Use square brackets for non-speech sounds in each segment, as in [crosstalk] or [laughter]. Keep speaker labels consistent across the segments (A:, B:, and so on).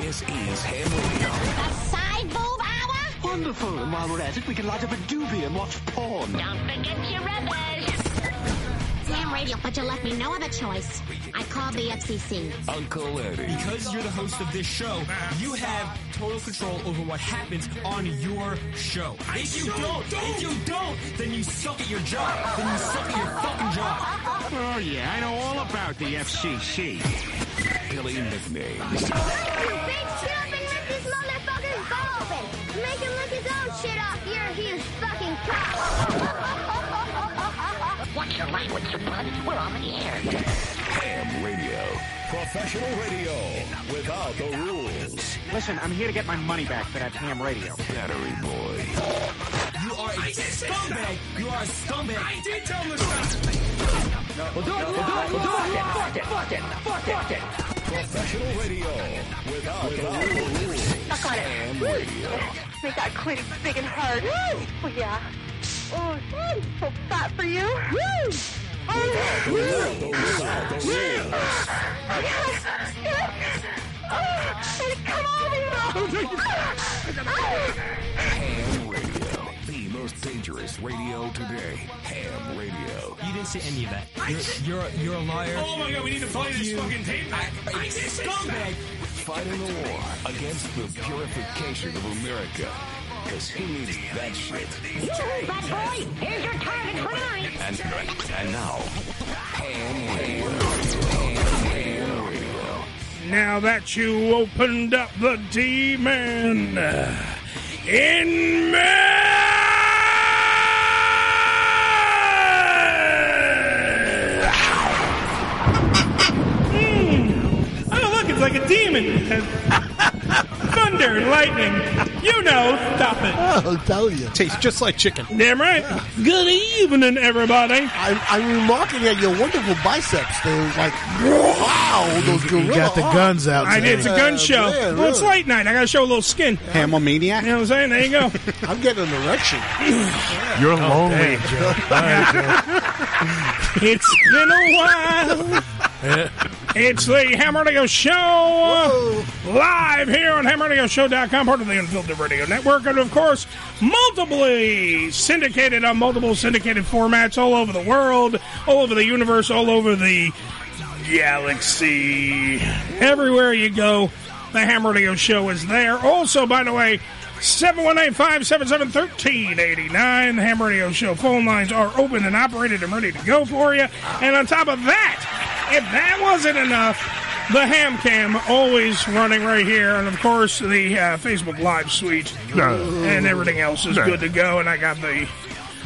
A: This is Ham Radio.
B: A side boob hour?
C: Wonderful. And while we're at it, we can light up a doobie and watch porn.
B: Don't forget your rubbish. Damn radio, but you left me no other choice. I called the FCC.
A: Uncle Eddie.
D: because you're the host of this show, you have total control over what happens on your show. If you don't, if you don't, then you suck at your job. Then you suck at your fucking job.
E: Oh, yeah, I know all about the FCC.
A: Billy McNames.
F: Big shit up and let this motherfucker's ball open. Make him lick his own shit off. You're a huge fucking [laughs] cock.
B: What's your language, you bud? We're on the air.
A: Ham Radio.
G: Professional radio without the rules.
C: Listen, I'm here to get my money back for that ham radio.
A: Battery Boy.
D: You are a scumbag. You are a scumbag. I did tell them
C: We'll do it. We'll do it. We'll do it. Fuck it. Fuck it. Fuck it. Fuck it.
G: Professional radio without, the rules.
A: Ham Radio.
F: Make that clit big and hard. Oh, yeah. Oh, so fat for you. Oh,
G: Without the, without the rules.
F: yes, yes. Oh, and come on, you
A: Ham Radio. The most dangerous radio today. Ham Radio.
D: You didn't say any of that. You're you're, you're a liar.
E: Oh, my God, we need to play this fucking tape back. I did
D: Scumbag.
A: Fighting the war against the purification of America. Because who needs that shit?
B: Yoo-hoo, bad boy. Here's your target for tonight.
A: And, and now, Ham Radio. Ham, ham Radio.
E: Now that you opened up the demon in me. Hmm. Oh, look, it's like a demon. [laughs] Thunder, lightning. You know, stop it.
H: I'll tell you.
I: Tastes just like chicken.
E: Damn right. Good evening, everybody.
H: I'm, I'm remarking at your wonderful biceps. They're like, wow, those gorilla
I: You got the guns out.
E: I did. It's a gun
H: Uh,
E: show.
H: yeah,
E: well, it's
H: really.
E: late night. I got to show a little skin. You
I: Hamomaniac.
E: know what I'm saying? There you go.
H: arms. [laughs] I'm getting an erection.
I: [laughs]
H: Oh,
I: You're lonely,
E: [laughs] It's been a while.
H: [laughs]
E: it's the Ham Radio Show live here on HamRadioShow.com, part of the Unfiltered Radio Network, and of course, multiply syndicated on multiple syndicated formats all over the world, all over the universe, all over the galaxy. Everywhere you go, the Ham Radio Show is there. Also, by the way, 718-577-1389. The Ham Radio Show phone lines are open and operated and ready to go for you. And on top of that, if that wasn't enough, the Ham Cam always running right here. And, of course, the uh, Facebook Live suite and everything else is good to go. And I got the...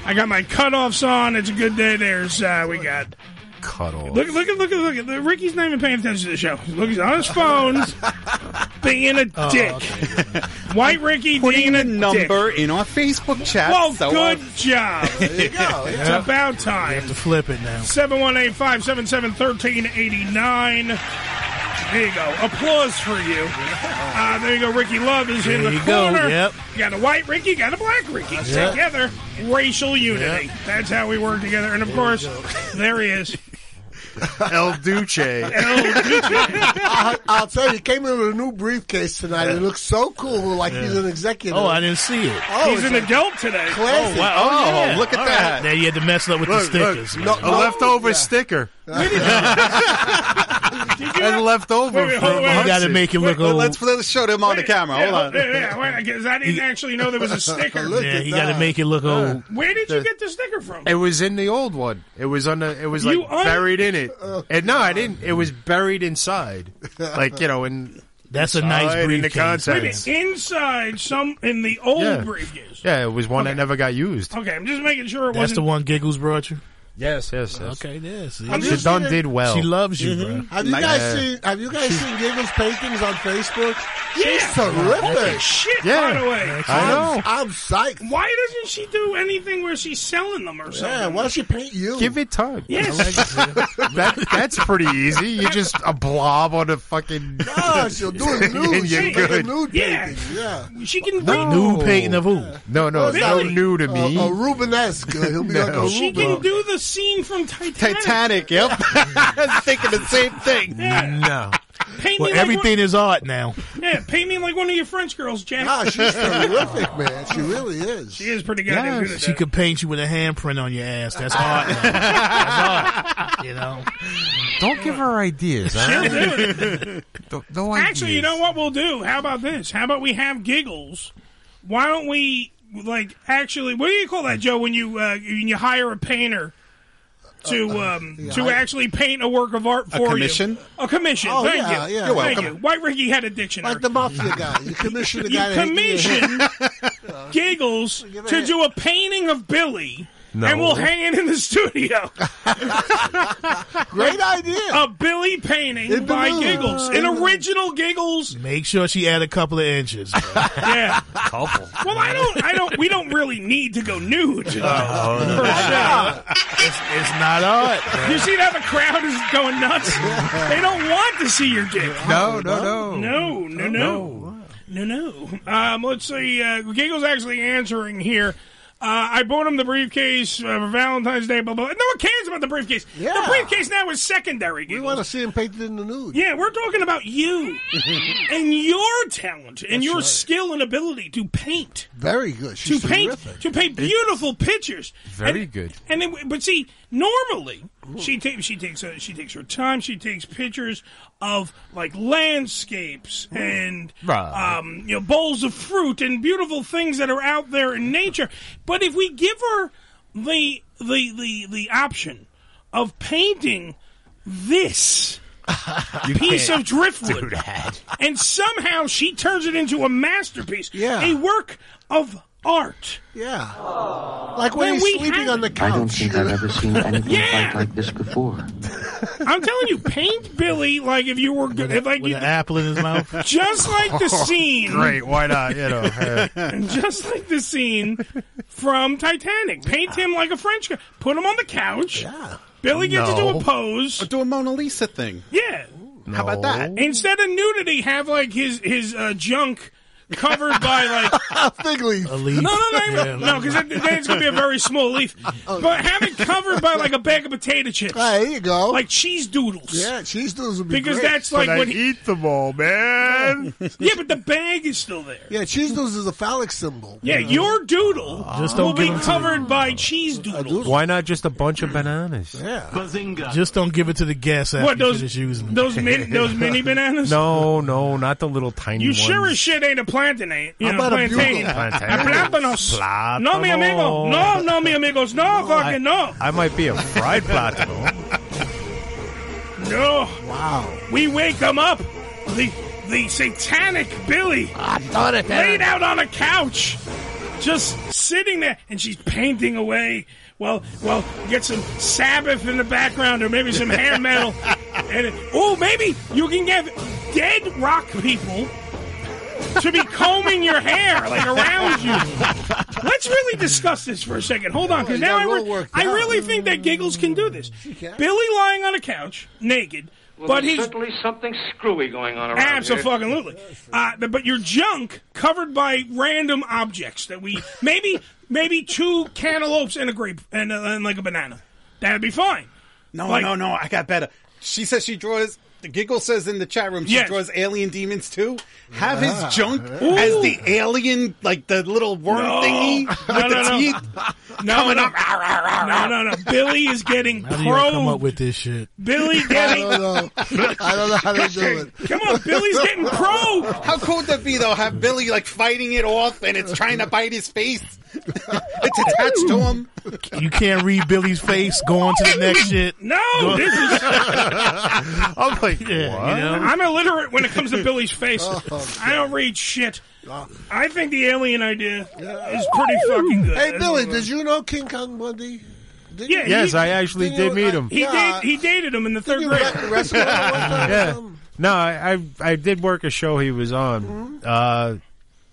E: I got my cutoffs on. It's a good day. There's uh, we got
I: Cut off.
E: Look, look, look, look, look. The- Ricky's not even paying attention to the show. Look, he's on his
J: [laughs]
E: phone, being a
J: Oh,
E: dick. White Ricky being
I: Putting
E: a
I: a
E: dick.
I: number in our Facebook chat.
E: Well,
I: so
E: good
I: I'll-
J: [laughs]
E: job.
H: There you go.
E: It's about time.
G: flip it now.
E: 718 577 1389. There you go. Applause for you. Uh, there you go. Ricky Love is in
J: There
E: the
J: you go.
E: corner.
J: Yep.
E: You got a white Ricky, got a black Ricky.
J: That's it.
E: together, racial unity.
J: Yep.
E: That's how we work together. And of course, there he
J: [laughs]
E: is.
I: El
E: [laughs]
I: Duce.
H: I, [laughs] I'll tell you, he came in with a new briefcase tonight. It looks so cool, like he's an executive.
J: Oh, I didn't see it.
H: Oh,
E: He's
H: it's
E: an
H: like
E: adult today.
H: Classic.
J: Oh, wow. Oh,
H: yeah.
J: look at
H: All
J: that.
H: right.
J: Now you had to mess up with
I: Look,
J: the stickers.
I: look, no- a leftover sticker. and leftover
E: Wait, wait,
I: from
E: hold on. You
I: Hudson.
J: gotta make him look
I: Wait,
J: old.
I: Let's, let's show them on the camera.
E: Yeah,
I: Hold on.
E: Yeah, yeah, wait, 'cause I didn't actually know there was
K: [laughs]
E: a sticker.
J: yeah, you got to make it look
I: Uh,
J: old.
E: Where did you get the sticker from?
I: It was in the old one. It was on the. It was like
E: You Oh, un-
I: buried in it. And no, I didn't. It was buried inside, like you know. And
J: That's a nice
I: in the
E: Wait
J: briefcase.
E: a minute,
I: contents.
E: inside some in the old
I: Yeah.
E: briefcase.
I: Yeah, it was one that never got used.
E: Okay, I'm just making sure it
J: That's
E: wasn't.
J: the one Giggles brought you.
I: Yes, yes, yes.
J: Okay, yes.
E: I'm
I: She
E: just-
I: done did well.
J: She loves you, bro.
H: Mm-hmm. Have you guys
I: Yeah.
H: seen? Have you guys seen Giggles paintings on Facebook?
E: Yeah.
H: She's terrific.
E: Shit,
I: Yeah.
E: by the way.
I: I know.
H: I'm psyched.
E: Why doesn't she do anything where she's selling them or something?
H: Yeah, why don't she paint you?
I: Give it time.
E: Yes.
I: [laughs] That, that's pretty easy. You just a blob on a fucking.
H: Ah, she'll do a nude.
I: And [laughs] you're
H: She'll make a
I: good.
H: nude
E: Yeah.
H: painting. Yeah.
E: she can
I: No.
E: do,
J: New painting of who?
I: No, no,
H: Really?
I: no new to me.
H: A, a
I: [laughs]
H: Rubenesque. He'll be like a Ruben.
E: she can do the scene from Titanic.
J: [laughs]
I: Titanic. Yep, I was thinking the same thing.
E: Yeah.
J: No.
E: Paint
J: Well,
E: me
J: everything is art now.
E: Like one, yeah, paint me like one of your French girls, Jack.
H: Ah,
E: [laughs]
H: she's terrific, man. She really is.
E: she is pretty goddamn
I: Yeah,
E: good at
J: She
E: that.
J: could paint you with a handprint on your ass. That's art. Now. That's art. You know.
G: Don't give her ideas.
E: She'll
G: Huh?
E: do it.
G: Don't- no ideas.
E: Actually, you know what we'll do? How about this? How about we have giggles? Why don't we like actually? What do you call that, Joe? When you uh, when you hire a painter to um, to
H: Uh, I-
E: actually paint a work of art for
I: commission?
E: you, a commission.
H: Oh,
E: Thank
H: yeah,
E: you.
H: yeah.
I: You're
E: Thank
I: welcome.
E: you. White Ricky had a dictionary.
H: Like the mafia guy. You commission the
E: you
H: guy. to hit you.
E: commission
H: [laughs]
E: giggles
H: Give it a
E: to
H: hand.
E: do a painting of Billy.
G: No.
E: And we'll hang it in the studio. [laughs]
H: Great idea.
E: A Billy painting
H: It'd be
E: by
H: good.
E: Giggles. An original Giggles.
J: Make sure she add a couple of inches. bro.
H: [laughs]
E: Yeah.
G: Couple.
E: Well, I don't. I don't. We don't really need to go nude. [laughs] per se.
J: It's, it's not art. bro.
E: [laughs] You see how the crowd is going nuts? They don't want to see your dick.
I: No, no, no.
E: No, no, no, no, no. Um, let's see. Uh, Giggle's actually answering here. Uh, I bought him the briefcase uh, for Valentine's Day. Blah blah. No one cares about the briefcase.
H: Yeah.
E: The briefcase now is secondary.
H: We
E: Giggles.
H: want to see him painted in the nude.
E: Yeah, we're talking
H: [laughs]
E: about you and your talent and your skill and ability to paint
H: Very good.
E: to
H: She's
E: paint
H: terrific.
E: to paint beautiful pictures.
I: Very
E: And-
I: good.
E: And then, but see, normally she takes she takes uh she takes her time. She takes pictures of like landscapes and
I: Right.
E: um, you know bowls of fruit and beautiful things that are out there in nature. But if we give her the the the the option of painting
H: [laughs]
E: this piece of driftwood and somehow she turns it into a masterpiece
H: Yeah.
E: a work of art
H: Yeah. Like when
E: When
H: he's
E: we
H: sleeping
E: had-
H: on the
L: I
H: couch.
L: don't think I've ever seen anything
E: Yeah.
L: quite like this before.
E: i'm telling you paint billy like if you were good like
J: With
E: you,
J: an apple in his mouth.
E: [laughs] just like the scene
I: Great, why not? You know,
J: [laughs]
I: yeah.
E: [laughs] just like the scene from titanic paint him like a french guy put him on the couch
H: Yeah.
E: billy gets to do
I: No.
E: a pose
K: Do a Mona Lisa thing.
E: yeah Oh.
K: How about that?
E: instead of nudity have like his his uh, junk covered by like
H: Ah, fig leaf.
J: A leaf.
E: No, no, no,
J: Yeah,
E: even- no, because then then it's going to be a very small leaf. But have it covered by like a bag of potato chips,
H: Right, there you go.
E: Oh. like cheese doodles.
H: yeah, cheese doodles would be
E: because
H: great.
E: that's like
I: I
E: what. He,
I: eat them all, man.
E: [laughs] yeah, but the bag is still there.
H: yeah, cheese doodles is a phallic symbol.
E: Yeah, your doodle
J: Uh, Just
E: will
J: don't
E: be
J: give 'em to
E: covered by cheese doodles.
I: Why not just a bunch of bananas?
H: Yeah.
J: Just don't give it to the guests after
E: What
J: you
E: those
J: finish using them.
E: those mini those
J: [laughs]
E: mini bananas?
I: No, no, not the little tiny
E: You
I: ones.
E: sure as shit ain't a plantain. You
H: How
E: know,
H: about a
E: plantain.
H: bugle?
I: Plantain.
E: Plátanos. No, mi amigo. No, no, mi amigos. No, fucking no.
I: I might be
E: [laughs]
I: a fried platano.
E: No.
H: Wow.
E: We wake him up. The the satanic Billy. I thought it. Laid out on a couch, just sitting there, and she's painting away. Well, well, get some Sabbath in the background, or maybe some
H: [laughs]
E: hair metal, and oh, maybe you can get dead rock people to be combing your hair like around you. Let's really discuss this for a second. Hold on, because
H: You got
E: now I,
H: it all
E: re-
H: worked
E: I
H: out.
E: really think that Giggles can do this. Billy lying on a couch, naked,
M: Well,
E: but
M: there's
E: he's
M: certainly something screwy going on around here.
E: Absolutely. Uh, th- but your junk covered by random objects that we maybe maybe two cantaloupes and a grape and, uh, and like a banana. That'd be fine.
K: No,
E: Like-
K: no, no. I got better. She says she draws. The giggle says in the chat room she
E: Yes.
K: draws alien demons too. Have
E: Ah.
K: his junk
E: Ooh.
K: as the alien, like the little worm
E: No.
K: thingy
E: [laughs]
K: with
E: No,
K: the
E: no, no.
K: teeth.
E: No, no,
M: Ah.
E: no, no, no. Billy is getting
J: How do you come
E: probed.
J: up with this shit?
E: Billy getting. I don't
H: know. I don't know how to do it.
E: Come on, Billy's getting probed.
K: How cool would that be though? Have Billy like fighting it off and it's trying to bite his face. it's attached to him.
J: You can't read Billy's face. Go on to the next shit.
E: No,
J: Go-
E: this is. [laughs]
J: [laughs] I'm like, yeah, you know?
E: Uh, I'm illiterate when it
H: [laughs]
E: comes to Billy's face.
H: Oh,
E: I don't read shit. I think the alien idea is pretty fucking good.
H: Hey, Billy, did you know King Kong Bundy? Did
E: Yeah,
H: you-
I: Yes, I actually did meet him.
E: He
H: Yeah.
E: did. He dated him in the third grade.
I: yeah. No, I, I I did work a show he was on. Uh,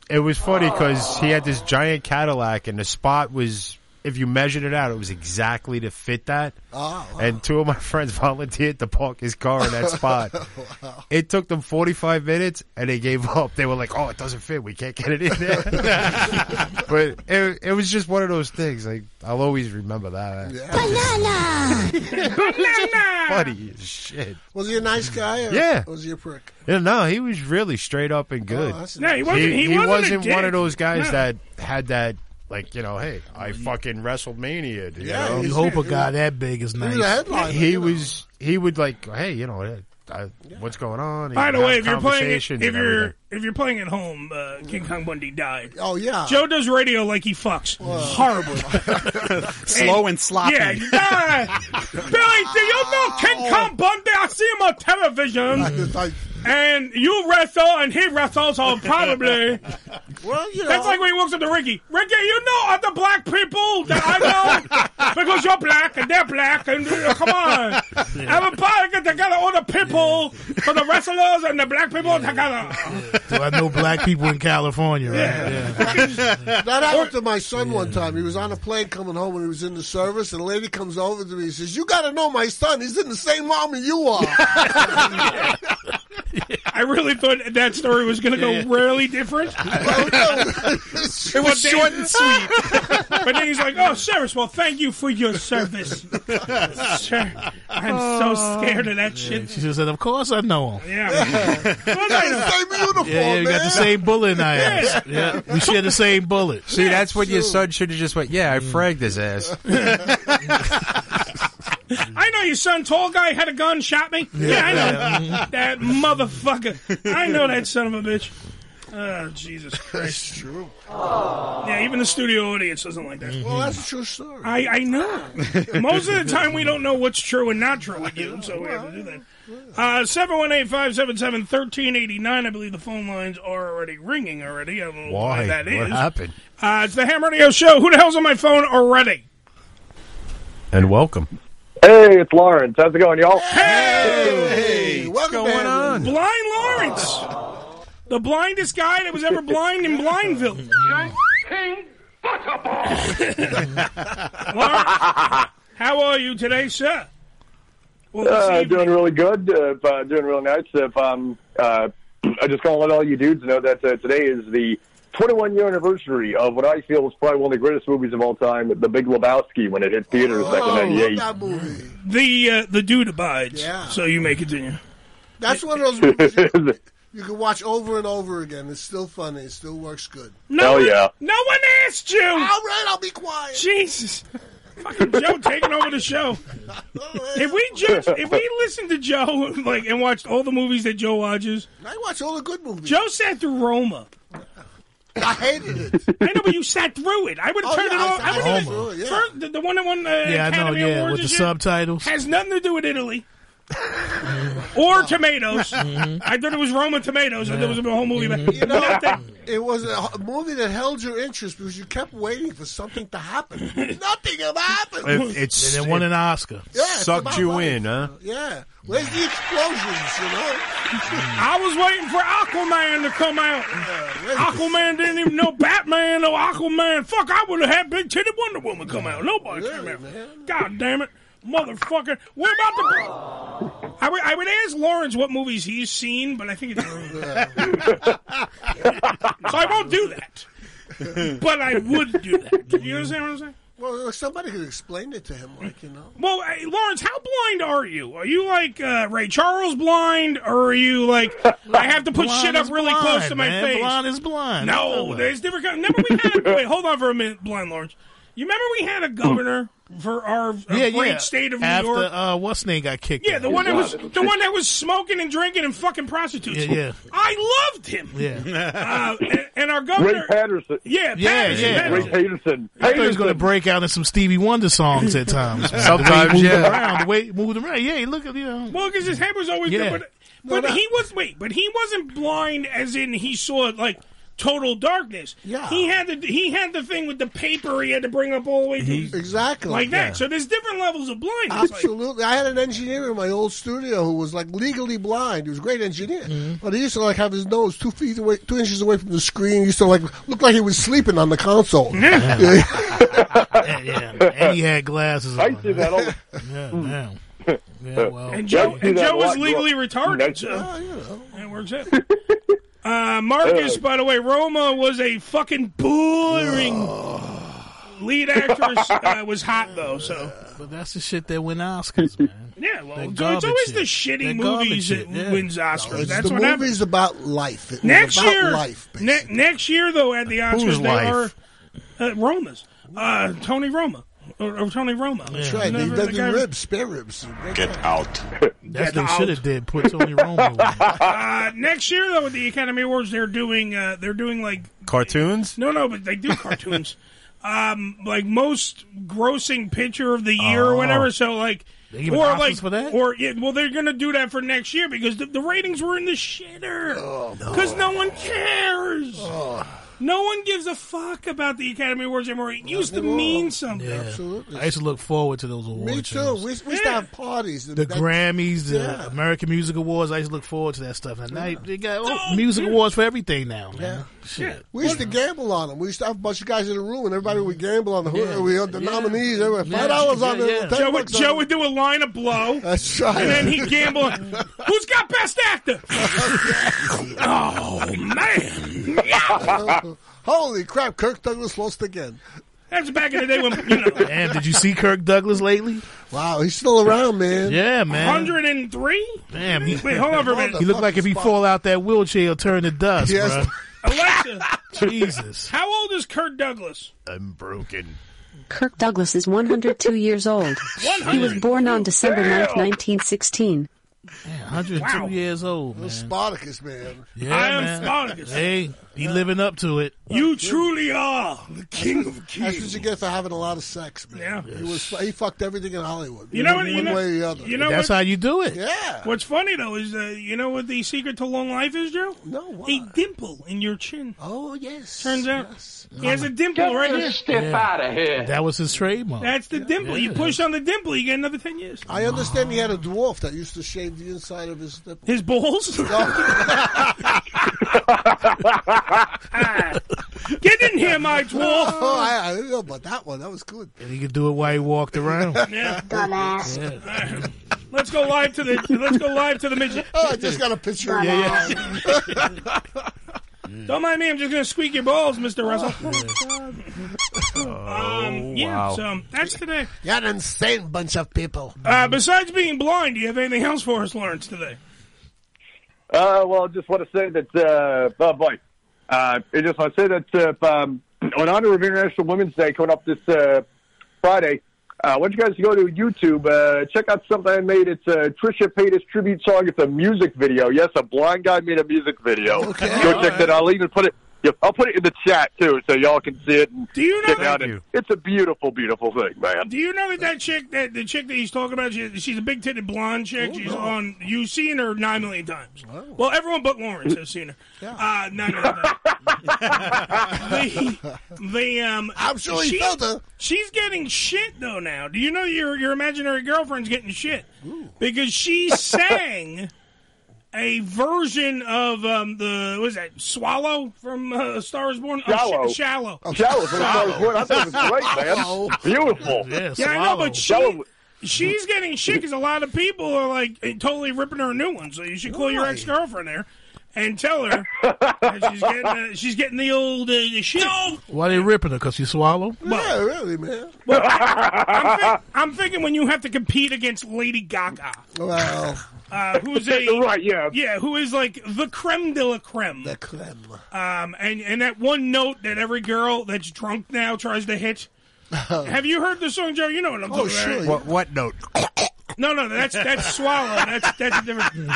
I: it was funny because he had this giant Cadillac, and the spot was, if you measured it out, it was exactly to fit that.
H: Oh,
I: And two of my [laughs] friends volunteered to park his car in that spot. It took them 45 minutes, and they gave up. They were like, "Oh, it doesn't fit. We can't get it in there." but it, it was just one of those things. Like I'll always remember that. Funny as shit.
H: Was he a nice guy? Or
I: Yeah.
H: Was he a prick? [laughs]
I: Yeah, no, he was really straight up and good.
H: Oh, that's
E: No, he wasn't- he wasn't a
I: wasn't
E: dick.
I: one of those guys
E: No.
I: that had that, like, you know, hey, I fucking WrestleMania.
J: Yeah,
I: know?
J: you hope a guy that big is nice.
I: He was, he would like, hey, you know, eh, I, what's going on? He
E: By the
I: would
E: way,
I: have
E: if you're playing, it,
I: conversations
E: if
I: and
E: you're
I: everything.
E: if you're playing at home, uh, King Kong Bundy died.
H: Oh yeah,
E: Joe does radio like he fucks horribly,
K: [laughs] Slow and sloppy.
E: Yeah, you- Ah, Billy, do you know
H: Oh.
E: King Kong Bundy? I see him on television. And you wrestle, and he wrestles, so probably.
H: Well, [laughs] you know.
E: That's like when he walks up to Ricky. Ricky, you know other black people that
H: [laughs]
E: I know because you're black and they're black, and uh, come on. Everybody get together, all the people, for the wrestlers and the black people together.
J: Do I know black people in California, right? Yeah.
H: that happened to my son one time. He was on a plane coming home when he was in the service, and a lady comes over to me and says, You got to know my son. He's in the same army you are.
E: I really thought that story was going to go really different.
H: [laughs]
E: [laughs] it
K: was short and sweet.
E: but then he's like, "Oh, service. Well, thank you for your service, sir. I'm so scared of that shit."
J: She just said, "Of course I know him.
E: Yeah, man. Well, I know.
J: Yeah, yeah, we got the same bullet in our ass. Yeah, we share the same bullet.
I: See, that's what your son should have just went, yeah, I fragged his ass.
E: I know your son, tall guy, had a gun, shot me. Yeah, I know
I: Yeah.
E: that motherfucker. [laughs] I know that son of a bitch. Oh, Jesus Christ! That's true. Mm-hmm. Yeah, even the studio audience doesn't like that.
H: Well, that's a true story.
E: I, I know. Most of the time, we don't know what's true and not true with you, so we have to do that. Uh, 718-577-1389. I believe the phone lines are already ringing already. I don't know why,
I: Why?
E: that is.
I: What happened?
E: Uh, it's the Ham Radio Show. Who the hell's on my phone already?
I: And welcome.
N: Hey, it's Lawrence. How's it going, y'all?
E: Hey!
H: What's
E: going on? Blind Lawrence. The blindest guy that was ever blind in Blindville. Lawrence, how are you today, sir? Well, this
N: Uh,
E: evening-
N: doing really good. Uh, uh, doing real nice. If, um, uh, I just want to let all you dudes know that uh, today is the 21 year anniversary of what I feel is probably one of the greatest movies of all time, The Big Lebowski, when it hit theaters back
E: Oh,
N: in '98.
E: the uh, the dude abides. So you may continue.
H: That's one of those movies you, you can watch over and over again. It's still funny. It still works good.
E: No
N: Hell yeah.
E: No one asked you. All
H: right, I'll be quiet.
E: Jesus, fucking Joe taking over the show. If we judge, if we listened to Joe like and watched all the movies that Joe watches,
H: I watch all the good movies.
E: Joe sat through Roma.
H: I hated it.
E: I know, but you sat through it. I would have
H: Oh,
E: turned
H: yeah,
E: it
H: I-
E: off. I,
H: I
E: would
H: sat through
E: have
H: it, yeah.
E: the, the one that won uh,
J: Yeah, I know,
E: Academy
J: yeah,
E: Awards
J: with
E: and
J: the
E: shit
J: subtitles.
E: has nothing to do with Italy. or
J: [laughs]
E: tomatoes.
J: Mm-hmm.
E: I thought it was Roman tomatoes. I thought it was a whole movie. about-
H: You
E: [laughs]
H: know, it was a h- movie that held your interest because you kept waiting for something to
E: [laughs]
H: happen. Nothing ever happened.
I: It, it's
J: And it won an Oscar.
H: Yeah, it's
I: sucked
H: about
I: you
H: life.
I: in, huh?
H: Yeah. Where's the explosions, you know?
E: [laughs] I was waiting for Aquaman to come out. Aquaman didn't even know Batman or Aquaman. Fuck, I would have had Big Titty Wonder Woman come out. Nobody came out. God damn it. Motherfucker. We're about to. I would, I would ask Lawrence what movies he's seen, but I think
H: [laughs]
E: it's. so I won't do that. But I would do that. You understand what I'm saying?
H: Well, somebody could explain it to him, like, you know.
E: Well, hey, Lawrence, how blind are you? Are you like uh, Ray Charles blind, or are you like I have to put
J: Blind
E: shit up
J: is
E: really
J: blind,
E: close to my
J: man.
E: face?
J: Blind is blind. That's
E: No,
J: all.
E: there's different. kind- Remember we had. wait, hold on for a minute, blind Lawrence. You remember we had a governor for our, our
J: yeah,
E: great
J: yeah.
E: state of New
J: After,
E: York.
J: uh, what's name got kicked?
E: yeah,
J: out.
E: the one that was the one that was smoking and drinking and fucking prostitutes.
J: Yeah, yeah.
E: I loved him.
J: Yeah.
E: Uh, and, and our
N: Ray
E: governor.
N: Patterson.
E: Yeah,
J: Yeah,
E: Patterson,
J: yeah.
E: Patterson.
N: Ray Peterson.
J: I thought he was going to break out in some Stevie Wonder songs at times. man.
I: Sometimes,
J: the way he moved
I: yeah.
J: Around, the way he moved around. Yeah, he looked at you know.
E: Well, because his head was always
J: Yeah.
E: there, but but he was wait, but he wasn't blind as in he saw like total darkness. Yeah, he had the he had the thing with the paper he had to bring up all the way to
H: Exactly.
E: like that. So there's different levels of blindness. Like,
H: Absolutely. I had an engineer in my old studio who was like legally blind. He was a great engineer.
J: Mm-hmm.
H: But he used to like have his nose two feet away, two inches away from the screen. He used to like look like he was sleeping on the console. [laughs]
J: Yeah.
H: Yeah.
J: And he had glasses.
N: I see that all the
J: Yeah, damn. [laughs] Yeah, well.
E: and Joe,
J: Yeah,
E: and
J: that
E: Joe
J: a
E: was
J: lot.
E: legally retarded. So that works out. Uh, Marcus, by the way, Roma was a fucking boring lead actress. Uh, was hot though, so
J: But that's the shit that win Oscars, man.
E: yeah. Well,
J: That
E: it's
J: garbage
E: always the
J: shit.
E: shitty
J: That garbage
E: movies that
J: shit, yeah.
E: wins Oscars.
H: It's
E: That's
H: the
E: what happens.
H: movie's about life. It was
E: next
H: about
E: year,
H: life.
E: ne- next year though at the Oscars
H: Whose
E: they
H: life?
E: are uh, Roma's. Uh, Tony Roma or, or Tony Roma.
H: That's right. He
E: Whatever
H: does
E: the
H: the
E: guy-
H: ribs, spare ribs.
E: Get
H: out.
J: That's
E: Get
J: what they should have did. Put Tony Romo.
E: uh, next year though at the Academy Awards they're doing uh, they're doing like
I: Cartoons?
E: no no but they do cartoons. Um, like most grossing picture of the year or
I: Oh.
E: whatever. So like.
J: They giving
E: Or
J: Oscars
E: like,
J: for that?
E: or yeah, well, they're gonna do that for next year because the, the ratings were in the shitter because no. one cares. No one gives a fuck about the Academy Awards anymore. It used to mean something.
J: Yeah. I used to look forward to those awards.
H: Me too. We, we used to have parties.
J: The Grammys, the
H: Yeah.
J: American Music Awards. I used to look forward to that stuff. And now
H: Yeah.
J: they got oh, music awards for everything now. Man. Shit.
H: We used to gamble on them. We used to have a bunch of guys in a room, and everybody would gamble on who we had the nominees. They were five dollars on
E: Yeah,
H: it.
E: yeah. Joe, would, Joe would do a line of blow. That's
H: right.
E: And then he'd gamble. on,
H: [laughs]
E: Who's got best actor? oh man!
H: Holy crap! Kirk Douglas lost again.
E: That's back in the day when you know.
J: Damn, did you see Kirk Douglas lately?
H: Wow, he's still around, man.
J: Yeah, man.
E: 103?
J: Damn, he,
E: Wait, hold on for a minute.
J: He looked like if he fall out that wheelchair, he'll turn to dust,
E: Yes. Alexa,
J: bro. Jesus,
E: [laughs] how old is Kurt Douglas?
I: I'm broken.
O: Kirk Douglas is 102 years old. He was born on December 9, 1916.
J: 102 years old, man.
H: Spartacus, man.
J: Yeah,
H: I am
J: man.
H: Spartacus.
J: Hey, he living up to it.
E: You truly are the king of
H: That's what you get for having a lot of sex, man.
E: Yeah.
H: He was he fucked everything in Hollywood.
E: You know
H: one,
E: what? You
H: one
E: know,
H: way or the other.
E: You know
J: That's
E: what?
J: how you do it.
H: Yeah.
E: What's funny though is uh, you know what the secret to long life is, Joe? No, what? A dimple in your chin.
H: Oh yes.
E: Turns out he has a dimple right here.
J: of here. That was his trademark.
E: That's the dimple. You
J: Yeah.
E: push on the dimple, you get another ten years.
H: I understand he had a dwarf that used to shave the inside of his nipple. [laughs]
E: His balls? [laughs] Get in here, my dwarf.
H: [laughs] Oh, I, I don't know about that one. That was
E: [laughs]
H: good.
J: And he could do it while he walked around.
E: Yeah. Dumbass. [laughs] Let's go live to the. Let's go live to the [laughs] midget.
H: Oh, I just got a picture.
J: Yeah, yeah.
E: [laughs] Don't mind me. I'm just gonna squeak your balls, Mister Russell. [laughs] um, yeah.
H: wow.
E: So that's today.
H: You're an insane bunch of people.
E: Uh, besides being blind, do you have anything else for us, Lawrence, today?
N: Uh, well, I just want to say that, uh, oh boy, uh, I just want to say that uh, um, [clears throat] on honor of International Women's Day coming up this uh, Friday, uh, I want you guys to go to YouTube, uh, check out something I made. It's a Trisha Paytas tribute song. It's a music video. Yes, a blind guy made a music video. Go check that out. I'll even put it. Yep, I'll put it in the chat too, so y'all can see it. And
E: Do you know?
N: check it out. And It's a beautiful, beautiful thing, man.
E: Do you know that that chick, that the chick that he's talking about, she, she's a big titted blonde chick. she's on. You've seen her nine million times. Well, everyone but Lawrence has seen her. Uh, nine million times. the, the, um, I'm
H: sure he felt her.
E: She's getting shit though now. Do you know your your imaginary girlfriend's getting shit
H: [laughs]
E: because she sang a version of um, the what is that Swallow from uh, Star Is Born? Oh,
N: Shallow.
E: sh- shallow. Oh.
N: Shallow from Star Is Born. I thought it
E: [laughs]
N: was great, man. Beautiful.
E: Yeah, I know, but she, she's getting shit because a lot of people are like totally ripping her a new one. So you should call your ex girlfriend there and tell her that she's getting uh, she's getting the old uh, the shit.
J: Why they ripping her? Because she swallowed?
H: yeah, really, man.
E: Well, I'm, think, I'm thinking when you have to compete against Lady Gaga.
H: Wow.
E: Uh, who's a right? Yeah, yeah. Who is like the creme de la creme? The
H: creme.
E: Um, and and that one note that every girl that's drunk now tries
H: [laughs]
E: to hit. Have you heard the song, Joe? You know what I'm
H: Oh,
E: talking about. right?
I: What, what note?
E: No, no, that's that's swallow. That's that's a
H: [laughs]
E: different.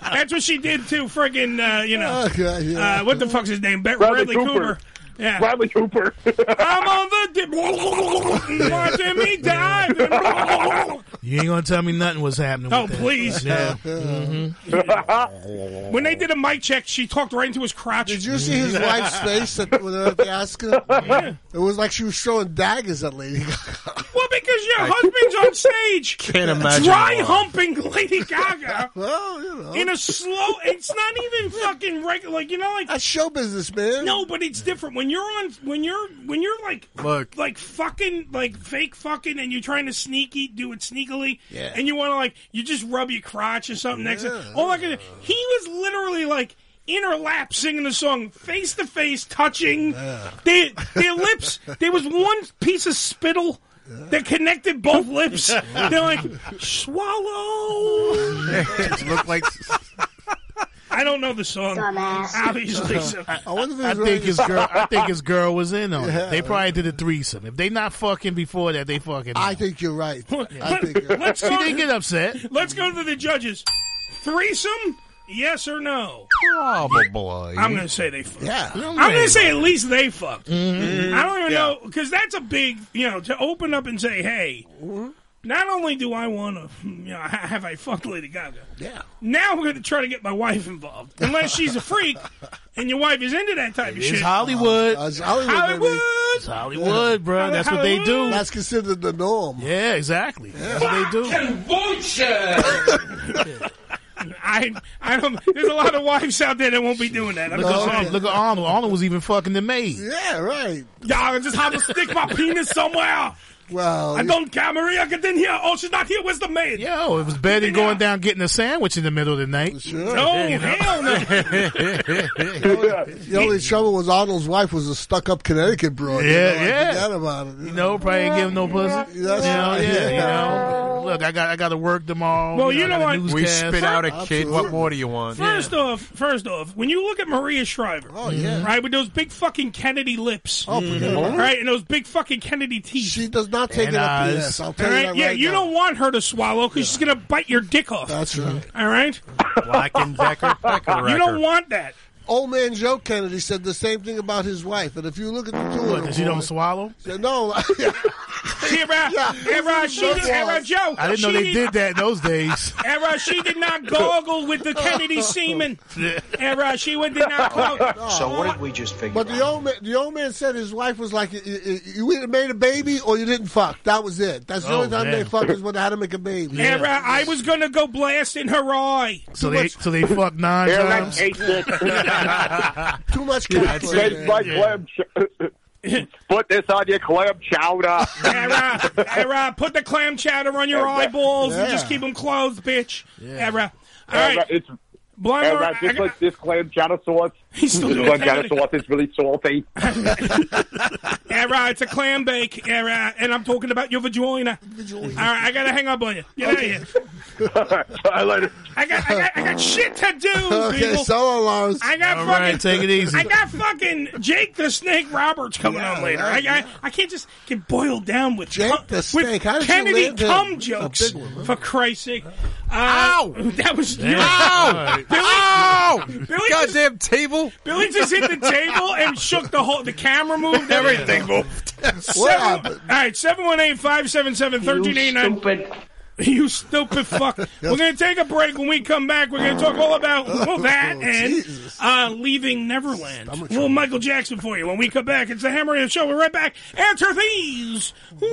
E: that's what she did to friggin' uh, you know.
H: yeah.
E: uh, what the fuck's his name? Bet-
H: Bradley
E: Bradley,
H: Cooper.
E: Cooper. Yeah.
N: Bradley Cooper.
E: I'm on the dip. Watching me dive.
J: You ain't gonna tell me nothing was happening.
E: Oh,
J: with that.
E: please.
J: Yeah. Mm-hmm.
E: When they did a mic check, she talked right into his crotch. Did
H: you see his wife's face at, when they were at the Oscar? It was like she was showing daggers at Lady
J: [laughs]
H: Gaga.
E: Well, because your husband's on
H: [laughs]
E: stage.
H: Can't imagine
E: Dry
H: why.
E: humping Lady
H: [laughs]
E: Gaga. In a slow, it's not even fucking regular. Like you know, like
H: that's show business, man.
E: No, but it's different when you're on when you're when you're like
I: Look.
E: like fucking like fake fucking, and you're trying to sneaky do it sneakily.
I: Yeah.
E: And you want to like you just rub your crotch or something next. To, all I could. He was literally like. In her lap, singing the song, face to face, touching their, their lips. There was one piece of spittle that connected both lips. They're like, swallow.
I: it looked like
E: [laughs]
I: [laughs]
E: I don't know the song. Obviously.
I: [laughs]
E: so-
H: I wonder
J: I think his girl. I think his girl was in on it. They probably did a threesome. If they not fucking before that, they fucking.
H: I think you're right. I think you're
E: Let's
J: she
E: go-
J: didn't
E: [laughs]
J: get upset.
E: Let's go to the judges. Threesome? Yes or no?
I: probably.
E: I'm going to say they fucked.
I: Oh, Yeah. Mm-hmm.
E: I'm going to say at least they fucked. I don't even
I: Yeah.
E: know, because that's a big, you know, to open up and say, hey,
I: Mm-hmm.
E: not only do I want to, you know, ha- have I fucked Lady Gaga,
H: yeah.
E: now I'm going to try to get my wife involved. Unless she's a freak and your wife is into that type of
J: It's
E: shit.
J: Hollywood.
H: Uh, It's Hollywood.
E: Hollywood.
J: It's Hollywood, bro. That's what they do.
H: That's considered the norm.
J: Yeah, exactly. That's what they do.
E: [laughs] I, I don't, there's a lot of wives out there that won't be doing that. I'm
J: Look,
E: just um,
J: at
E: saying.
J: Arnold, look at Arnold. Arnold was even fucking the maid.
H: Yeah, right.
E: Y'all just have to
H: [laughs]
E: stick my penis somewhere.
H: Well,
E: I don't care, Maria. Get in here. Oh, she's not here. Where's the maid?
J: Yo, it was better than going down getting a sandwich in the middle of the night.
E: No, hell no.
J: [laughs]
H: The only trouble was Arnold's wife was a stuck-up Connecticut broad. you
J: Yeah,
H: know, I
J: yeah.
H: Forgot about it.
J: You know, probably ain't give him no pussy. You know,
H: That's
J: yeah,
H: right.
J: you know. Look, I got I got to work tomorrow.
E: Well,
J: you,
E: you
J: know,
E: know
J: I got a
E: what?
I: We
J: newscast.
I: spit out a kid. What more do you want?
E: First off, first off, when you look at Maria Shriver, oh
H: yeah.
E: right with those big fucking Kennedy lips,
H: Oh, for sure.
E: right, and those big fucking Kennedy teeth.
H: She does not take
J: And
H: it up the
J: eyes.
H: ass. I'll
E: all
H: tell you
E: right,
H: that
E: yeah,
H: right
E: you
H: now.
E: don't want her to swallow because she's gonna bite your dick off.
H: That's right.
E: all right,
I: Black
E: [laughs]
I: and Decker. Decker
E: you don't want that.
H: Old man Joe Kennedy said the same thing about his wife. And if you look at the two of
J: What,
H: them,
J: that she don't
H: boy,
J: swallow?
H: yeah, no, [laughs]
E: Hey, Ra- hey, Ra, she did, hey, Ra, Joe,
J: I didn't know
E: Oh, she
J: they did that in those
E: [laughs]
J: days.
E: Era, she did not goggle with the Kennedy semen. Era, she would- did not goggle.
J: [laughs]
L: So what did we just figure
H: but the old man, the old man said his wife was like, "You- you you either made a baby or you didn't fuck. That was it. That's the
J: Oh,
H: only time
J: man.
H: they fucked is when they had to make a baby.
E: Era, I was gonna go blast in her eye.
J: So they so they fucked nine times.
H: [laughs] Too much cat play,
N: Taste
H: man.
N: like clam. ch- [laughs] Put this on your clam chowder.
E: Era, Era, put the clam chowder on your eyeballs and just
H: Yeah.
E: keep them closed, bitch. Era, all
N: And, uh,
E: right,
N: It's
E: blind
N: and,
E: Ra-
N: uh,
E: I
N: just
E: got-
N: like this clam chowder sauce.
E: [laughs] He's
N: This
E: still doing
N: clam chowder
E: Kennedy.
N: sauce is really salty.
E: Era, it's a clam bake. Era, and I'm talking about your vagina. All right, I gotta hang up on you. Get out of here.
N: I later.
E: I got, I got, I got shit to do.
H: [laughs] Okay,
E: people.
H: so long, Lars.
E: I got
H: All
E: fucking.
H: right, take it easy.
E: I got fucking Jake the Snake Roberts coming on later. I, I, I can't just get boiled down with Jake
H: the Snake. How did you
E: Kennedy
H: land him?
E: cum
H: A
E: jokes.
H: big one, huh?
E: For Christ's sake! Uh, Ow! [laughs] That was you.
C: Ow!
E: Billy,
C: Ow!
E: Billy Goddamn
I: table!
E: Billy just hit the table and shook the whole. The camera moved.
C: Everything
E: moved.
C: What
E: All right, seven one eight five seven seven thirteen eighty nine. [laughs] You stupid fuck. we're going to take a break. When we come back, we're going to talk all about well, that and uh, leaving Neverland. A little Michael Jackson for you. When we come back, it's the Hammer Radio Show. We're right back after these words.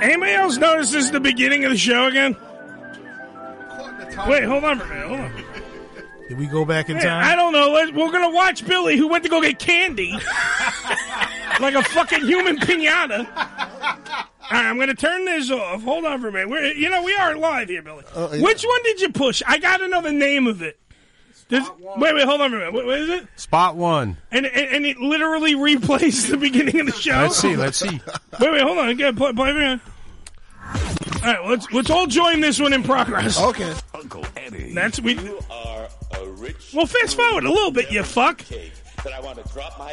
E: Anybody else notice this is the beginning of the show again? Wait, hold on for a minute. Hold on.
J: Did we go back in
E: Hey,
J: time?
E: I don't know. Let's- We're gonna watch Billy, who went to go get candy, like a fucking human pinata. All right, I'm gonna turn this off. Hold on for a minute. We're, you know, we are live here, Billy.
I: Uh,
C: yeah.
E: Which one did you push? I gotta know the name of it. Does- wait, wait, hold on for a minute. What, what is it?
I: Spot one.
E: And, and and it literally replays the beginning of the show.
I: Let's see, let's see.
E: Wait, wait, hold on. Again, play, play it again. All right, let's let's all join this one in progress.
H: Okay.
A: Uncle Eddie.
E: That's we.
P: are a rich
E: Well, fast forward a little bit, you fuck.
P: cake that I want to drop my.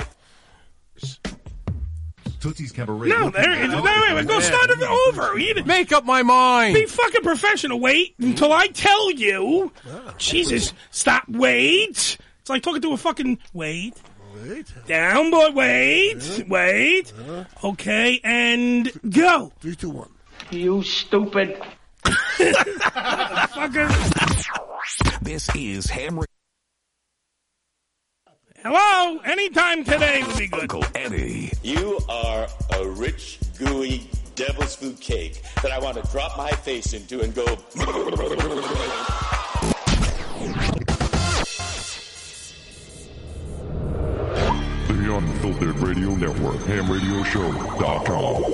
Q: Tootsie's Cabaret.
E: No, there, it- no, wait, wait, go start it over.
I: Make up my mind.
E: Be fucking professional. Wait until I tell you. Jesus, stop. Wait. It's like talking to a fucking wait. Wait. Down, boy. Wait. Wait. Okay, and go. Three, two, one. You [laughs] stupid.
A: This is Ham Radio.
E: Hello. Anytime today would be good.
A: Uncle Eddie.
P: You are a rich, gooey devil's food cake that I want to drop my face into and go.
Q: The Unfiltered Radio Network, hamradioshow.com.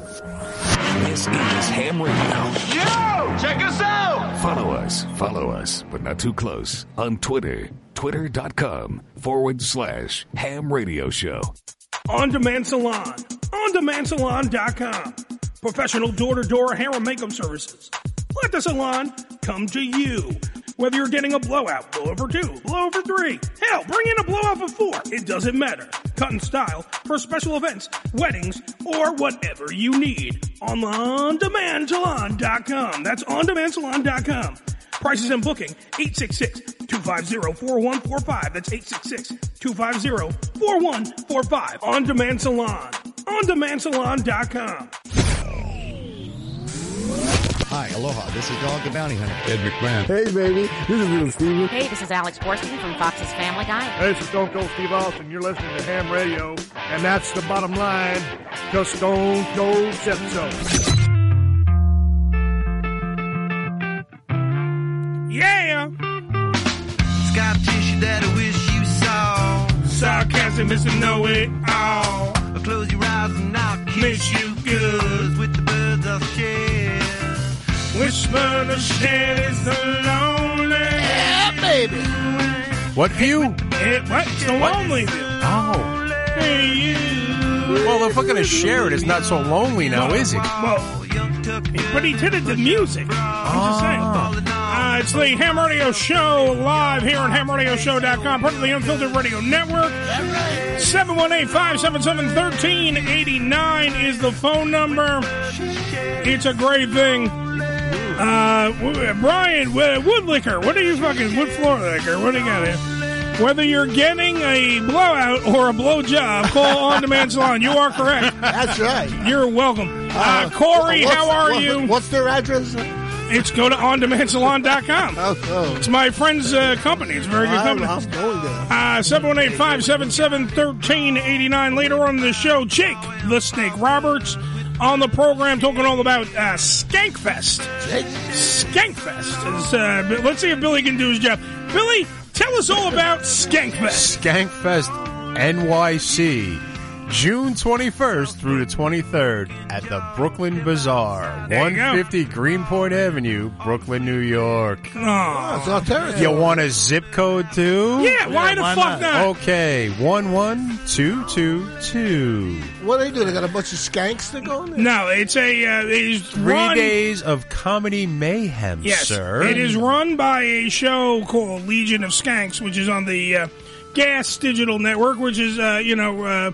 A: This is Ham Radio.
R: Yo! Check us out!
A: Follow us, follow us, but not too close on Twitter, twitter.com forward slash ham radio show.
E: On Demand Salon. OnDemandSalon.com. Professional door to door hair and makeup services. Let the salon come to you. Whether you're getting a blowout, blowover two, blowover three, hell, bring in a blowout of four. It doesn't matter. Cut and style for special events, weddings, or whatever you need. On OnDemandSalon.com. That's OnDemandSalon.com. Prices and booking, 866-250-4145. That's 866-250-4145. On Demand Salon. OnDemandSalon.com.
S: Hi, aloha. This is Dog the Bounty Hunter.
F: Ed McMahon.
S: Hey, baby. This is Little Steven.
T: Hey, this is Alex Borstein from Fox's Family Guy.
U: Hey, this is Stone Cold Steve Austin. You're listening to Ham Radio, and that's the bottom line. The Stone Cold said so.
E: Yeah!
R: Tissue that I wish you saw.
E: Sarcasm is a know it all.
R: Close your eyes and I'll
E: Miss you good.
R: with the birds I'll share.
E: Whisper the shit is the lonely. Yeah,
R: baby.
I: What view?
E: It, what? It's the lonely.
I: Oh.
E: Hey, you.
I: Well, if we're going to share it, it's not so lonely now, is it?
E: Well, but he did it to music. I'm just saying.
H: Ah.
E: Uh, it's the Ham Radio Show live here on hamradioshow.com, part of the Unfiltered Radio Network. 718 577 1389 is the phone number. It's a great thing. Uh, w- Brian, w- wood liquor. What are you fucking, wood floor liquor? What do you got here? Whether you're getting a blowout or a blowjob,
H: [laughs]
E: call On Demand Salon. You are correct.
H: That's right.
E: You're welcome. Uh, Corey,
H: What's-
E: how are
H: what-
E: you?
H: What's their address? Oh,
E: It's go to ondemandsalon.com. It's my friend's uh, company. It's a very good
H: I'm-
E: company.
H: I'm going there.
E: Uh, 718-577-1389. Later on in the show, Jake the Snake Roberts on the program talking all about uh, Skankfest. Skankfest. Is, uh, but let's see if Billy can do his job. Billy, tell us all about Skankfest.
I: Skankfest NYC, June 21st through the 23rd at the Brooklyn Bazaar,
E: There you go.
I: 150 Greenpoint Avenue, Brooklyn, New York.
E: Oh,
H: it's our territory.
I: You want a zip code too?
H: Yeah, why Yeah, the why fuck not? not?
I: Okay, 11222.
H: What do they do? They got a bunch of skanks that go in there?
E: No, it's a uh, it's
I: Three
E: run-
I: days of comedy mayhem,
E: Yes,
I: sir.
E: it is run by a show called Legion of Skanks, which is on the uh, Gas Digital Network, which is uh, you know uh,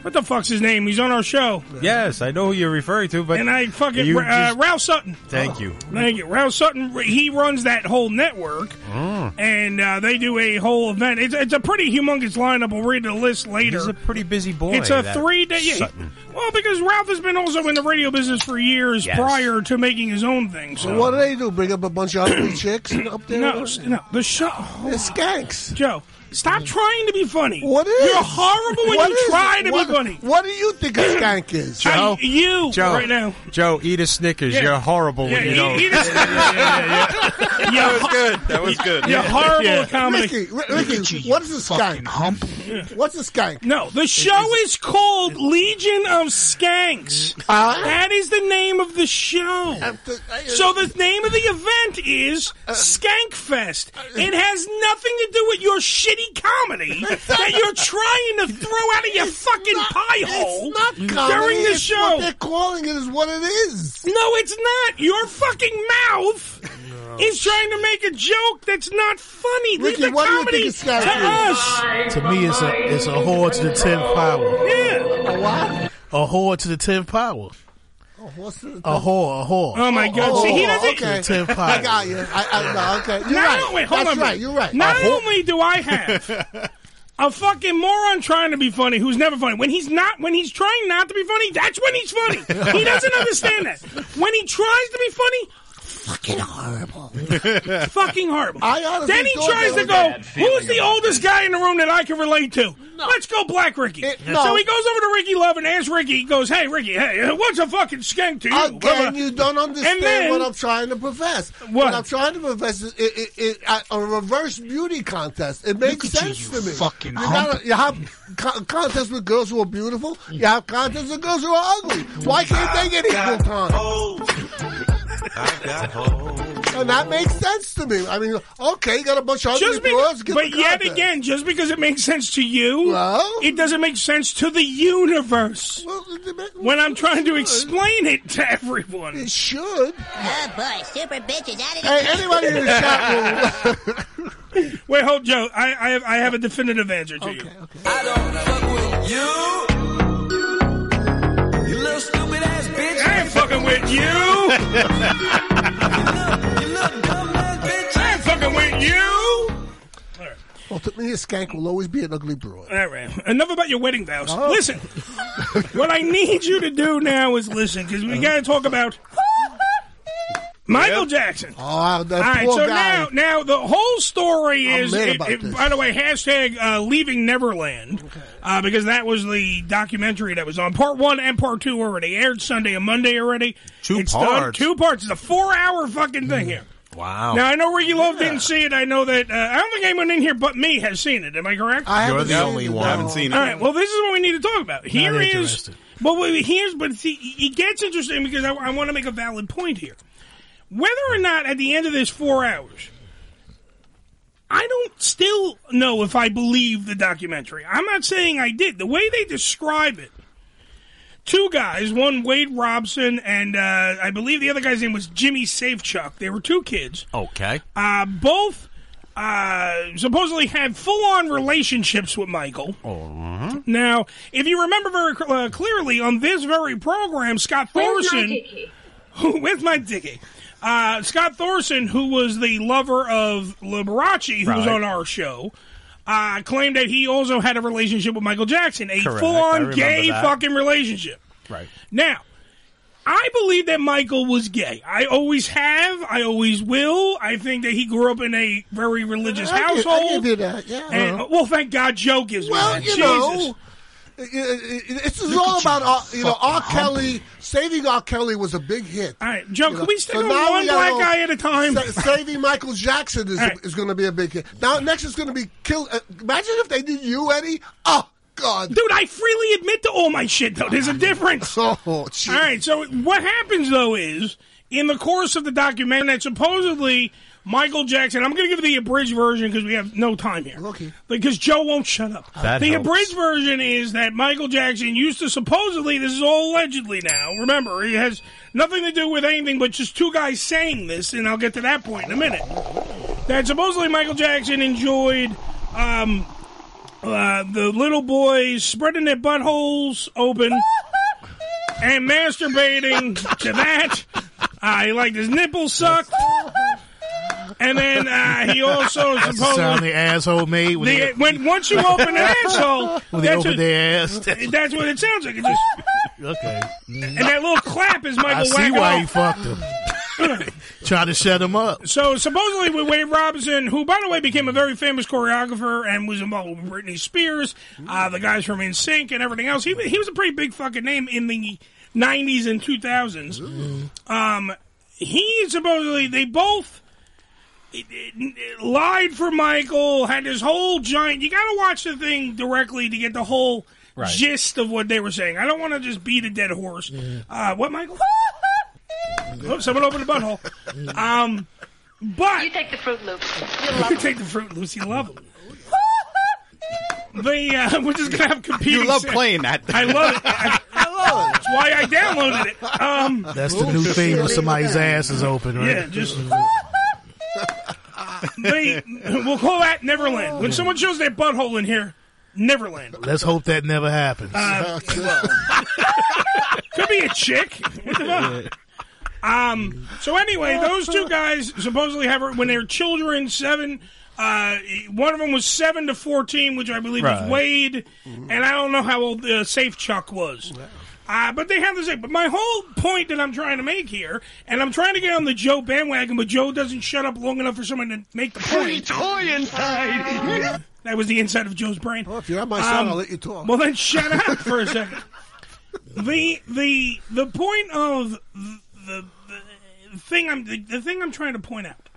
E: what the fuck's his name? He's on our show,
I: Yes, I know who you're referring to, but
E: and I fucking
I: you
E: uh,
I: just-
E: Ralph Sutton.
I: Thank you.
E: Thank you, Ralph Sutton. He runs that whole network,
I: Mm.
E: and uh, they do a whole event. It's, it's a pretty humongous lineup. We'll read the list later.
I: He's a pretty busy boy.
E: It's a
I: that
E: three day. Yeah,
I: Sutton.
E: well, because Ralph has been also in the radio business for years
I: Yes.
E: prior to making his own thing. So
H: So what do they do? Bring up a bunch of ugly [coughs] chicks and up there?
E: No, no, the show.
H: They're skanks.
E: Joe, stop trying to be funny.
H: What is?
E: You're horrible when
H: What
E: you
H: is-
E: try to
H: what-
E: be funny.
H: What do you think a skank is?
I: Joe,
E: you
I: Joe,
E: right now.
I: Joe, eat a Snickers.
E: Yeah.
I: You're horrible when
E: Yeah,
I: you don't.
E: eat- eat a-
I: That was good. That was good.
E: You're horrible at comedy.
H: Ricky, R- Ricky, what is a skank? Hump. What's a skank?
E: No, the show is called Legion of Skanks.
H: Uh?
E: that is the name of the show. so the name of the event is
H: Uh,
E: Skankfest. It has nothing to do with your
H: [laughs]
E: shitty comedy that you're trying to throw out of your fucking pie hole during
H: comedy,
E: the
H: it's
E: show.
H: what they're calling it is what it is.
E: No, it's not. Your fucking mouth is trying to make a joke that's not funny. Leave
H: Ricky,
E: the
H: what do you
E: comedy
H: think
E: to
H: a skank is?
E: us.
J: To me, it's a it's a whore to the tenth power.
E: Yeah.
J: A whore to the tenth power. A whore, a whore.
E: Oh my God! See, he doesn't.
J: To the tenth power.
H: I got you. I, I, no, okay. You're
E: Not
H: right.
E: only- hold
H: That's
E: on a
H: right. Uh, Uh-huh.
E: minute.
H: You're right.
E: Not only do I have a fucking moron trying to be funny who's never funny. When he's not, when he's trying not to be funny, that's when he's funny. He doesn't understand that. When he tries to be funny, fucking horrible. fucking horrible.
H: I honestly
E: then he
H: thought that
E: tries to
H: was a
E: go,
H: bad feeling
E: who's the
H: about
E: oldest guy in the room that I can relate to? Let's go Black Ricky.
H: no.
E: So he goes over to Ricky Love and asks Ricky, he goes, hey, Ricky, hey, uh, what's a fucking skank to you? uh,
H: Again, you don't
E: And
H: understand
E: then-
H: what I'm trying to profess. What, I'm trying to profess is it, it, it, a- a reverse beauty contest. It makes sense to me. Fucking you, gotta, you have co- contests with girls who are beautiful. You have contests with girls who are ugly. Why can't they get equal time? And that makes sense to me. I mean, okay, you got a bunch of ugly
E: Just be-
H: girls. Get
E: but
H: the
E: yet
H: contest.
E: again, just because it makes sense to you, it doesn't make sense to the universe. when I'm trying to explain it to everyone, it
H: should.
B: Oh boy, super bitches out of the
H: Hey, anybody in the
E: [laughs]
H: chat room, [laughs]
E: Wait, hold, Joe. I, I have I have a definitive answer to you.
C: You, you little stupid ass bitch.
E: I ain't fucking with you. I ain't fucking with you.
H: well, to me, a skank will always be an ugly broad.
E: All right. Enough about your wedding vows.
H: [laughs]
E: Listen, what I need you to do now is listen, because we got to talk about Michael Jackson.
H: Oh, that
E: All right,
H: poor
E: so
H: guy.
E: now, now the whole story
H: I'm
E: is.
H: mad about this.
E: by the way, hashtag uh, leaving Neverland, uh, because that was the documentary that was on part one and part two already aired Sunday and Monday already. Two
C: parts.
E: Two parts. It's a four-hour fucking
H: Hmm.
E: thing here.
D: Wow.
E: Now I know Ricky Love didn't see it. I know that uh, I don't think anyone in here but me has seen it. Am I correct?
H: I
D: You're the only one.
E: All right. Well, this is what we need to talk about. Here is,
D: interested.
E: but wait, here's, but see, it gets interesting because I, I want to make a valid point here. Whether or not at the end of this four hours, I don't still know if I believe the documentary. I'm not saying I did. The way they describe it, two guys, one Wade Robson and uh, I believe the other guy's name was Jimmy Safechuck. They were two kids
D: Okay.
E: uh, both uh, supposedly had full-on relationships with Michael.
D: Uh-huh.
E: Now, if you remember very cl- uh, clearly on this very program, Scott Thorson, [laughs] who with my dicky, uh, Scott Thorson, who was the lover of Liberace, who was
D: Right.
E: on our show. Uh, claimed that he also had a relationship with Michael Jackson, a
D: Correct. I
E: full-on
D: remember
E: gay
D: that.
E: fucking relationship.
D: Right.
E: Now, I believe that Michael was gay. I always have. I always will. I think that he grew up in a very religious
H: I give- I
E: household.
H: give you that, yeah. Uh-huh.
E: And, well, thank God Joe gives
H: Well,
E: me that.
H: you
E: Jesus.
H: know, it- it- it- it's just all about uh, you know R. Kelly. Saving R. Kelly was a big hit. All
E: right, Joe, can we stick on one black guy at a time?
H: saving Michael Jackson is, is going to be a big hit. Now next is going to be kill. Uh, imagine if they did you, Eddie. Oh God,
E: dude, I freely admit to all my shit though. There's a difference.
H: oh, all
E: right. So what happens though is in the course of the documentary that supposedly Michael Jackson. I'm going to give the abridged version because we have no time here. Okay. Because Joe won't shut up.
D: That
E: the
D: helps.
E: abridged version is that Michael Jackson used to supposedly. This is all allegedly now. Remember, it has nothing to do with anything but just two guys saying this, and I'll get to that point in a minute. That supposedly Michael Jackson enjoyed. Um, uh, the little boys spreading their buttholes open and masturbating to that. Uh, he liked his nipples sucked. And then uh, he also
J: That's the sound the
E: supposedly.
J: asshole made when
E: The,
J: they-
E: when once you open
J: [laughs]
E: an asshole,
J: When they
E: that's
J: open
E: what-
J: their ass.
E: That's what it sounds like. It just,
J: [laughs] okay. Mm-hmm.
E: and that little clap is Michael.
J: I see
E: whacking
J: why
E: off.
J: he fucked him.
E: [laughs]
J: Trying to shut him up.
E: So supposedly with Wade Robinson, who by the way became a very famous choreographer and was involved with Britney Spears, uh, the guys from NSYNC and everything else, he wa- he was a pretty big fucking name in the '90s and 2000s.
J: Mm-hmm.
E: Um, he supposedly they both lied for Michael, had this whole giant. You got to watch the thing directly to get the whole
C: Right.
E: gist of what they were saying. I don't want to just beat a dead horse. Uh, what, Michael? [laughs] oh, someone opened a butthole. Um, but you take the Fruit Loops. [laughs] You, take the Fruit Loops. You love them. They, uh, [laughs] we're just gonna have competing.
K: You love
E: sa-
K: playing that.
E: I love it. [laughs] I, love it. That's why I downloaded it. Um,
J: That's the new thing when somebody's ass is open, right?
E: Yeah,
J: [laughs]
E: just they, we'll call that Neverland. When someone shows their butthole in here, Neverland.
J: Let's hope that never
E: Um,
J: happens.
E: [laughs] Uh, could be a chick. What the fuck? Um, so anyway, those two guys supposedly have when they were children, seven. Uh, one of them was seven to fourteen, which I believe
C: Right.
E: was Wade, and I don't know how old uh, Safe Chuck was. Uh, but they have the same. But my whole point that I'm trying to make here, and I'm trying to get on the Joe bandwagon, but Joe doesn't shut up long enough for someone to make the point. toy inside. that was the inside of Joe's brain. Well, if you're on
H: my side, I'll let you talk.
E: Well, then shut up for a second
H: [laughs]
E: the the the point of the, the, the thing I'm the, the thing I'm trying to point out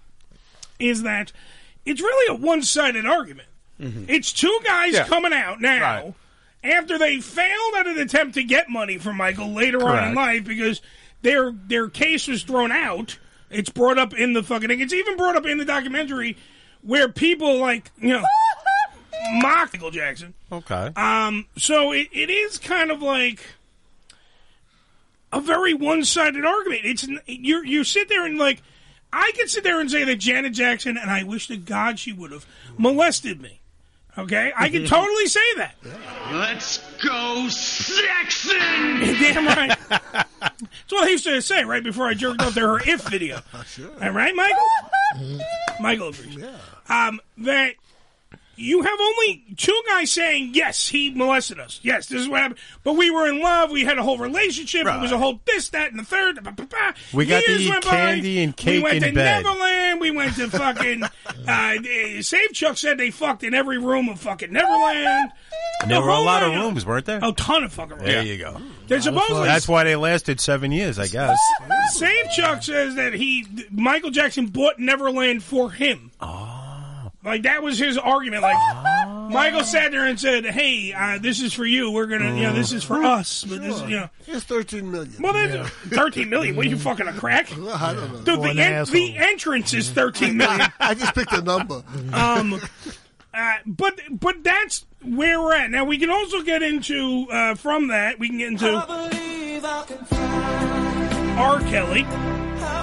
E: is that it's really a one sided argument.
H: Mm-hmm.
E: It's two guys
C: Yeah.
E: coming out now after they failed at an attempt to get money from Michael later on in
C: Correct.
E: life because their their case was thrown out. It's brought up in the fucking thing. It's even brought up in the documentary where people like
H: [laughs]
E: you know mock Michael Jackson.
C: Okay.
E: Um, so it, it is kind of like a very one-sided argument. It's n- you you sit there and like I could sit there and say that Janet Jackson and I wish to God she would have molested me. Okay, I can totally say that.
C: Let's go Saxon!
E: [laughs] Damn right. That's what I used to say right before I jerked off to her if video.
H: Oh,
E: Am I right, Michael? Michael agrees. Um, that you have only two guys saying, yes, he molested us. Yes, this is what happened. But we were in love. We had a whole relationship. It was a whole this, that, and the third. Ba, ba, ba.
I: We got to
E: Years
I: eat
E: went
I: candy and
E: We
I: cake
E: went
I: in
E: to
I: bed.
E: Neverland. We went to
I: [laughs]
E: fucking. uh, Save Chuck said they fucked in every room of fucking Neverland.
I: And [laughs] there
E: The
I: were a
E: whole Oh,
I: lot of
E: lineup.
I: rooms, weren't there?
E: A ton of fucking rooms.
I: There you go.
E: They're supposedly
I: That's why they lasted seven years, I guess.
E: Save Chuck says that he Michael Jackson bought Neverland for him. Oh. Like that was his argument. Like Michael sat there and said, "Hey, uh, this is for you. We're gonna, you know, this is for us." But this, you know,
H: It's 13 million.
E: well, then thirteen million. What are you fucking a crack? [laughs] I don't know. Dude,
H: What an
E: the, en-
H: asshole.
E: the entrance is thirteen million. [laughs] I just picked a number. [laughs] Um, uh, but but that's where we're at now. We can also get into uh, from that. We can get into R. Kelly.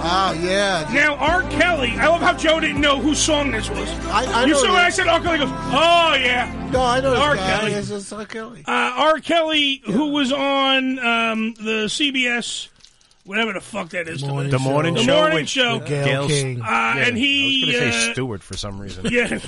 H: Oh yeah.
E: Now R. Kelly. I love how Joe didn't know whose song this was.
H: I
E: you
H: know
E: saw when
H: that.
E: I said R. Kelly he goes, oh yeah.
H: No, I know this
E: R.
H: guy.
E: Kelly.
H: It's just R. Kelly.
E: Uh, R. Kelly, who was on um, the CBS, whatever the fuck that is,
I: Morning
E: the
I: The morning show.
E: the morning
I: with-
E: show,
I: with Gail Gail King.
E: Uh,
I: Yeah,
E: and he,
I: I was going to
E: uh,
I: say Stewart for some reason.
E: yeah,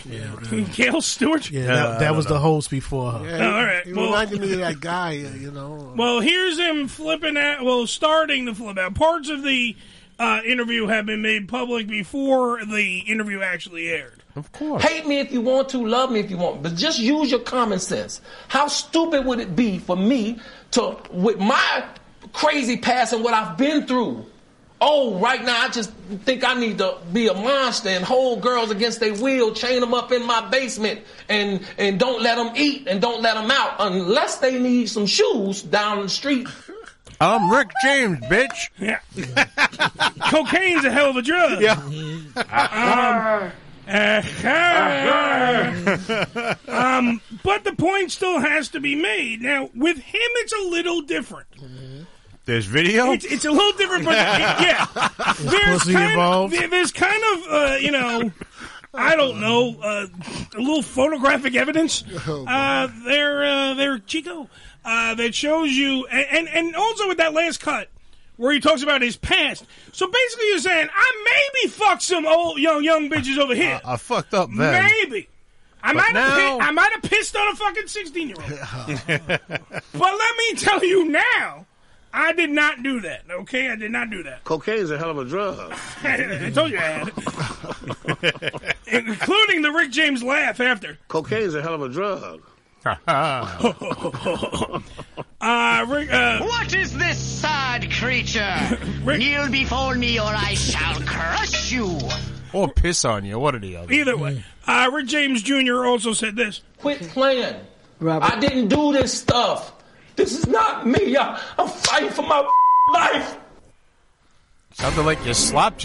E: [laughs] Gail Stewart.
J: Yeah, that, that was the host before her.
H: Yeah,
E: No,
H: he-
E: all right,
H: He
E: well-
H: reminded me of that guy. uh, You know.
E: Well, here's him flipping out. Well, starting to flip out. Parts of the uh, interview have been made public before the interview actually aired.
D: Of course. Hate me if you want to, love me if you want, but just use your common sense. How stupid would it be for me to, with my crazy past and what I've been through, oh, right now I just think I need to be a monster and hold girls against their will, chain them up in my basement, and and don't let them eat and don't let them out unless they need some shoes down the street.
I: I'm Rick James, bitch.
E: Yeah. Cocaine's a hell of a drug. Yeah.
D: [laughs]
E: um, but the point still has to be made. Now, with him, it's a little different.
I: There's video?
E: [laughs] It's, it's a little different,
I: [laughs]
E: but yeah, there's
I: pussy
E: kind,
I: involved?
E: Of, there's kind of uh, you know, I don't know, uh, a little photographic evidence.
R: Oh,
H: Oh,
E: Uh, there, uh, there, Chico, uh, that shows you, and, and and also with that last cut. Where he talks about his past, so basically you're saying I maybe fucked some old young young bitches over here.
I: I fucked up then.
E: Maybe. I
I: But
E: might, have
I: now-
E: pi- I might have pissed on a fucking 16
I: [laughs]
E: year old. [laughs] but let me tell you now, I did not do that, okay? I did not do that. [laughs]
F: Cocaine's a hell of a drug.
E: I told you I
I: [laughs]
E: had it. Including the Rick James laugh after.
F: Cocaine's a hell of a drug.
E: Uh, Rick, uh,
C: what is this sad
E: [laughs]
C: creature? Kneel before me or I shall crush you.
I: Or piss on you, one or the other.
E: [laughs] Either way. Uh, Rick James Jr. also said this.
D: Quit playing. I didn't do this stuff. This is not me. I, I'm fighting for my [laughs] life.
I: Sounded like you slopped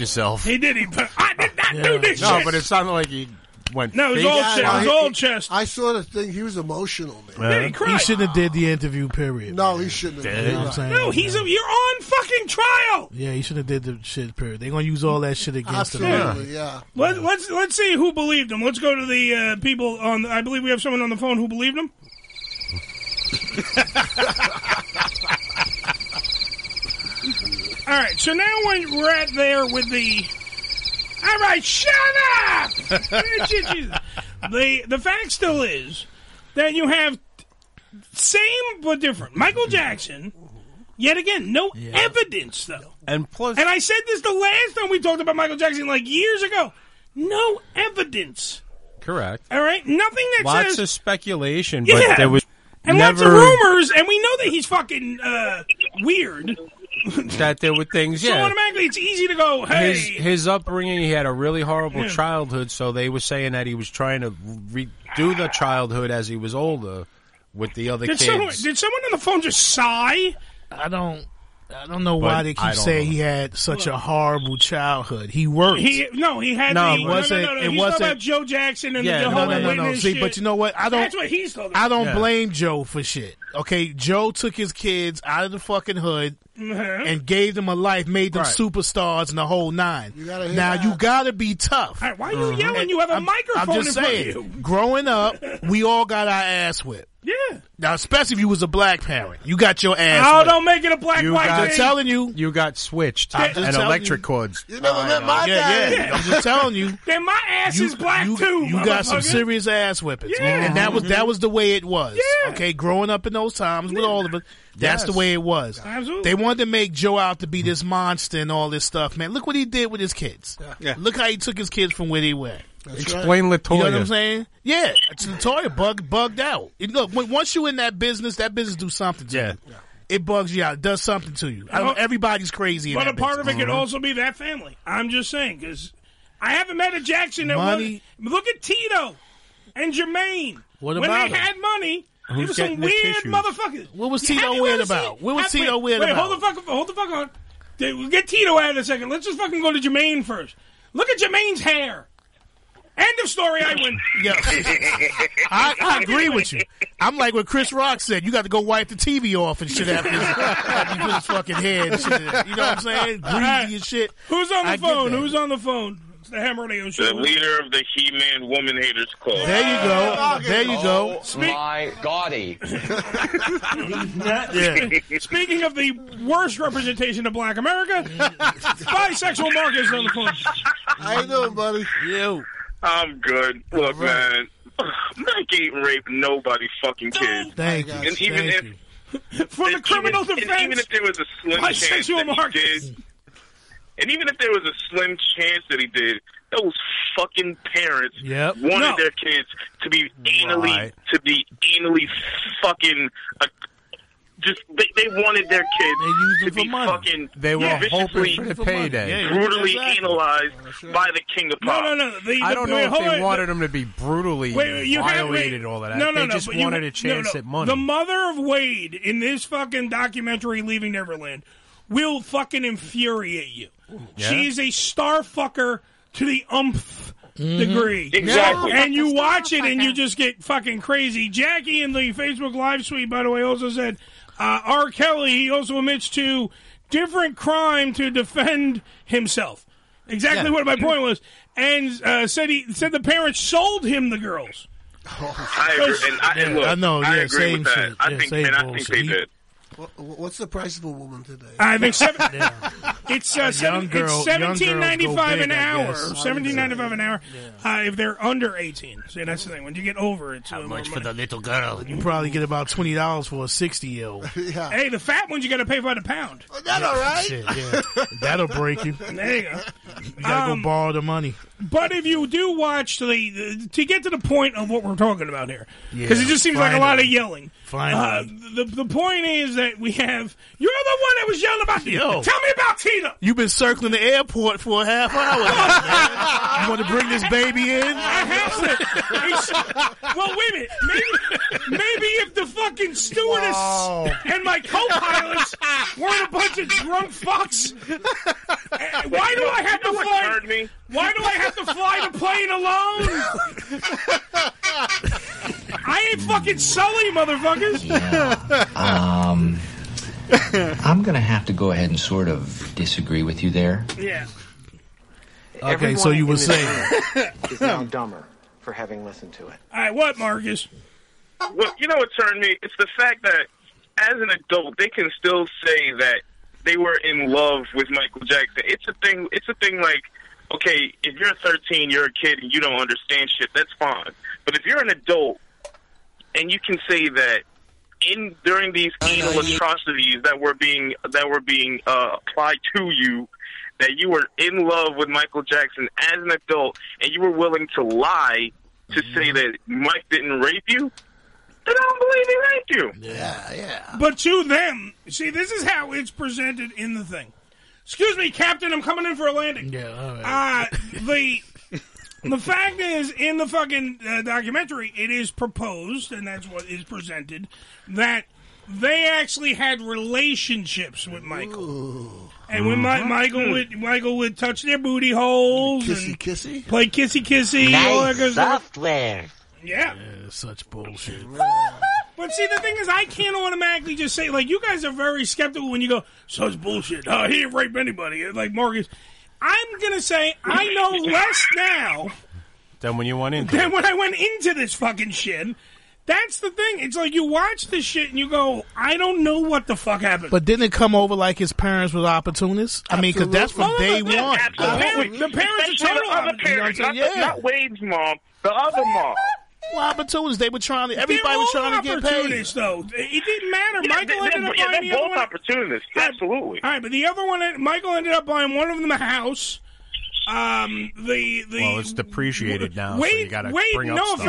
H: [laughs]
I: yourself.
E: He did. He put, I did not
H: do this
I: No,
H: shit.
I: but it sounded like you went. fake.
H: all
E: chest.
H: I saw the thing. He was emotional, man.
I: Yeah, he
J: He shouldn't have did the interview. Period.
H: No, he shouldn't have.
J: You know what I'm saying?
E: No, he's a, you're on fucking trial.
J: Yeah, he should have did the shit. Period. They gonna use all that shit against him.
E: Absolutely,
H: yeah.
E: Let, let's let's see who believed him. Let's go to the uh, people on. I believe we have someone on the phone who believed him. All right, so now when we're at there with the. All right, shut up! the the fact still is that you have same but different Michael Jackson. Yet again, no evidence though.
I: And plus,
E: And I said this the last time we talked about Michael Jackson, like years ago. No evidence.
G: Correct.
E: All right, nothing that
G: Lots
E: says
G: of speculation,
E: Yeah.
G: but there was
E: and
G: never
E: lots of rumors, and we know that he's fucking uh, weird.
G: that there were things.
E: So
G: Yeah,
E: automatically, it's easy to go, hey,
G: his his upbringing, he had a really horrible
E: Yeah.
G: childhood. So they were saying that he was trying to redo the childhood as he was older with the other
E: did
G: kids.
E: someone, did someone on the phone just sigh?
J: I don't. I don't know
G: But
J: why they
G: I
J: keep
G: don't
J: saying
G: know.
J: he had such a horrible childhood. He worked.
E: He no, he had
J: no,
E: the,
J: it wasn't.
E: No, no, no,
J: it
E: he's
J: wasn't.
E: talking about Joe Jackson and
J: yeah,
E: the
J: no,
E: whole
J: no, no, no.
E: witness
J: See,
E: shit.
J: but you know what? I don't.
E: That's what he's talking.
J: I don't
E: about.
J: blame Joe for shit. Okay, Joe took his kids out of the fucking hood
E: Mhm.
J: and gave them a life, made them
E: Right.
J: superstars and the whole nine.
E: gotta hear
J: now
E: that.
J: you gotta be tough. Uh-huh.
E: why are you yelling? You have a
J: I'm,
E: microphone
J: I'm just
E: in front of
J: saying.
E: you. [laughs]
J: Growing up, we all got our ass whipped.
E: Yeah.
J: Now, especially if you was a black parent, you got your ass.
E: Oh,
J: whipped.
E: don't make it a black
J: You
E: white
J: got-
E: thing.
J: I'm telling you,
G: you got switched
J: I'm just
G: and
J: telling
G: electric
J: you.
G: cords.
J: You
E: never met my
J: yeah,
E: dad.
J: Yeah, I'm just telling you.
E: [laughs] Then my ass
J: you-
E: is black
J: you,
E: too.
J: You got some
E: motherfucker.
J: serious ass whippings,
E: Yeah.
J: and that was that was the way it was. Okay, growing up in those times with all of us, that's
E: Yes.
J: the way it was.
E: Absolutely.
J: They wanted to make Joe out to be this monster and all this stuff, man. Look what he did with his kids. Look how he took his kids from where they were.
G: Explain right.
J: You know what
G: Latoya.
J: I'm saying? Yeah, it's Latoya bug bugged out. It- look, when, once you in that business, that business do something to you. It bugs you out. It does something to you. I don't, everybody's crazy. in
E: But a
J: that
E: part of it
J: business.
E: could
G: Mm-hmm.
E: also be that family. I'm just saying because I haven't met a Jackson that
J: Money-
E: was Look at Tito and Jermaine.
J: What
E: when
J: about
E: they
J: him?
E: had money,
J: Who's
E: it was some
J: getting the
E: weird
J: tissues?
E: motherfuckers.
J: What was
E: Have
J: Tito
E: you
J: weird
E: ever
J: about?
E: seen-
J: What was
E: have-
J: Tito
E: wait,
J: weird
E: wait,
J: about?
E: hold the fuck, hold the fuck on. Dude, We'll get Tito out in a second. Let's just fucking go to Jermaine first. Look at Jermaine's hair. End of story. I win.
J: [laughs] Yeah. I,
E: [laughs]
J: I agree with you. I'm like what Chris Rock said. You got to go wipe the TV off and shit after this, [laughs] after you put his fucking head. And shit. You know what I'm saying? Greasy and shit.
E: Who's on the
J: I get
E: phone?
J: that.
E: Who's on the phone? It's the Ham Radio Show.
L: The leader of the He-Man Woman Haters Club.
J: There you go. There you go.
L: My
J: [laughs]
L: gaudy.
J: Yeah.
E: Speaking of the worst representation of black America, bisexual Mark is on the phone.
H: How you doing, buddy?
J: You.
L: I'm good. Look, man. [sighs] Mike ain't raping nobody fucking kid.
J: Thank
L: and
J: you.
L: even
J: Thank
L: if
E: for the criminal defense,
L: even if there was a slim chance that
E: bisexual Mark.
L: he did, and even if there was a slim chance that he did, those fucking parents
R: Yep.
L: wanted
R: No.
L: their kids to be anally
R: Right.
L: to be anally fucking. Uh, just they, they wanted their kids to be fucking.
G: They were
L: viciously,
G: hoping for the payday. Yeah, yeah,
L: brutally
G: exactly.
L: analyzed by the king of pop.
E: No, no, no. The,
G: I
E: the-
G: don't
E: wait,
G: know
E: hold
G: if they
E: on.
G: wanted him to be brutally
E: Wait, wait, you have- wait.
G: violated all of that.
E: No, no,
G: they
E: no.
G: just
E: but you-
G: wanted a chance
E: no, no.
G: at money.
E: The mother of Wade in this fucking documentary, Leaving Neverland, will fucking infuriate you.
R: Yeah?
E: She is a star fucker to the umph degree.
R: Exactly.
E: And you watch it and you just get fucking crazy. Jackie in the Facebook live suite, by the way, also said uh, R. Kelly. He also admits to different crime to defend himself. Exactly
L: Yeah.
E: what my point was, and uh, said he said the parents sold him the girls.
L: I agree. And I, and
H: Yeah,
L: look,
H: I know,
L: I
H: yeah,
L: agree
H: same
L: with that.
H: shit.
L: I
H: Yeah,
L: think,
H: same
L: and I
H: bullshit.
L: think they
H: He-
L: did.
H: Wha- wha- What's the price of a woman today?
E: I think seven, [laughs] it's uh, seven,
H: young girl- young
E: it's
H: girls go
E: seventeen ninety five an
H: big, I
E: hour,
H: guess.
E: seventeen ninety five an hour, uh, if they're under eighteen. See, that's the thing. When you get over, it's how
J: much for the little girl? You probably get about twenty dollars for a sixty year
E: [laughs]
J: old.
E: Hey, the fat ones you got to pay by the pound.
H: Oh, that all right?
J: Shit, yeah. That'll break you.
E: [laughs] There you go.
J: You gotta
E: Um,
J: go borrow the [laughs] money.
E: But if you do watch the, the to get to the point of what we're talking about here, because
J: Yeah,
E: it just seems like a lot of
J: finally.
E: yelling.
J: Finally.
E: Uh, the the point is that we have you're the one that was yelling about
J: Yo.
E: Tell me about Tito.
J: You've been circling the airport for a half
E: [laughs]
J: hour. [laughs] man. You want to bring this baby in?
E: I have to. Well, wait a minute. Maybe, maybe if the fucking stewardess and my co-pilots weren't a bunch of drunk fucks,
L: [laughs]
E: eh, why do I have to fly? Why do I have to fly the plane alone? I ain't fucking Sully, motherfuckers.
M: Um, I'm going to have to go ahead and sort of disagree with you there.
E: Yeah.
J: Okay, so you were saying.
M: [laughs] is now dumber for having listened to it.
E: All right, what, Marcus?
L: Well, you know what turned me? It's the fact that as an adult, they can still say that they were in love with Michael Jackson. It's a thing. It's a thing like, okay, if you're 13, you're a kid and you don't understand shit. That's fine. But if you're an adult and you can say that in during these penal atrocities that were being that were being uh, applied to you, that you were in love with Michael Jackson as an adult and you were willing to lie to say that Mike didn't rape you. Then I don't believe he raped you. Yeah, yeah.
E: But to them, see, this is how it's presented in the thing. Excuse me, Captain, I'm coming in for a landing. Yeah, Uh, the the fact is, in the fucking uh, documentary, it is proposed, and that's what is presented, that they actually had relationships with Michael. And when Mi-
R: Mhm.
E: Michael would Michael would touch their booty holes, Mm-hmm. Hmm. kissy and kissy, play kissy kissy, all that good stuff.
R: software.
E: Yeah.
J: such bullshit.
E: [laughs] But see, the thing is, I can't automatically just say like you guys are very skeptical when you go such bullshit. Uh, he didn't rape anybody. Like Morgan, I'm gonna say I know less now
G: Then when you went in,
E: than when I went into this fucking shit. That's the thing. It's like you watch this shit and you go, I don't know what the fuck happened.
J: But didn't it come over like his parents was opportunists? I mean, because that's from day one.
L: Absolutely.
E: The parents
J: are
L: Especially
J: total
L: the other
J: opportunists, you know what I'm
L: parents, not,
J: saying?
L: the,
J: Yeah.
L: not Wade's mom, the other mom.
J: Well, opportunities. They were trying to. Everybody was
E: all
J: trying to get paid.
E: opportunists, though. It didn't matter.
L: Yeah,
E: Michael
L: they-
E: ended
L: they're-
E: up
L: yeah,
E: buying
L: they're
E: the other
L: both
E: one.
L: opportunists. Absolutely.
E: All right, but the other one, Michael ended up buying one of them a house. Um, the the
G: well, it's depreciated now, Oh, so you
E: wait,
G: got to
E: wait,
G: bring up
E: no
G: stuff.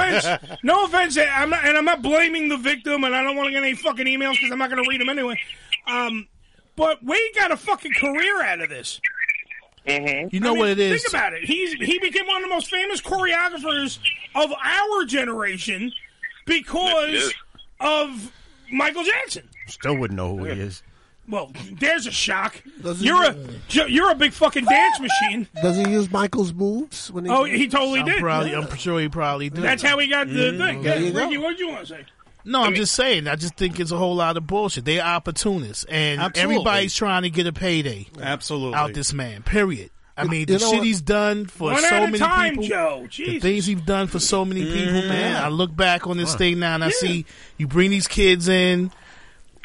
E: offense, no offense, I'm not, and I'm not blaming the victim, and I don't want to get any fucking emails because I'm not going to read them anyway. Um, but Wade got a fucking career out of this.
J: You
E: I
J: know
E: mean,
J: what it is?
E: Think about it. He's he became one of the most famous choreographers of our generation because of Michael Jackson.
G: [laughs] Still wouldn't know who he is.
E: Well, there's a shock. you're a ju- you're a big fucking dance machine.
H: Does he use Michael's moves when he?
E: Oh, he totally
J: I'm
E: did.
J: Probably, I'm sure he probably did. Mm-hmm.
E: That's how he got the thing.
J: There you go.
E: Ricky, what do you want to say?
J: No, I'm just saying. I just think it's a whole lot of bullshit. They're opportunists, and
G: Absolutely.
J: everybody's trying to get a payday.
G: Absolutely.
J: Out this man. Period. I mean, the
G: You know
J: shit
G: what?
J: he's done for
G: One
J: so
G: at a
J: many
G: time,
J: people.
G: Joe.
J: The
G: Jesus.
J: things he's done for so many people, man. I look back on this
G: Huh.
J: thing now, and I see you bring these kids in.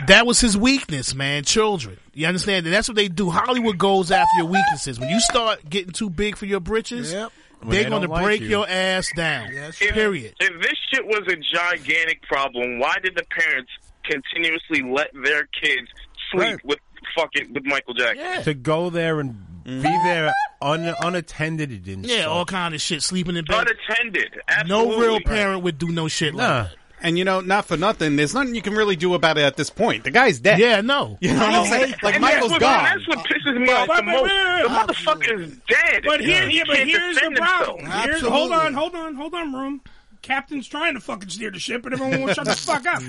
J: That was his weakness, man. Children. You understand? And that's what they do. Hollywood goes after your weaknesses. When you start getting too big for your britches,
G: When
J: they're
G: they
J: going to
G: don't like
J: break
G: you.
J: your ass down. Period.
L: If this shit was a gigantic problem, why did the parents continuously let their kids sleep with fucking with Michael Jackson?
G: To go there and be there un- unattended, it didn't.
J: Mm-hmm. Yeah,
G: suck.
J: all kind of shit. Sleeping in bed.
L: Unattended.
J: No real parent would do no shit like that.
K: And you know, not for nothing, there's nothing you can really do about it at this point. The guy's dead.
J: Yeah, no.
K: You know what I'm
L: And
K: saying?
L: that's
K: Like
L: what-
K: Michael's
L: that's
K: gone.
L: What, that's what pisses me off the
E: But- but-
L: most. The
E: but-
L: motherfucker is dead.
E: But here,
L: And
E: yeah, but
L: can't
E: here's the
L: defend
E: problem.
L: himself.
E: Here's, hold on, hold on, hold on, room. Captain's trying to fucking steer the ship, and everyone will shut the fuck up.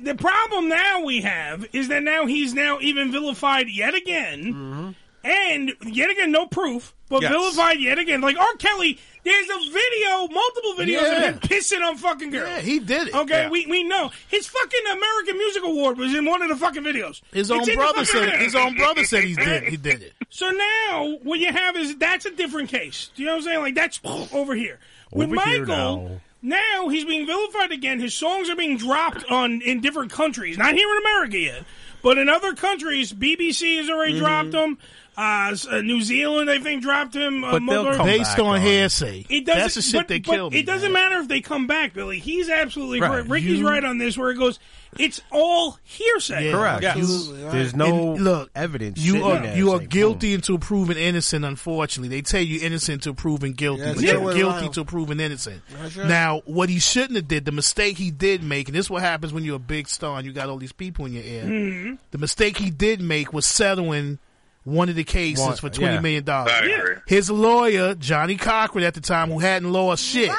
E: The problem now we have is that now he's now even vilified yet again,
J: Mm-hmm.
E: and yet again no proof, but
R: Yes.
E: vilified yet again. Like R. Kelly, there's a video, multiple videos
R: Yeah.
E: of him pissing on fucking girls. Yeah,
J: he did it.
E: Okay,
J: Yeah.
E: we we know his fucking American Music Award was in one of the fucking videos.
J: His
E: It's
J: own
E: in the fucking
J: brother said it.
E: video.
J: His own brother
E: [laughs]
J: said he did. He did it.
E: So now what you have is that's a different case. Do you know what I'm saying? Like that's [sniffs] over here. With
G: Over here
E: Michael, now. he's being vilified again. His songs are being dropped on in different countries. Not here in America yet, but in other countries, BBC has
J: Mm-hmm.
E: already dropped him. Uh, s- uh, New Zealand, I think, dropped him. Uh,
J: But they'll
E: Mulder-
J: come Based back on on it. hearsay.
E: It doesn't,
J: That's the shit
E: but-
J: that
E: but
J: killed me,
E: It doesn't matter if they come back, Billy. He's absolutely
G: Right.
E: right. Ricky's
G: You-
E: right on this, where it goes. It's all hearsay.
G: Correct. There's no evidence.
J: You
G: sitting
J: are
G: there
J: you are
G: saying,
J: guilty until proven innocent. Unfortunately, they tell you innocent until proven guilty,
G: Yes,
J: but
G: yeah.
J: you're
G: Yeah.
J: guilty until proven innocent.
G: That's right.
J: Now, what he shouldn't have did, the mistake he did make, and this is what happens when you're a big star and you got all these people in your ear.
E: Hmm. Mm-hmm.
R: Mhm.
J: The mistake he did make was settling one of the cases
R: One-
J: for twenty
R: yeah.
J: million dollars.
R: I agree.
J: His lawyer, Johnny Cochran, at the time, who hadn't lost shit.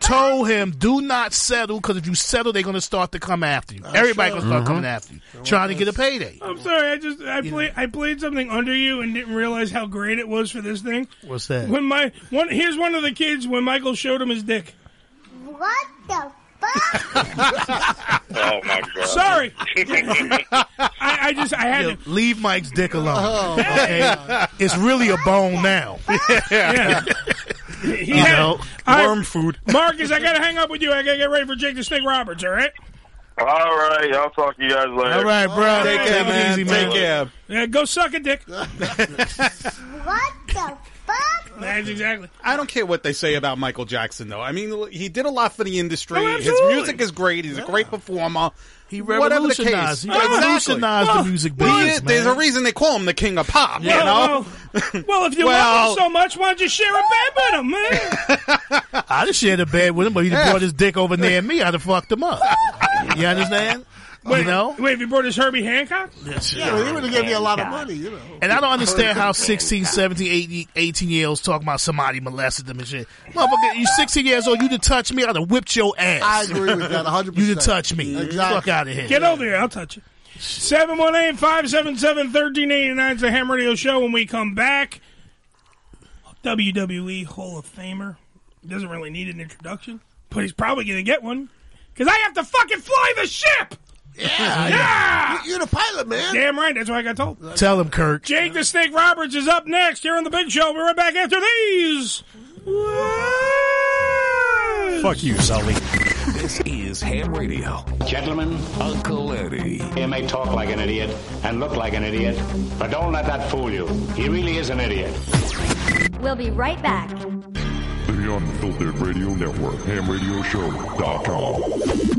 J: Told him, do not settle because if you settle, they're going to start to come after you. Everybody's
E: sure.
J: going to start
E: Mhm.
J: coming after you, trying to get a payday.
E: I'm sorry. I just I played I played something under you and didn't realize how great it was for this thing.
J: What's that?
E: When my one here's one of the kids when Michael showed him his dick. [laughs]
R: What the?
L: Oh my god.
E: Sorry, I, I just I had
J: Yo,
E: to.
J: leave Mike's dick alone.
E: Oh,
J: okay? It's really a bone now.
E: [laughs]
J: [laughs]
E: Yeah.
J: You
E: had-
J: know,
E: I-
J: worm food.
E: Marcus, I gotta hang up with you. I gotta get ready for Jake the Snake Roberts. All right.
L: All right, I'll talk to you guys later.
J: All right, bro. Take care, man. Take care.
E: Yeah, go suck a
J: [laughs]
E: dick.
B: What the fuck?
E: That's exactly.
K: I don't care what they say about Michael Jackson, though. I mean, he did a lot for the industry.
J: Oh,
K: His
J: absolutely.
K: music is great. He's a great performer. He
J: revolutionized- he revolutionized the music business,
K: There's a
J: man.
K: reason they call him the king of pop.
E: Well,
K: You know,
E: well, well, if you
K: Well-
E: love him so much, why don't you share a bed with him, man?
J: [laughs] I just shared a bed with him, but he
E: Yeah.
J: brought his dick over near me. I'd have fucked him up. You understand?
E: Wait,
J: you know?
E: wait, if you brought his Herbie Hancock?
J: Yeah, well, he would've given you a lot of money,
E: you know.
J: And I don't understand how 16, 17, 18, 18 year olds talking about somebody molested them and shit. Motherfucker, you 16 years old, you to touch me, I'd have whipped your [laughs] ass.
H: I agree with that 100%.
J: You to touch me. Fuck out of here.
E: Get over here. I'll touch you. 718 577 1389 is the Ham Radio Show. When we come back, WWE Hall of Famer. Doesn't really need an introduction, but he's probably going to get one because I have to fucking fly the ship. Yeah.
H: You're the pilot, man.
E: Damn right. That's what I got told.
J: Tell him, Kirk.
E: Jake the Snake Roberts is up next here on The Big Show. We're right back after these.
A: Fuck you, Sully. This is Ham Radio. Gentlemen, Uncle Eddie.
N: He may talk like an idiot and look like an idiot, but don't let that fool you. He really is an idiot.
O: We'll be right back.
P: The Unfiltered Radio Network, hamradioshow.com.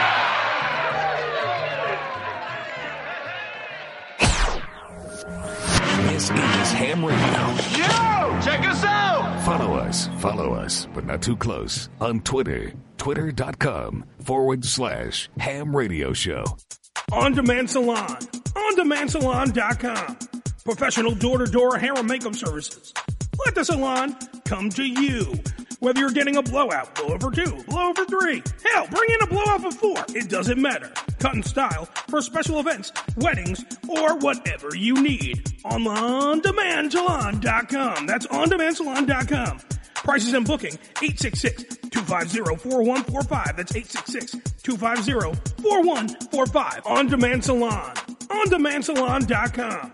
A: This is Ham Radio.
R: Yo, check us out.
A: Follow us, follow us, but not too close on Twitter. Twitter.com forward slash Ham Radio Show.
E: On Demand Salon. OnDemandSalon.com. Professional door-to-door hair and makeup services. Let the salon come to you. Whether you're getting a blowout, blowover two, blowover three, hell, bring in a blowout of four. It doesn't matter. Cut and style for special events, weddings, or whatever you need. On OnDemandSalon.com. That's OnDemandSalon.com. Prices and booking, 866-250-4145. That's 866-250-4145. On Demand Salon. OnDemandSalon.com.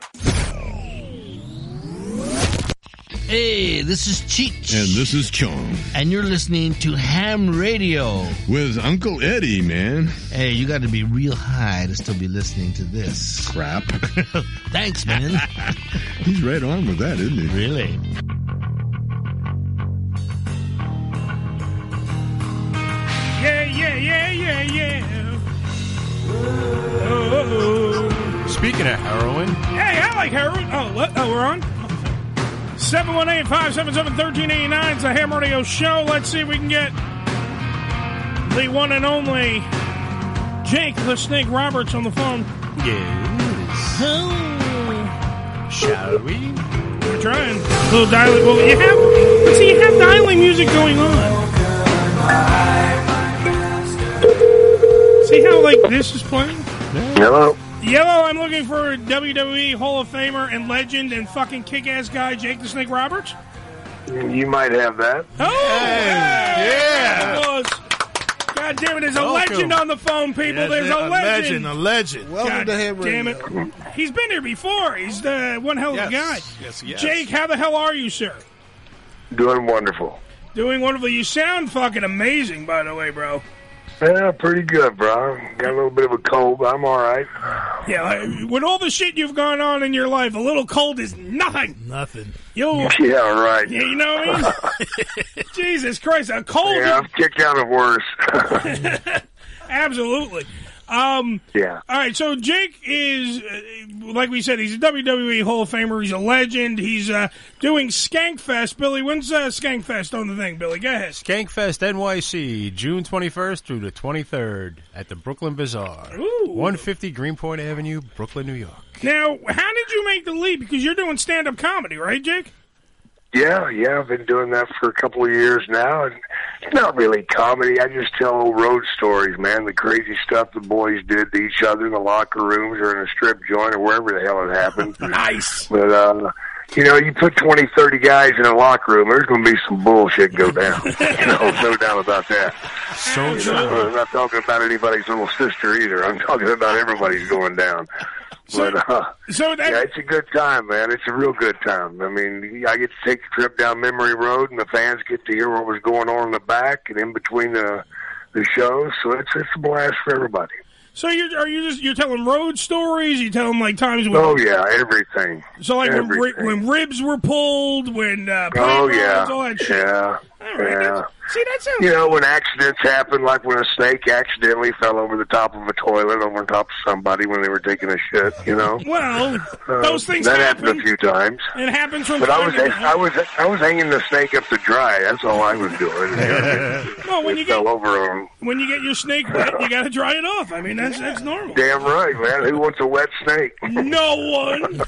V: Hey, this is Cheech. And this is Chong. And you're listening to Ham Radio. With Uncle Eddie, man. Hey, you got to be real high to still be listening to this. Crap. [laughs] Thanks, man. He's right on with that, isn't he? Really?
E: Yeah, yeah, yeah, yeah, yeah. Oh.
G: Speaking of heroin,
E: Hey, I like heroin. Oh, what? Oh, we're on? 718-577-1389. It's a Ham Radio Show. Let's see if we can get the one and only Jake the Snake Roberts on the phone. Yes.
G: Shall we?
E: We're trying. little dialing. Well, you have. but See, you have dialing music going on. See how like this is playing?
S: Hello.
E: Yellow, I'm looking for WWE Hall of Famer and legend and fucking kick-ass guy Jake the Snake Roberts.
S: You might have that.
E: Oh, yeah. God damn it, there's a
S: Welcome.
E: legend on the phone, people.
S: Yes,
E: there's a
S: a
E: legend.
S: legend, a legend. Welcome
E: God
S: to Ham
E: damn it. He's been here before. He's the one hell of a guy.
S: Yes, yes, yes.
E: Jake, how the hell are you, sir?
S: Doing wonderful.
E: Doing wonderful. You sound fucking amazing, by the way, bro.
S: Yeah, pretty good, bro. Got a little bit of a cold, but I'm all right.
E: Yeah, I- with all the shit you've gone on in your life, a little cold is nothing.
J: Nothing.
E: Yo,
S: Yeah, right.
E: Yeah, you know what
S: [laughs]
E: I mean? Jesus Christ, a cold.
S: Yeah, I've kicked out of worse.
E: Absolutely. Um,
S: yeah.
E: All right, so Jake is, uh, like we said, he's a WWE Hall of Famer. He's a legend. He's uh, doing Skankfest. Billy, when's uh, Skankfest on the thing, Billy? Go ahead.
G: Skankfest NYC, June 21st through the 23rd at the Brooklyn Bazaar, 150 Greenpoint Avenue, Brooklyn, New York.
E: Now, how did you make the leap? Because you're doing stand up comedy, right, Jake?
S: Yeah, yeah, I've been doing that for a couple of years now, and it's not really comedy. I just tell old road stories, man. The crazy stuff the boys did to each other in the locker rooms or in a strip joint or wherever the hell it happened.
E: [laughs] nice.
S: But, uh, you know, you put twenty, thirty guys in a locker room, there's going to be some bullshit go
E: [laughs]
S: down. you know, no doubt about that.
G: So
S: you know, I'm not talking about anybody's little sister either. I'm talking about everybody's going down. but uh,
E: so
S: yeah, it's a good time, man. It's a real good time. I mean, I get to take a trip down memory road, and the fans get to hear what was going on in the back and in between the the shows. So it's it's a blast for everybody.
E: So you're are you just you're telling road stories? You tell them like times when
S: Oh yeah, everything.
E: So like when, ri-
S: everything.
E: when ribs were pulled, when uh,
S: Oh
E: pipelines,
S: yeah,
E: all that shit.
S: yeah, yeah.
E: See, that sounds.
S: You know, when accidents happen, like when a snake accidentally fell over the top of a toilet, over the top of somebody when they were taking a shit. You know,
E: Well,
S: [laughs] Uh,
E: those things
S: that
E: happen.
S: happened a few times.
E: It happens from
S: But I
E: time
S: was
E: to
S: I was I was hanging the snake up to dry. That's all I was doing.
E: Well, when
S: it
E: you
S: fell over on
E: When you get your snake bit, you got to dry it off. I mean, that's that's normal.
S: Damn right, man. Who wants a wet snake?
E: No one.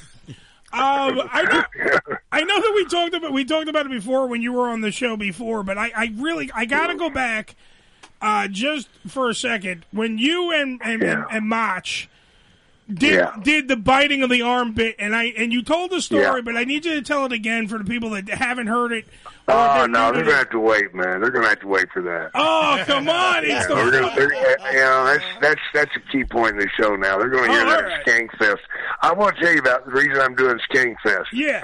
E: Um, I know, I know that we talked about we talked about it before when you were on the show before, but I, I really I gotta go back uh, just for a second when you and and, and, and Mach did
S: Yeah.
E: did the biting of the arm bit, and I and you told the story,
S: Yeah.
E: but I need you to tell it again for the people that haven't heard it.
S: Oh no, they're gonna have to wait, man. They're gonna have to wait for that.
E: Oh come on!
S: Yeah,
E: It's
S: we're
E: the
S: gonna, they're, yeah, that's that's that's a key point in the show. Now they're going to hear that Skankfest. I want to tell you about the reason I'm doing Skankfest.
E: Yeah.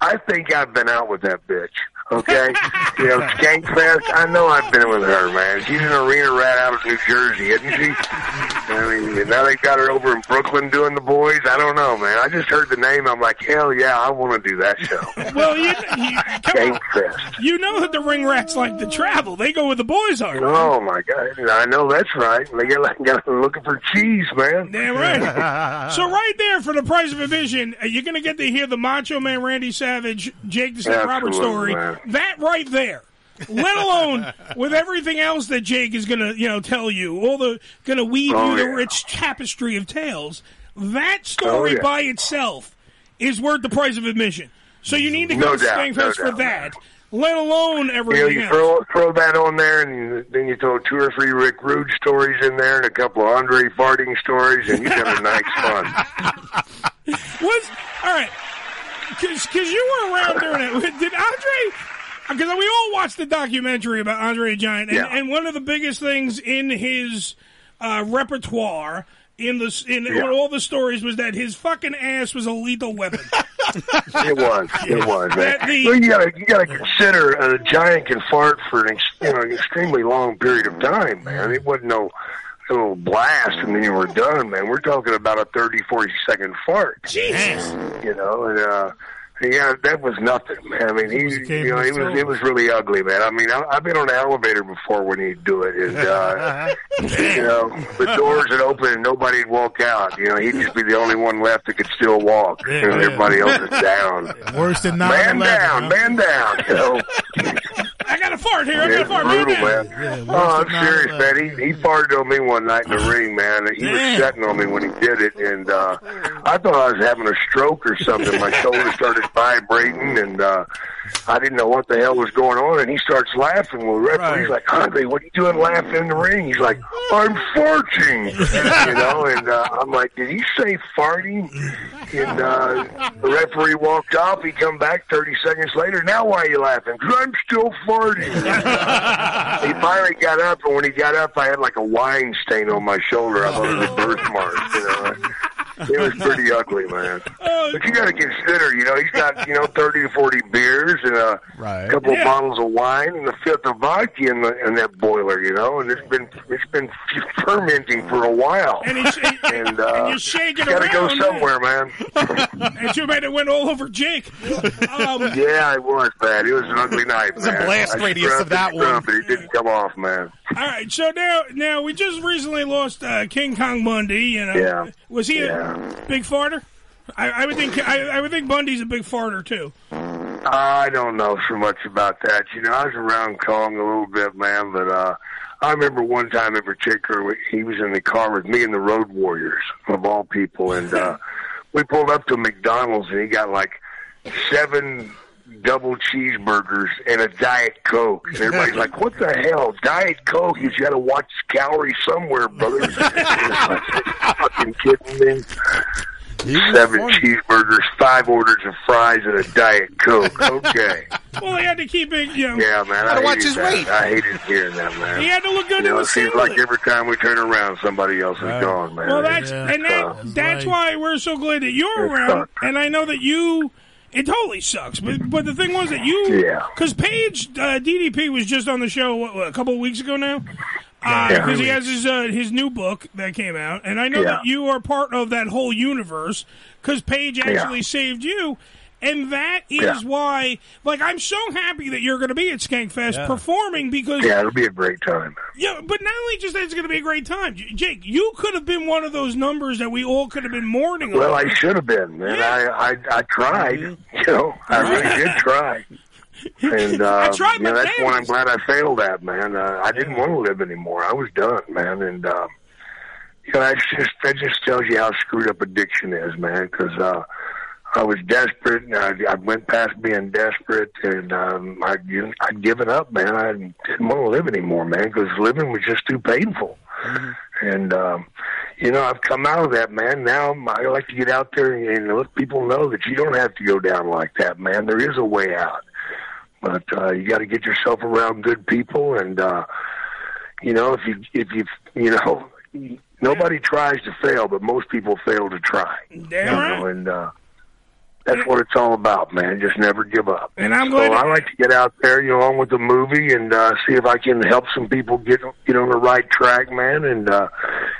S: I think I've been out with that bitch.
E: [laughs]
S: Okay, you know Skankfest. I know I've been with her, man. She's an arena rat out of New Jersey, isn't she? I mean, now they got her over in Brooklyn doing the boys. I don't know, man. I just heard the name. I'm like, hell yeah, I want to do that show.
E: well, you, you
S: Skankfest.
E: you know that the ring rats like to travel. They go where the boys are.
S: Oh my God! I know that's right. They got, like, got looking for cheese, man.
E: Damn
S: Ah.
E: right. [laughs] so right there for the price of admission, uh, you're going to get to hear the Macho Man Randy Savage, Jake the Snake Roberts
S: Absolutely,
E: story.
S: man.
E: That right there. Let alone with everything else that Jake is going to, you know, tell you, all the going to weave
S: Oh,
E: you the
S: yeah.
E: rich tapestry of tales. That story
S: Oh, yeah.
E: by itself is worth the price of admission. So you need to go
S: No
E: to
S: doubt,
E: Skankfest
S: no
E: for
S: doubt.
E: that. Let alone
S: you know,
E: everything
S: you
E: else.
S: throw throw that on there, and then you throw two or three Rick Rude stories in there, and a couple of Andre farting stories, and you got a nice fun.
E: Was all right because you were around during it. [laughs] Did Andre? Because we all watched the documentary about Andre the Giant, and,
S: Yeah.
E: and one of the biggest things in his uh, repertoire in the s- in
S: Yeah.
E: all the stories was that his fucking ass was a lethal weapon. [laughs]
S: It was, it was, man.
E: That the-
S: well, you gotta you gotta consider uh, a giant can fart for an ex, you know an extremely long period of time, man. It wasn't no. no blast and then you were done, man. We're talking about a thirty, forty second fart.
E: Jesus.
S: You know, and uh yeah, that was nothing, man. I mean, he, you know, it was it was really ugly, man. I mean, I, I've been on an elevator before when he'd do it, and
R: [laughs]
S: uh,
R: Uh-huh.
S: you know, the doors would open and nobody'd walk out. You know, he'd just be the only one left that could still walk, and
J: Yeah.
S: everybody else is down.
J: Worse than
S: [laughs] Man
J: 9
S: down, man down. You know,
E: I got a fart fart here. I'm
S: Yeah,
E: gonna
S: it's
E: fart
S: brutal,
E: right now.
S: man. oh, I'm serious, man. He, he farted on me one night in the ring, man. He was shutting on me when he did it, and uh, I thought I was having a stroke or something. My shoulder started vibrating, and uh, I didn't know what the hell was going on. And he starts laughing. Well, the referee's like, "Andre, what are you doing laughing in the ring?" He's like, "I'm farting," you know. And uh, I'm like, "Did he say farting?" And uh, the referee walked off. He come back 30 seconds later. Now why are you laughing? Because I'm still farting. He finally got up, and when he got up, I had like a wine stain on my shoulder. I thought it was a birthmark. You know, it was pretty ugly, man. But you got to consider, you know, he's got you know thirty to forty beers and a
I: Right.
S: couple
I: Yeah.
S: of bottles of wine and a fifth of vodka in, the, in that boiler, you know, and it's been it's been fermenting for a while.
E: And, he's,
S: and, uh,
E: you shake
S: it's
E: it
S: gotta
E: around.
S: go somewhere, man.
E: and you made it went all over Jake. Um,
S: yeah, it was bad. It was an ugly night,
E: a
S: man.
E: blast
S: I
E: radius of
S: scrubbed
E: that
S: and scrubbed,
E: one.
S: But it didn't come off, man.
E: All right, so now, now we just recently lost uh, King Kong Bundy. You know,
S: Yeah.
E: was he a big farter? I, I would think I, I would think Bundy's a big farter too.
S: I don't know so much about that. You know, I was around Kong a little bit, man, but uh I remember one time in particular we- he was in the car with me and the Road Warriors of all people and uh we pulled up to McDonald's and he got like seven double cheeseburgers and a diet coke and everybody's like what the hell diet coke you got to watch calories somewhere brother fucking kidding me seven cheeseburgers five orders of fries and a diet
E: [laughs]
S: coke okay
E: Well, he had to keep it. You know,
S: yeah, man. I hated that. I hated hearing that, man.
E: He had to look good
S: You
E: in
S: know,
E: the
S: it seems
E: singlet.
S: like every time we turn around, somebody else is gone, man.
E: Well, that's and
S: So,
E: that, that's why we're so glad that you're
S: It
E: around. And I know that you. It totally sucks, but but the thing was that you,
S: Yeah.
E: because Paige uh, DDP was just on the show what, what, a couple of weeks ago now,
S: Yeah.
E: because he has his uh, his new book that came out, and I know
S: Yeah.
E: that you are part of that whole universe because Paige
S: Yeah.
E: actually saved you, and that is
S: Yeah.
E: why, like, I'm so happy that you're going to be at Skankfest
S: Yeah.
E: performing because
S: yeah, it'll be a great time.
E: yeah, but not only just that, it's going to be a great time. J- Jake, you could have been one of those numbers that we all could have been mourning.
S: Well,
E: over.
S: I should have been, man. I, I I tried,
E: Mm-hmm.
S: [laughs] you know. I really did try.
E: [laughs]
S: And uh,
E: tried
S: you know,
E: my
S: that's one I'm glad I failed at, man. Uh, I didn't want to live anymore. I was done, man. And uh, you know, that's just that just tells you how screwed up addiction is, man. Because uh, I was desperate. And I, I went past being desperate, and um, I you know, I'd given up, man. I didn't want to live anymore, man. Because living was just too painful.
R: Mm-hmm.
S: And um, you know, I've come out of that, man. Now I like to get out there and let people know that you don't have to go down like that, man. There is a way out, but uh, you got to get yourself around good people, and uh, you know, if you if you you know,
E: [laughs]
S: nobody tries to fail, but most people fail to try.
E: Damn
S: you
E: right.
S: know, and uh, that's what it's all about, man. Just never give up.
E: And I'm
S: so
E: glad-
S: I like to get out there, you know, along with the movie, and uh, see if I can help some people get get on the right track, man. And uh,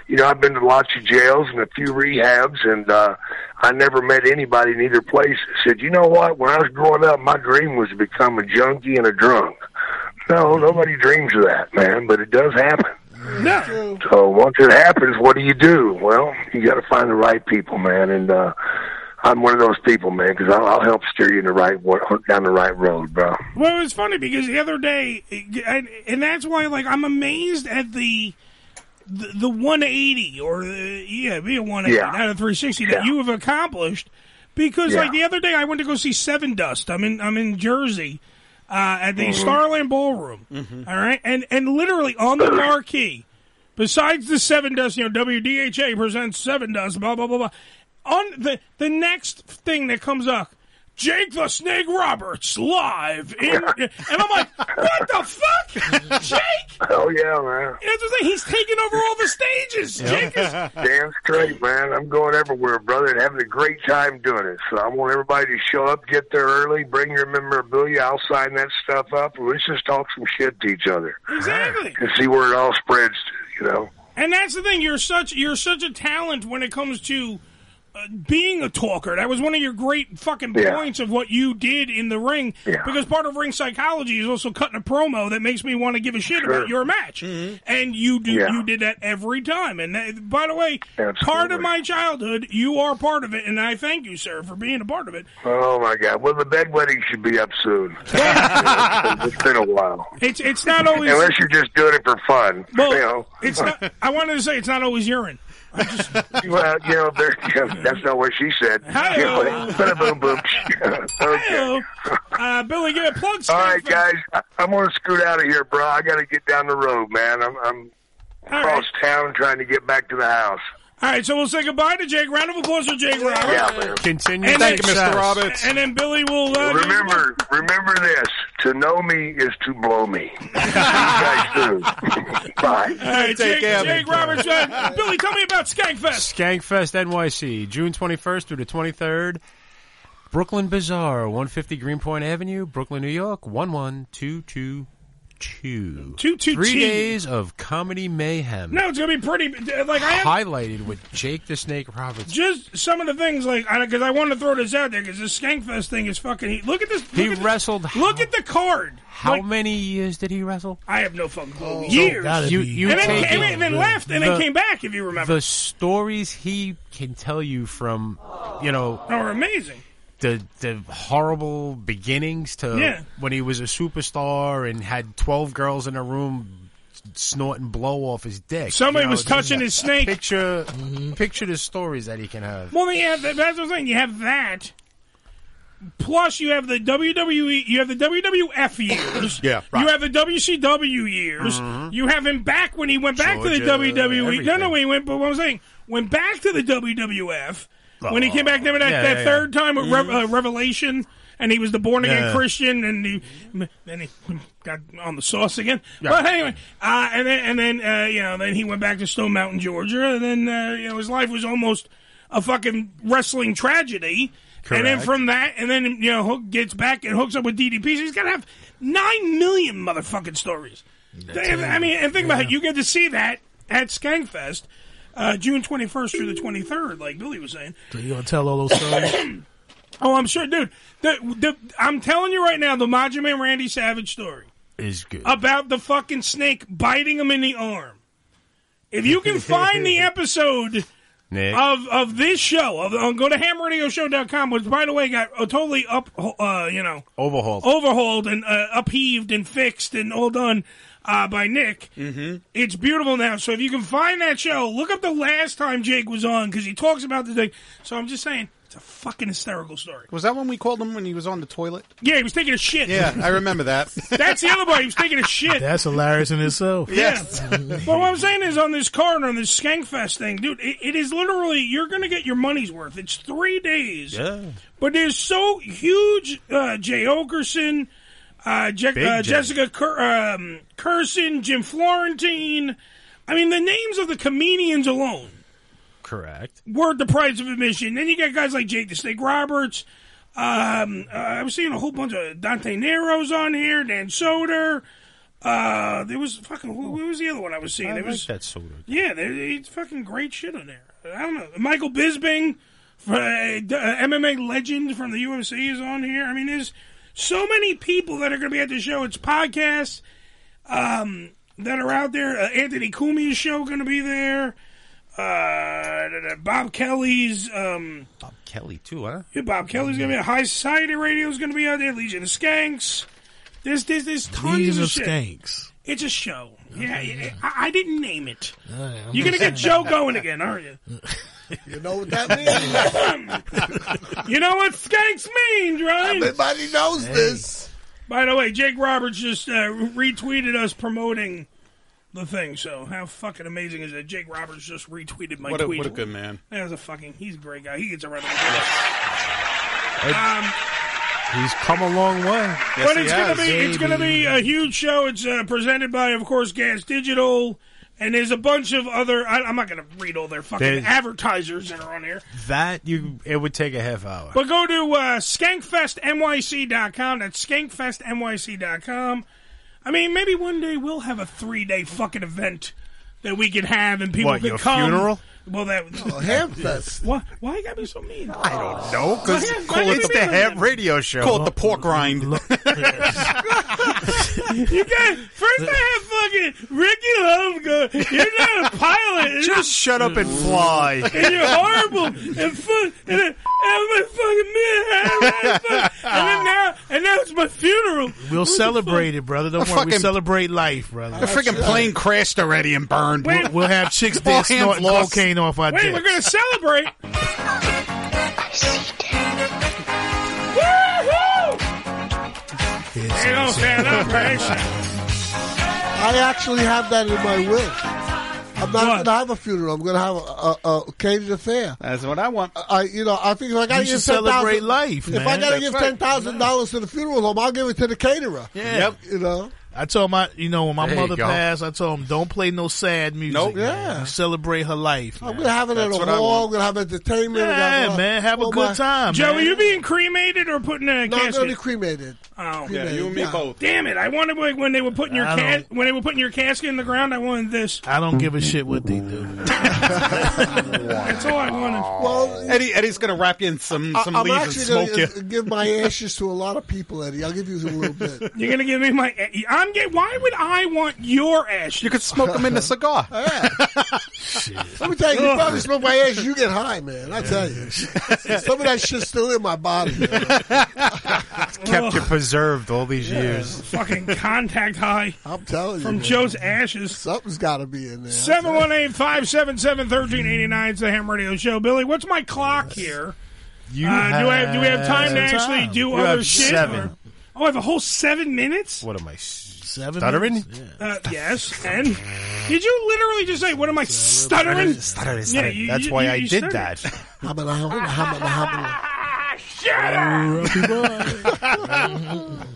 S: you know, I've been to lots of jails and a few rehabs, and uh, I never met anybody in either place that said, you know what? When I was growing up, my dream was to become a junkie and a drunk. No, nobody dreams of that, man, but it does happen.
E: No.
S: So once it happens, what do you do? Well, you got to find the right people, man. And uh, I'm one of those people, man, because I'll, I'll help steer you in the right wa- down the right road, bro.
E: Well, it's funny because the other day, and, and that's why, like, I'm amazed at the the, the 180 or the, yeah, be a 180
R: Yeah.
E: out of 360 that you have accomplished. Because
R: Yeah.
E: like the other day, I went to go see Seven Dust. I'm in I'm in Jersey uh, at the
S: Mm-hmm.
R: Mhm.
E: Starland Ballroom. [laughs] All right, and and literally on the marquee, besides the Seven Dust, you know, WDHA presents Seven Dust. Blah blah blah blah. On the the next thing that comes up, Jake the Snake Roberts live,
S: [laughs]
E: in, and I'm like, what the fuck, Jake?
S: Oh yeah, man.
E: That's what I'm saying. He's taking over all the stages. Jake [laughs] is
S: Damn straight, man. I'm going everywhere, brother, and having a great time doing it. So I want everybody to show up, get there early, bring your memorabilia. I'll sign that stuff up, and let's just talk some shit to each other
E: exactly.
S: and see where it all spreads. to, You know.
E: And that's the thing. You're such you're such a talent when it comes to uh, being a talker. That was one of your great fucking
R: Yeah.
E: points of what you did in the ring.
R: Yeah.
E: Because part of ring psychology is also cutting a promo that makes me want to give a shit
R: Sure.
E: about your match. And you do
R: Yeah.
E: you did that every time. And that, by the way, part of my childhood, you are part of it, and I thank you, sir, for being a part of it.
S: Oh my God! Well, the bedwetting should be up
E: [laughs]
S: soon. Yeah, it's been a while.
E: It's it's not always
S: Unless you're just doing it for fun,
E: Well,
S: you know.
E: it's not. I wanted to say it's not always urine.
S: [laughs] well, you know, there, [laughs] that's not what she said. [laughs] You know, boom, boom. [laughs] okay.
E: Uh, Billy, get a plug.
S: All right, guys, I- I'm gonna scoot out of here, bro. I gotta get down the road, man. I'm, I'm across town trying to get back to the house.
E: All right, so we'll say goodbye to Jake. Round of applause for Jake Roberts.
S: Yeah, man.
I: Continue.
S: Thank you,
E: uh,
S: Mr. Roberts.
E: And then Billy will. Uh,
S: Remember, remember this: to know me is to blow
E: [laughs]
S: me. See you guys soon. [laughs] Bye.
E: All right,
I: Take
E: Jake,
I: care,
E: Jake Roberts. uh, Billy, tell me about Skankfest.
I: Skankfest NYC, June 21st through the 23rd. Brooklyn Bazaar, 150 Greenpoint Avenue, Brooklyn, New York, 11222. Three days of comedy mayhem.
E: No, it's gonna be pretty. Like I have
I: Highlighted with Jake the Snake Roberts.
E: just some of the things like because I, want to throw this out there because this Skankfest thing is fucking. Look at this. Look
I: He
E: at the-
I: wrestled.
E: look at the card.
I: How
E: Like,
I: many years did he wrestle?
E: I have no fucking clue. Years.
I: You, you
E: and, then,
I: take
E: and then-
I: it-
E: and then left and then
I: the-
E: came back. If you remember,
I: The stories he can tell you from, you know,
E: are Oh, amazing.
I: the the horrible beginnings to
E: Yeah.
I: when he was a superstar and had twelve girls in a room snorting blow off his dick.
E: Somebody
I: You know,
E: was
I: just
E: touching his snake.
I: Picture picture the stories that he can have.
E: Well, then you have that, that's what I'm saying. You have that. Plus, you have the WWE, you have the WWF years.
I: Yeah, right.
E: You have the WCW years.
I: Mhm.
E: You have him back when he went back to the
I: Georgia,
E: WWE. No, no,
I: everything.
E: he went. But what I'm saying, went back to the WWF when he came back. Remember that,
I: Oh. Yeah,
E: that
I: yeah, yeah.
E: third time with Rev-
I: Mhm.
E: uh, Revelation, and he was the born again
I: Yeah.
E: Christian, and he then he got on the sauce again.
I: Yeah.
E: But anyway, uh, and then and then uh, you know, then he went back to Stone Mountain, Georgia, and then uh, you know his life was almost a fucking wrestling tragedy. And then
I: Correct.
E: from that, and then you know, Hook gets back and hooks up with DDP. So he's got to have nine million motherfucking stories. Damn, I mean, and think about it. You get to see that at Skankfest, uh, June twenty first through the twenty third, like Billy was saying.
J: So you gonna tell all those
E: [laughs]
J: stories?
E: [coughs] Oh, I'm sure, dude. The, the, I'm telling you right now, the Macho Man Randy Savage story
I: Is good.
E: about the fucking snake biting him in the arm. If you can find the episode
I: Nick.
E: of of this show, of, on, go to hamradioshow.com, which by the way got uh, totally up, uh, you know,
I: Overhaul.
E: overhauled and uh, upheaved and fixed and all done uh, by Nick.
K: Mm-hmm.
E: It's beautiful now. So if you can find that show, look up the last time Jake was on because he talks about the thing. So I'm just saying, it's a fucking hysterical story.
K: Was that when we called him when he was on the toilet?
E: Yeah, he was taking a shit.
K: Yeah, I remember
E: [laughs]
K: that.
E: That's the other part. He was taking a shit.
J: That's hilarious in itself.
E: Yes. but what I'm saying is on this card, on this Skankfest thing, dude, it, it is literally, you're going to get your money's worth. It's three days.
I: Yeah.
E: But there's so huge. Uh, Jay Okerson, uh, Je-
I: Big
E: uh,
I: Jay.
E: Jessica Cur- um, Curson, Jim Florentine. I mean, the names of the comedians alone
I: Correct.
E: were the price of admission. Then you got guys like Jake the Snake Roberts. Um, uh, I was seeing a whole bunch of Dante Nero's on here, Dan Soder. Uh, there was fucking who, who was the other one I was seeing?
I: I
E: There
I: like
E: was
I: that soda.
E: yeah, there, it's fucking great shit on there. I don't know. Michael Bisping, uh, MMA legend from the UFC, is on here. I mean, there's so many people that are going to be at the show. It's podcasts um, that are out there. Uh, Anthony Cumia's show going to be there. Uh, da- da- Bob Kelly's. Um,
I: Kelly too, huh?
E: yeah, Bob Kelly's going to be. High Society Radio is going to be out there. Legion of Skanks. There's there's there's tons
J: Legion
E: of,
J: of
E: shit.
J: Skanks.
E: It's a show. yeah, yeah. I, I didn't name it.
J: I'm
E: You're gonna
J: just
E: get Joe
J: saying.
E: going again, aren't you?
H: [laughs] You know what that means?
E: [laughs] You know what skanks means, right?
H: Everybody knows this.
E: By the way, Jake Roberts just uh, retweeted us promoting the thing. So how fucking amazing is that? Jake Roberts just retweeted my
K: What a-
E: tweet.
K: what a good man.
E: That was a fucking. He's a great guy. He gets
K: [laughs]
E: around. Um,
I: He's come a long way.
E: but it's gonna be it's gonna be a huge show. It's uh, presented by, of course, Gas Digital, and there's a bunch of other. I, I'm not gonna read all their fucking
I: There's-
E: advertisers that are on here.
I: that you it would take a half hour.
E: But go to uh, skankfestnyc.com. That's skankfestnyc.com. I mean, maybe one day we'll have a three day fucking event that we can have and people
I: What,
E: can
I: your
E: come.
I: funeral?
E: Well, that
H: oh, Hamfest.
E: [laughs] Why? Why you gotta be so mean?
K: I don't know because
E: Why- why you
K: it's
E: gotta be
K: the
E: mean?
K: ham radio show. Call it the pork rind.
E: You got first I have fucking Ricky Love go. You're not a
J: [laughs]
E: pilot.
I: Just shut up and fly.
E: [laughs] And you're horrible. And fuck. And, I- and my fucking man. [laughs] I- I- And then now, and now it's my funeral.
J: We'll celebrate it, brother. Don't
K: A
J: worry. we
K: fucking-
J: celebrate
K: [laughs]
J: life, brother.
K: The freaking plane crashed already and burned.
J: We'll, we'll have chicks
K: All
J: there
K: hands
J: snorting
K: lost.
J: cocaine off our
E: Wait,
J: dick.
E: we're gonna celebrate. Woohoo! They don't stand up, right?
H: I actually have that in my will. I'm not going to have a funeral. I'm going to have a, a, a catered affair.
K: That's what I want.
H: I, you know, I think if I got to
J: You
H: give
J: should celebrate
H: 10,000
J: life,
H: if
J: man.
H: I got to
J: That's
H: give
J: right.
H: ten thousand dollars to the funeral home, I'll give it to the caterer.
J: Yeah.
H: you know.
J: I told my, you know, when my
H: There you
J: mother
H: go.
J: passed, I told him, don't play no sad music.
H: Nope.
J: Yeah. Celebrate her life.
H: I'm gonna have it
J: That's
H: at
J: what
H: a
J: I
H: hall. I'm
J: want.
H: gonna have entertainment. I'm
J: Yeah,
H: gonna-
J: man, have a
H: all
J: good
H: my-
J: time,
E: Joe, are you being cremated or put in a
H: No,
E: casket?
H: I'm gonna be cremated.
E: Oh,
H: Yeah, you and me Yeah. both.
E: Damn it! I wanted like, when they were putting your
J: I
E: ca- when they were putting your casket in the ground. I wanted this.
J: I don't
E: [laughs]
J: give a shit what they do.
E: That's all I wanted.
H: Well,
K: Eddie, Eddie's gonna wrap you in some
H: I-
K: some
H: I'm
K: leaves and
H: actually
K: smoke
H: gonna uh, give my ashes to a lot of people, Eddie. I'll give you a little bit.
E: You're gonna give me my. I'm get. Why would I want your ash? You
K: could smoke them in a cigar.
H: Let me tell you, you
E: Ugh.
H: probably smoke my ashes, you get high, man. I tell you, some of that shit's still in my body.
E: Oh.
I: Kept you preserved all these years.
E: Fucking contact high.
H: I'm telling you,
E: From
H: man.
E: Joe's ashes.
H: Something's got to be in there.
E: 718 577 1389 is the Ham Radio Show. Billy, what's my clock here?
I: You
E: Uh, do I have do we have time to
I: have
E: actually
I: time.
E: do
I: You
E: other
I: have
E: shit?
I: seven.
E: or- oh, I have a whole seven minutes.
I: What am I? Seven.
J: Seven
I: Stuttering?
J: minutes? Yeah.
E: Uh, yes, and did you literally just say, "What am I [laughs] stuttering?"
I: Stuttering,
E: Yeah,
I: stuttering.
E: you-
I: That's
E: you-
I: why
E: you-
I: I
E: you
I: did
E: stuttered.
I: that.
E: [laughs] [laughs]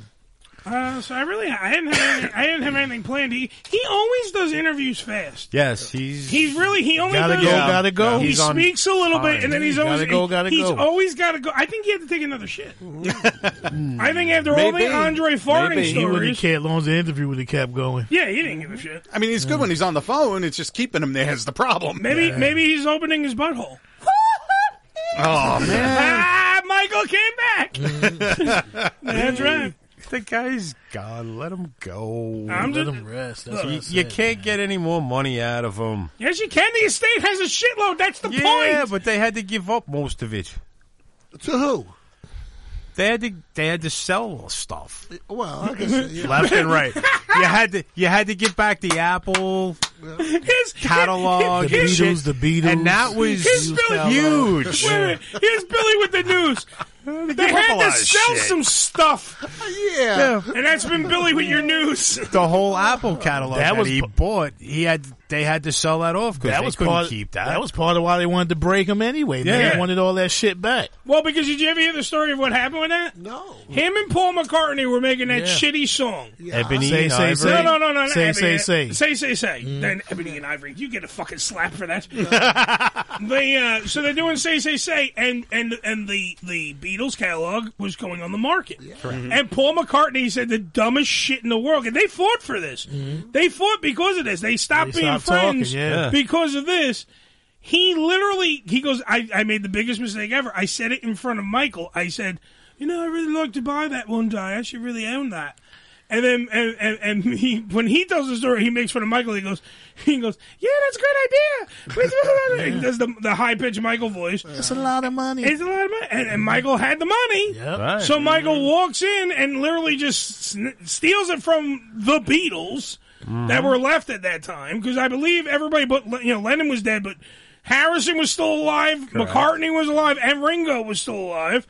E: Uh, so I really, I didn't have, anything, I didn't have anything planned. He he always does interviews fast.
I: Yes, [laughs] he's
E: He's really he only
I: Gotta
E: does,
I: go, gotta go.
E: He
I: He's on
E: speaks a little bit,
I: time.
E: and then he's
I: Gotta
E: always
I: go, gotta
E: he's
I: go.
E: always got to go. I think he had to take another
I: [laughs]
E: shit. I think after all
K: Maybe.
E: the Andre farting
K: Maybe.
J: He wouldn't
E: stories,
J: care as long as the interview would have kept going.
E: yeah, he didn't give a shit.
K: I mean, he's good when he's on the phone. It's just keeping him there is the problem.
E: Maybe maybe he's opening his butthole.
K: Oh man.
E: [laughs] Ah, Michael came back. That's right.
I: The guy's gone. Let him go.
E: I'm
I: Let
E: just-
I: him
J: rest.
E: That's what
I: you,
E: I
I: you can't get any more money out of him.
E: Yes, you can. The estate has a shitload. That's the
I: Yeah,
E: point.
I: but they had to give up most of it.
H: To who?
I: They had to. They had to sell stuff
H: Well, I guess yeah.
I: [laughs] left and
H: [laughs]
I: [laughs] right. You had to. You had to give back the Apple
E: His-
I: catalog.
J: The
I: and
J: Beatles,
I: shit.
J: the Beatles.
I: and that was
E: Here's Billy.
I: huge.
E: Wait a minute. Here's Billy with the news. They
I: gave up a
E: had
I: lot
E: to
I: of
E: sell
I: shit.
E: some stuff.
H: Yeah.
E: And that's been Billy with your news.
I: The whole Apple catalog
J: That
I: that,
J: was
I: he
J: p-
I: bought, he had they had to sell that off because
J: That
I: they
J: was
I: couldn't
J: part.
I: keep that.
J: was part of why they wanted to break him anyway. Man.
I: Yeah.
J: They wanted all that shit back.
E: Well, because did you ever hear the story of what happened with that?
H: No.
E: Him and Paul McCartney were making that
J: Yeah.
E: shitty song.
I: Ebony,
J: Say, say,
I: Ivory.
J: say.
E: No, no, no, no.
J: Say,
E: no,
J: say,
E: Ebony-
J: say. Mm.
E: Say, say, say. Then Ebony and Ivory, you get a fucking slap for that. [laughs] they uh, so they're doing say, say, say, and and and the the Beatles catalog was going on the market. Mm-hmm. And Paul McCartney said the dumbest shit in the world, and they fought for this. They fought because of this. They stopped
J: Mm-hmm. They
E: being
J: stopped talking,
E: friends
J: yeah.
E: because of this. He literally he goes, I, I made the biggest mistake ever. I said it in front of Michael. I said, you know, I really like to buy that one day. I should really own that. And then and, and, and he when he tells the story, he makes fun of Michael. He goes, he goes, yeah, that's a great idea. He does the, the high pitched Michael voice.
J: That's a lot of money.
E: It's a lot of money, and, and Michael had the money.
I: Right.
E: So Michael walks in and literally just sn- steals it from the Beatles that were left at that time because I believe everybody but you know Lennon was dead, but Harrison was still alive, McCartney was alive, and Ringo was still alive.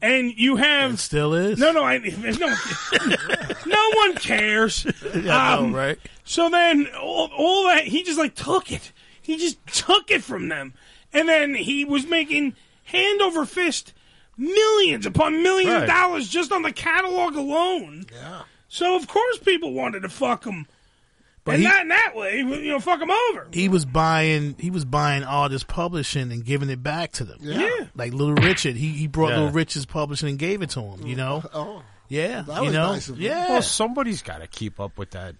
E: And you have
J: Still is.
E: no, no, I, [laughs] there's no, no one
J: [laughs]
E: cares.
J: I know,
E: Um,
J: right?
E: So then all, all that he just like took it. He just took it from them, and then he was making hand over fist millions upon millions of
I: Right.
E: dollars just on the catalog alone.
H: Yeah.
E: So of course people wanted to fuck him,
J: But
E: and
J: he-
E: not in that way. You know, fuck him over.
J: He was buying. He was buying artists publishing and giving it back to them.
E: Yeah.
J: Like Little Richard, he he brought
I: Yeah.
J: Little Richard's publishing and gave it to him. You know.
H: Oh,
J: Yeah.
H: That
J: you
H: was
J: know.
H: nice of him.
J: yeah.
I: Well, somebody's got to keep up with that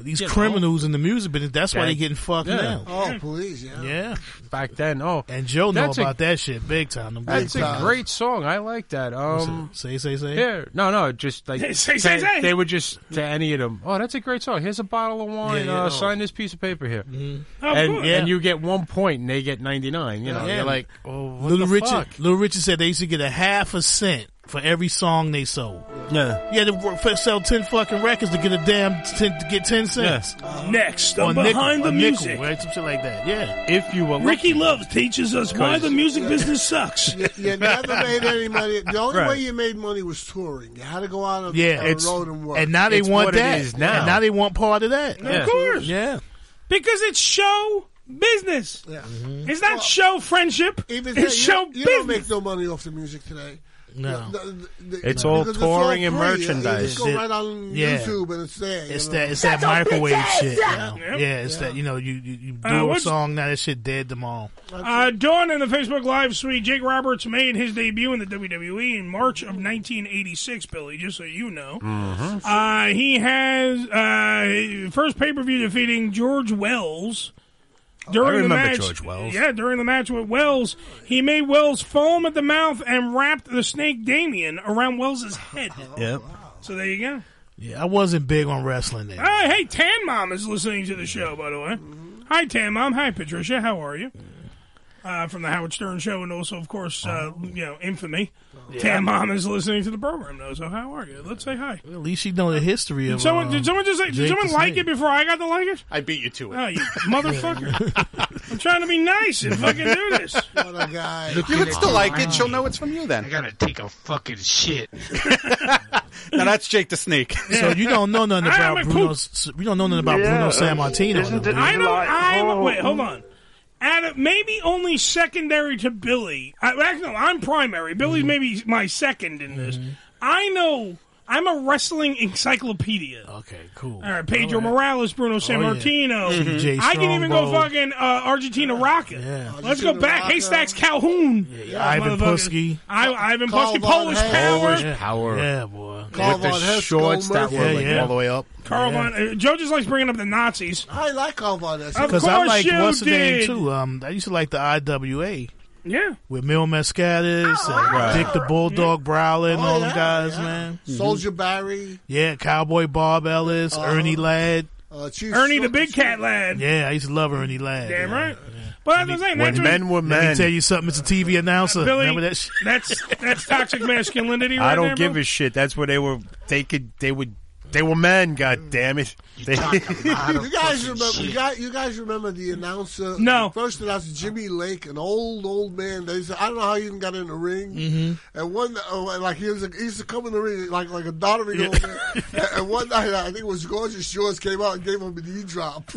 J: These
H: You know?
J: criminals in the music business. That's why
G: Yeah.
J: they're getting fucked
G: Yeah.
J: now.
H: Oh, please, yeah.
J: Yeah.
G: Back then, oh,
J: and Joe know
G: That's a-
J: about that shit big time. Them
G: That's
J: big
G: a
J: time.
G: great song. I like that. Um,
J: say, say, say.
G: Yeah, no, no, just like
J: Say, say,
G: to-
J: say.
G: They were just to any of them. Oh, that's a great song. Here's a bottle of wine.
J: Yeah, yeah,
G: uh,
J: oh.
G: Sign this piece of paper here,
J: Oh,
G: and,
J: cool.
G: and you get one point, and they get ninety nine. You know,
J: Yeah.
G: you're like, oh, what
J: Little
G: the
J: Richard,
G: fuck?
J: Little Richard said they used to get a half a cent for every song they sold.
G: Yeah,
J: you had to work for, sell ten fucking records to get a damn ten, to get ten cents.
C: Next,
J: Or
C: on
J: a nickel-
C: Behind the
J: a nickel,
C: Music.
J: right? Some shit like that. Yeah.
G: If you were
C: Ricky Love teaches us why the music business sucks.
H: You, you never made any money. The only
C: Right.
H: way you made money was touring. You had to go out on,
J: Yeah,
H: on
J: it's-
H: the road and work.
J: and now they want that. And now they want part of that.
H: Yeah.
E: Of course.
J: Yeah.
E: Because it's show business. It's not show friendship.
H: Even
E: it's
H: say, you
E: show
H: don't- you,
E: business.
H: don't make no money off the music today.
J: No.
H: The- the-
J: It's
H: the-
J: all
H: because
J: touring and
H: free. You- You
J: merchandise.
H: just go right on
J: Yeah.
H: YouTube and it's there. you
J: It's
H: know?
J: that
E: [laughs]
J: it's that microwave shit. you know?
E: Yeah.
J: Yeah, it's that you know you you, you
E: Uh,
J: do a
E: what's-
J: song now that shit dead tomorrow.
E: Uh, Dawn in the Facebook Live suite, Jake Roberts made his debut in the WWE in March of 1986, Billy, just so you know. Uh, he has uh, first pay per view defeating George Wells. During the
G: Oh, remember
E: match,
G: George Wells.
E: Yeah, during the match with Wells, he made Wells foam at the mouth and wrapped the snake Damien around Wells's head.
J: Yep.
E: So there you go.
J: Yeah, I wasn't big on wrestling then.
E: Uh, hey, Tan Mom is listening to the show, by the way.
G: Mm-hmm.
E: Hi, Tan Mom. Hi, Patricia. How are you? Uh, from the Howard Stern Show, and also, of course, uh,
G: Oh.
E: you know, infamy.
J: Yeah.
E: Tan Mom is listening to the program, though. So, how are you? Let's say hi.
J: At least you know the history
E: Did
J: of.
E: someone,
J: um,
E: did someone just say,
J: Jake
E: did someone
J: the
E: like
J: Snake.
E: it before I got to like it?
K: I beat you to it.
E: Oh, you [laughs] motherfucker! I'm trying to be nice and fucking do this.
H: What a guy!
K: You would still like it. She'll know it's from you then. I
F: gotta take a fucking shit.
K: [laughs] now that's Jake the Snake.
J: So you don't know nothing
K: I
J: about
K: am a
J: Bruno. S- You don't know nothing about
K: Yeah,
J: Bruno
K: uh,
J: San Martino.
K: isn't it-
E: I know.
K: Like,
E: I'm
K: oh.
E: wait. Hold on. Adam, maybe only secondary to Billy. I, actually, no, I'm primary. Billy's maybe my second in this.
J: Mm-hmm.
E: I know. I'm a wrestling encyclopedia.
J: Okay, cool. All Oh,
E: right, Pedro Morales, Bruno Sammartino.
J: Mhm. CJ
E: I can even go
J: Strongbow.
E: fucking uh, Argentina Rocket.
H: Oh,
E: Let's go back. Haystacks Calhoun.
J: Ivan
E: Motherfucker.
J: Pusky.
E: I, Ivan
J: Carl
E: Pusky.
J: Von
E: Polish
J: Hess.
E: Power.
J: Polish Power. Yeah, boy.
E: Carl
G: With
E: Von
G: the
E: Hess,
G: shorts
E: Goldberg.
G: that were
E: Yeah,
G: like
E: yeah.
G: all the way up.
E: Carl Von. Uh, Joe just likes bringing up the Nazis.
H: I like Carl Von Hess.
E: Of
J: Because
E: course
J: I like
E: you
J: what's the
E: did.
J: name too. Um, I used to like the IWA.
E: Yeah.
J: With Mil Mascatis and
H: Right.
J: Dick the Bulldog Browley and
H: Oh,
J: all
H: yeah,
J: them guys,
H: yeah.
J: man.
G: Mm-hmm.
H: Soldier Barry,
J: Yeah, Cowboy Bob Ellis,
H: Uh-huh.
J: Ernie Ladd.
H: uh, Chief
E: Ernie the Big Cat Lad.
J: Yeah, I used to love Ernie Ladd.
E: Damn right. But that's what I'm saying. That's what-
J: Let me tell you something, Mr. TV announcer.
E: Billy,
J: Remember that shit?
E: that's that's toxic masculinity. Right
I: I don't
E: there,
I: give
E: bro.
I: a shit. That's where they were. They could. They would. They were men. God damn it. They,
G: [laughs]
J: [laughs]
H: you guys remember? You guys, you guys remember the announcer?
I: No.
H: the first announcer, Jimmy Lake, an old old man. They said, I don't know how he even got in the ring.
J: Mm-hmm.
H: And one, oh, like he was, he used to come in the ring like like a doddering old man. And, [laughs] and one night, I think it was Gorgeous Shores came out and gave him an e drop.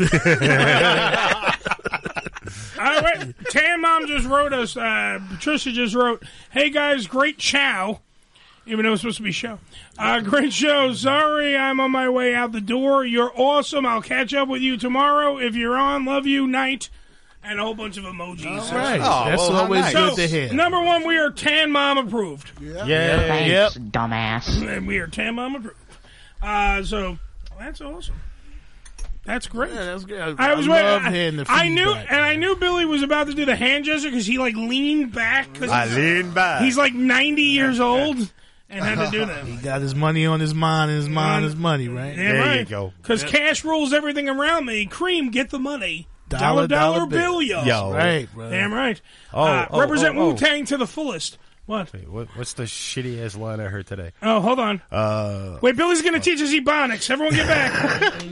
E: All right. Tan Mom just wrote us. Uh, Patricia just wrote, "Hey guys, great chow." Even though it's supposed to be show. Uh, great show. Sorry, I'm on my way out the door. You're awesome. I'll catch up with you tomorrow if you're on. Love you. Night. And a whole bunch of [laughs] emojis.
J: All right. Oh, That's well, how always nice. good to hear.
E: Number one, we are Tan Mom approved. Yeah.
J: Yep.
E: Dumbass. And we are Tan Mom approved. Uh, so that's awesome. That's great.
J: that's good. I,
E: I was waiting.
J: love
E: I,
J: hearing the
E: I knew,
J: feedback.
E: and I knew Billy was about to do the hand gesture because he like leaned back. 'cause
J: I
E: he's-
J: leaned back.
E: He's like ninety years old and had to do that.
J: [laughs] He got his money on his mind and his mind is money, right?
E: Damn right. Because cash rules everything around me. Cream, get the money.
J: Dollar,
E: Dollar,
J: dollar
E: dollar,
J: bill.
E: bill,
I: Yo. Right, bro.
E: Damn right.
I: Oh,
E: Uh,
I: oh,
E: represent
I: oh, oh.
E: Wu Tang to the fullest. What?
I: Wait, what? What's the shitty ass line I heard today?
E: Oh, hold on.
I: Uh,
E: Wait, Billy's going to teach us ebonics. Everyone get back.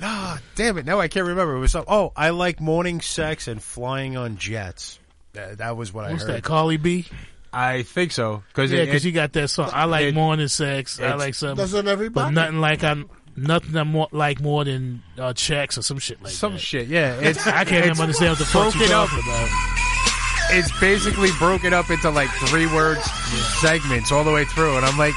I: nah, damn it. Now I can't remember. It was some, oh, I like morning sex and flying on jets. That, that was what
J: What's
I: I heard.
J: that, Carly B?
I: I think so. Cause
J: yeah,
I: it-
J: because
I: it-
J: he got that song. I like morning sex. I
I: it's-
J: like something.
I: Doesn't
J: But
I: everybody?
J: nothing like I nothing I more like more than uh, checks or some shit like
I: some
J: that.
I: shit. Yeah,
J: It's, I can't
I: it's
J: even understand what the fuck you're
I: broken up.
J: talking about.
I: It's basically broken up into like three words segments all the way through, and I'm like,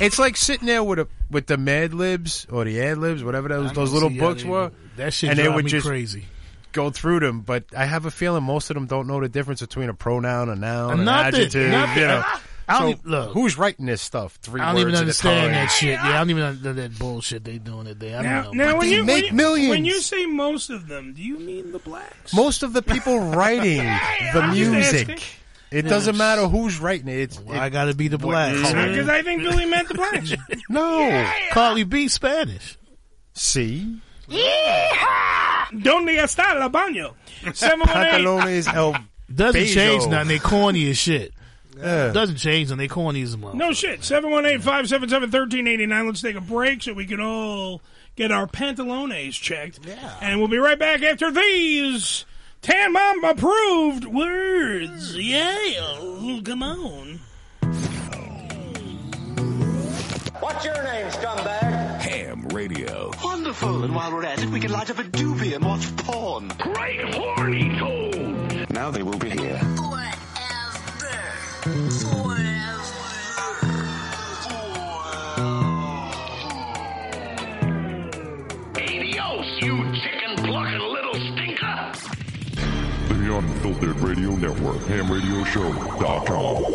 I: it's like sitting there with a with the Mad Libs or the Ad Libs, whatever those those little
J: see how
I: books
J: they-
I: were.
J: that shit
I: and they
J: drive
I: would
J: me
I: just
J: crazy.
I: Go through them, but I have a feeling most of them don't know the difference between a pronoun, a noun, an
J: Nothing.
I: adjective.
J: Nothing.
I: You know,
J: I don't
I: So,
J: even- look.
I: who's writing this stuff? Three
J: I don't
I: words
J: even
I: at a
J: understand
I: time?
J: that shit. Yeah, I don't even understand that bullshit they doing today. I don't
E: Now,
J: know.
E: now
J: But
E: when
J: they
E: you
J: make
E: when you-
J: millions.
E: when you say most of them, do you mean the blacks?
I: Most of the people
J: [laughs]
I: writing the
E: I'm just
I: music.
E: asking.
I: It
E: Yeah.
I: doesn't matter who's writing it. It's,
J: I gotta be the blacks.
E: Because I think Billy meant the blacks.
J: [laughs]
I: no,
J: Carly B Spanish.
I: See,
E: Donde está el
I: [laughs]
E: baño? Seven one eight.
I: Pantalones El
J: Doesn't
I: Bezo.
J: change nothing. They corny as shit. Doesn't change nothing. They corny as a mother.
E: No shit. 718-577-1389. Let's take a break so we can all get our pantalones checked. Yeah. And we'll be right back after these Tan Mom approved words. Yeah. Come on.
R: What's your name, scumbag?
A: Ham Radio.
R: Wonderful. And while we're at it, we can light up a doobie and watch porn. Great horny toad.
A: Now they will be here.
R: Adios, you chicken plucking little stinker.
P: The Unfiltered Radio Network, hamradioshow.com.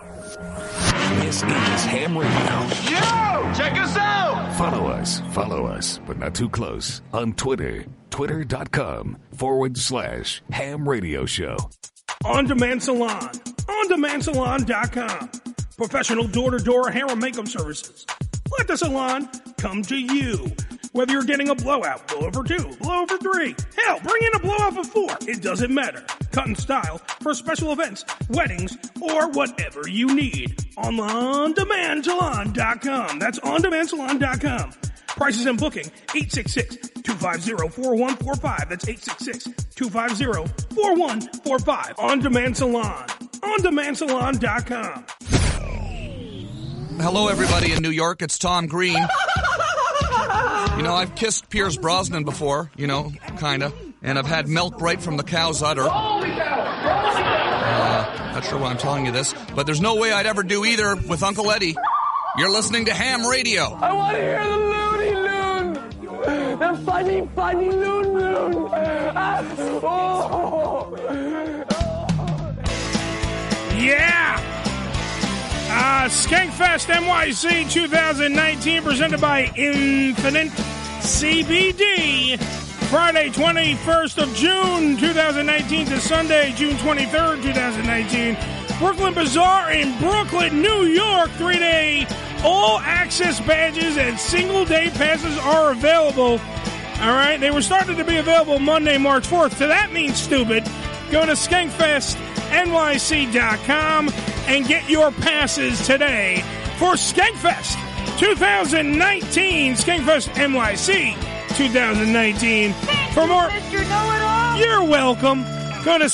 A: This is Ham Radio.
R: Yo, check us out.
A: Follow us, follow us, but not too close on Twitter. Twitter.com forward slash Ham Radio Show.
E: On Demand Salon. OnDemandSalon.com. Professional door-to-door hair and makeup services. Let the salon come to you. Whether you're getting a blowout, blowover two, blowover three, hell, bring in a blowout of four. It doesn't matter. Cut and style for special events, weddings, or whatever you need. On OnDemandSalon.com. That's OnDemandSalon.com. Prices and booking, 866-250-4145. That's 866-250-4145. On Demand Salon. OnDemandSalon.com.
D: Hello, everybody in New York. It's Tom Green. You know, I've kissed Pierce Brosnan before, you know, kinda. And I've had milk right from the cow's udder. Uh, not sure why I'm telling you this, but there's no way I'd ever do either with Uncle Eddie. You're listening to Ham Radio.
R: I want to hear the loony loon. The funny, funny loon loon. Ah, oh.
E: Yeah! Uh, Skankfest NYC 2019 presented by Infinite CBD. Friday, 21st of June 2019 to Sunday, June 23rd, 2019. Brooklyn Bazaar in Brooklyn, New York. Three day all access badges and single day passes are available. All right, they were started to be available Monday, March 4th. So that means stupid. Go to skankfestnyc.com and get your passes today for Skankfest 2019. Skankfest NYC 2019. For more, Mr. Know-it-all. you're welcome. Go to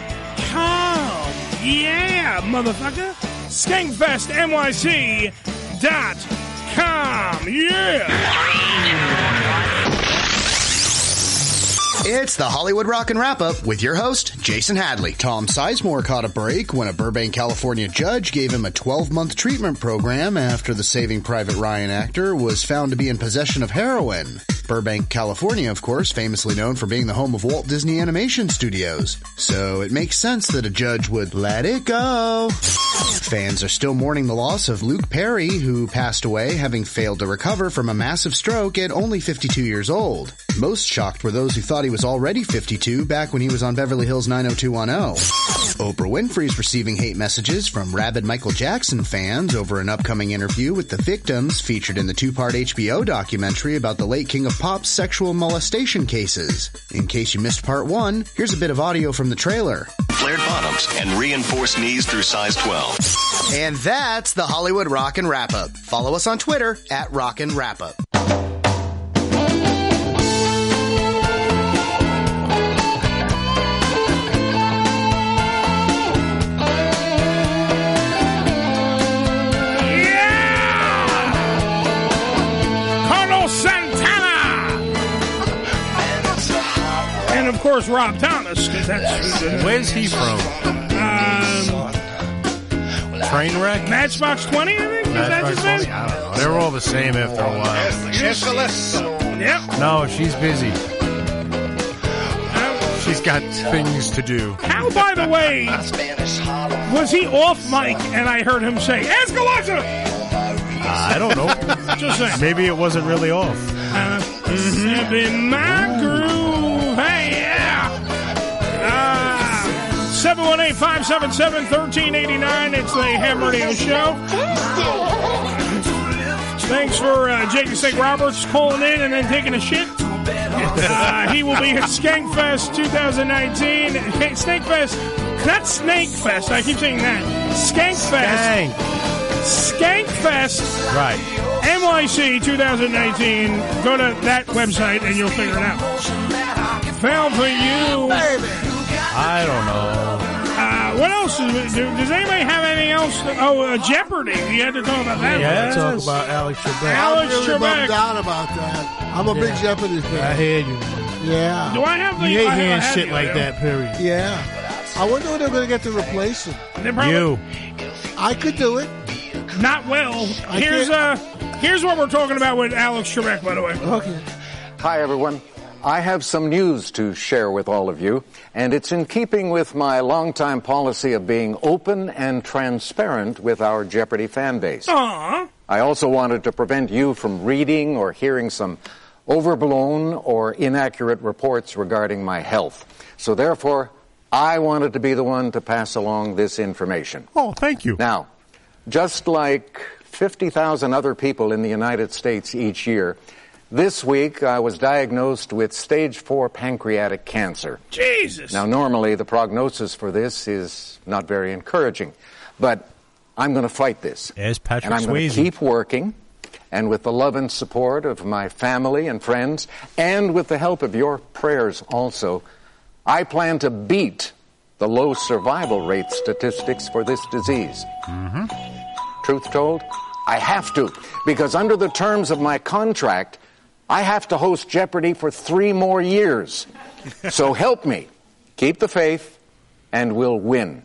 E: skankfestnyc.com. Yeah, motherfucker. Skankfestnyc.com.
M: It's the Hollywood Rock and Wrap Up with your host, Jason Hadley. Tom Sizemore caught a break when a Burbank, California judge gave him a 12 month treatment program after the Saving Private Ryan actor was found to be in possession of heroin. Burbank, California, of course, famously known for being the home of Walt Disney Animation Studios. So it makes sense that a judge would let it go. Fans are still mourning the loss of Luke Perry, who passed away having failed to recover from a massive stroke at only 52 years old. Most shocked were those who thought he was already 52 back when he was on Beverly Hills 90210. Oprah Winfrey's receiving hate messages from rabid Michael Jackson fans over an upcoming interview with the victims featured in the two-part HBO documentary about the late King of Pop's sexual molestation cases. In case you missed part one, here's a bit of audio from the trailer.
R: Flared bottoms and reinforced knees through size 12.
M: And that's the Hollywood Rock and Wrap Up. Follow us on Twitter at Rock and Wrap Up.
E: Carlos Santana. And of course, Rob Thomas, 'cause that's
I: Where's he from?
E: Um,
I: Trainwreck?
E: Matchbox 20, I think? Is that his name?
I: I don't know. They're all the same after a while.
E: Yep.
I: No, she's busy. She's got things to do.
E: How, by the way, was he off mic and I heard him say, Escalation?
I: Uh, I don't
E: [laughs]
I: know.
E: Just saying.
I: Maybe it wasn't really off.
E: Step in my groove. Hey, Uh, yeah. 718 577 1389. It's the Ham Radio Show. Thanks for uh, Jake the Snake Roberts calling in and then taking a shit. Uh, he will be at Skankfest 2019. Hey, Snakefest. Not Snakefest. I keep saying that. Skankfest. Skankfest.
I: Right.
E: NYC 2019. Go to that website and you'll figure it out. Found for you.
I: I don't know.
E: Uh, what else? Is, do, does anybody have anything else? To, oh, uh, Jeopardy. You had to talk about that.
J: Yes. Talk about Alex Trebek.
E: Alex
H: I'm really
E: Trebek.
H: bummed out about that. I'm a big
J: Yeah.
H: Jeopardy fan.
J: I hear you.
H: Yeah.
E: Do I have the-
J: You hate
E: I have- I
J: hearing
E: have
J: shit
E: you,
J: like
E: yeah.
J: that, period.
H: Yeah. I wonder when they're going to get to replace him.
E: They're probably- You.
H: I could do it.
E: Not well.
H: I
E: Here's uh, here's what we're talking about with Alex Trebek, by the way. Okay.
T: Hi, everyone. I have some news to share with all of you, and it's in keeping with my longtime policy of being open and transparent with our Jeopardy fan base.
R: Oh.
E: Aww.
T: I also wanted to prevent you from reading or hearing some overblown or inaccurate reports regarding my health. So therefore, I wanted to be the one to pass along this information.
I: Oh, thank you.
T: Now, just like 50,000 other people in the United States each year, this week I was diagnosed with stage 4 pancreatic cancer.
E: Jesus.
T: Now, normally the prognosis for this is not very encouraging, but I'm going to fight this.
I: As Patrick
T: and I'm going
I: Swayze.
T: to keep working, and with the love and support of my family and friends, and with the help of your prayers also, I plan to beat the low survival rate statistics for this disease.
I: Mm-hmm.
T: Truth told, I have to, because under the terms of my contract, I have to host Jeopardy for three more years.
I: [laughs]
T: so help me. Keep the faith, and we'll win.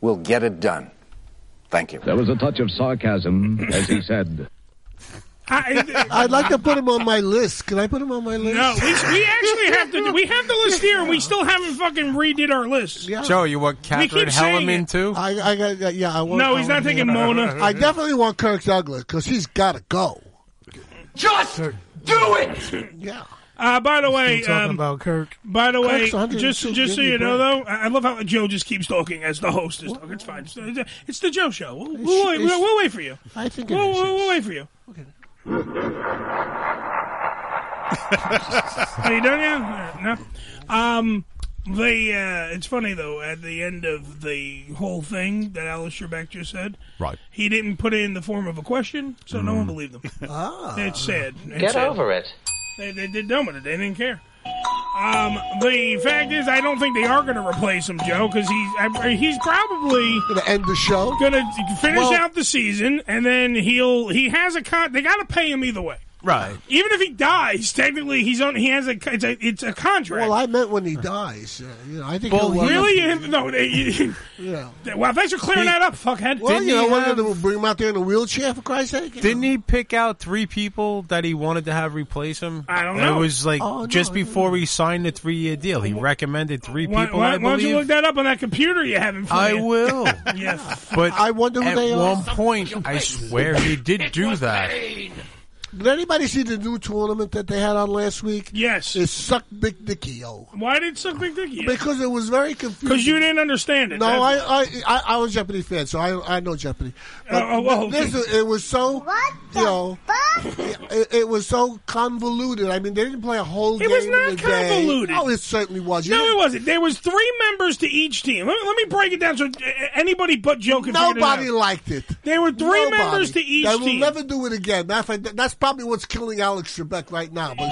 T: We'll get it done. Thank you.
A: There was a touch of sarcasm as he said.
H: I'd like to put him on my list. Can I put him on my list?
E: No, we, we actually have to. We have the list here, and we still haven't fucking redid our list.
I: Joe, you want
E: We keep
I: Catherine
E: saying
I: Hellerman,
E: it.
I: too?
H: I, I got, yeah, I want.
E: No, he's
H: I
E: not
H: want
E: taking
H: him.
E: Mona.
H: I definitely want Kirk Douglas because he's got to go.
W: Just do it.
H: Yeah.
E: Uh, by the way,
H: talking
E: um,
H: about Kirk.
E: By the way,
H: Kirk's 102
E: just just so
H: Disney
E: you know, though,
H: brand.
E: I I love how Joe just keeps talking as the host is talking. It's fine. It's, it's the Joe show. We'll, we'll,
H: It's-
E: wait,
H: it's-
E: we'll, we'll wait for you.
H: I think it
E: we'll,
H: makes
E: we'll, we'll wait for you. Are you done yet? No. Um, they. Uh, it's funny though. At the end of the whole thing that Alice Trebek just said,
R: Right.
E: he didn't put it in the form of a question, so no one believed
H: [laughs]
E: him.
D: Ah.
E: It's sad. It's
D: Get
E: sad.
D: over it.
E: They, they did dumb with it. They didn't care. Um, the fact is, I don't think they are going to replace him, Joe, because he's I, he's probably going
H: to end the show,
E: going to finish
H: Well-
E: out the season, and then he'll he has a con. They got to pay him either way.
H: Right.
E: Even if he dies, technically he's on. He has a it's a, it's a contract.
H: Well, I meant when he dies. Uh, you know, I think. he'll end up-
E: really, You- no. They, you-
H: Yeah.
E: [laughs] well, thanks for clearing that up, fuckhead. uh,
H: Well, you know,
E: what?
H: we're going to bring him out there in a wheelchair for Christ's sake.
I: Didn't he pick out three people that he wanted to have replace him? I
E: don't
I: It
E: know.
I: was like
E: Oh, no,
I: just
E: I
I: before he signed the three-year deal. He recommended three
E: Why,
I: people.
E: why-
I: I
E: why don't you
I: believe.
E: look that up on that computer you have in front
I: I
E: of you?
I: will.
E: [laughs] yeah.
I: But
H: I wonder who
I: at
H: they are.
I: one point, I swear he did do that.
H: Did anybody see the new tournament that they had on last week?
E: Yes.
H: It sucked Big Dicky, yo.
E: Why did something think you?
H: Because it was very confusing.
E: Because you didn't understand it.
H: No,
E: That's-
H: I, I, I, I was Jeopardy fan, so I, I know Jeopardy. But
E: Oh, oh, oh,
H: this,
E: okay.
H: it was so, you know, it, it was so convoluted. I mean, they didn't play a whole
E: It
H: game.
E: was
H: in
E: not
H: a day.
E: convoluted.
H: Oh, it certainly was. You
E: No,
H: didn't-
E: it wasn't. There was three members to each team. Let me, let me break it down so uh, anybody but Joe can. figure it
H: Nobody
E: out.
H: liked it.
E: There were three
H: Nobody.
E: members to each
H: They will
E: team.
H: never do it again. Matter of fact, that- that's probably what's killing Alex Trebek right now. But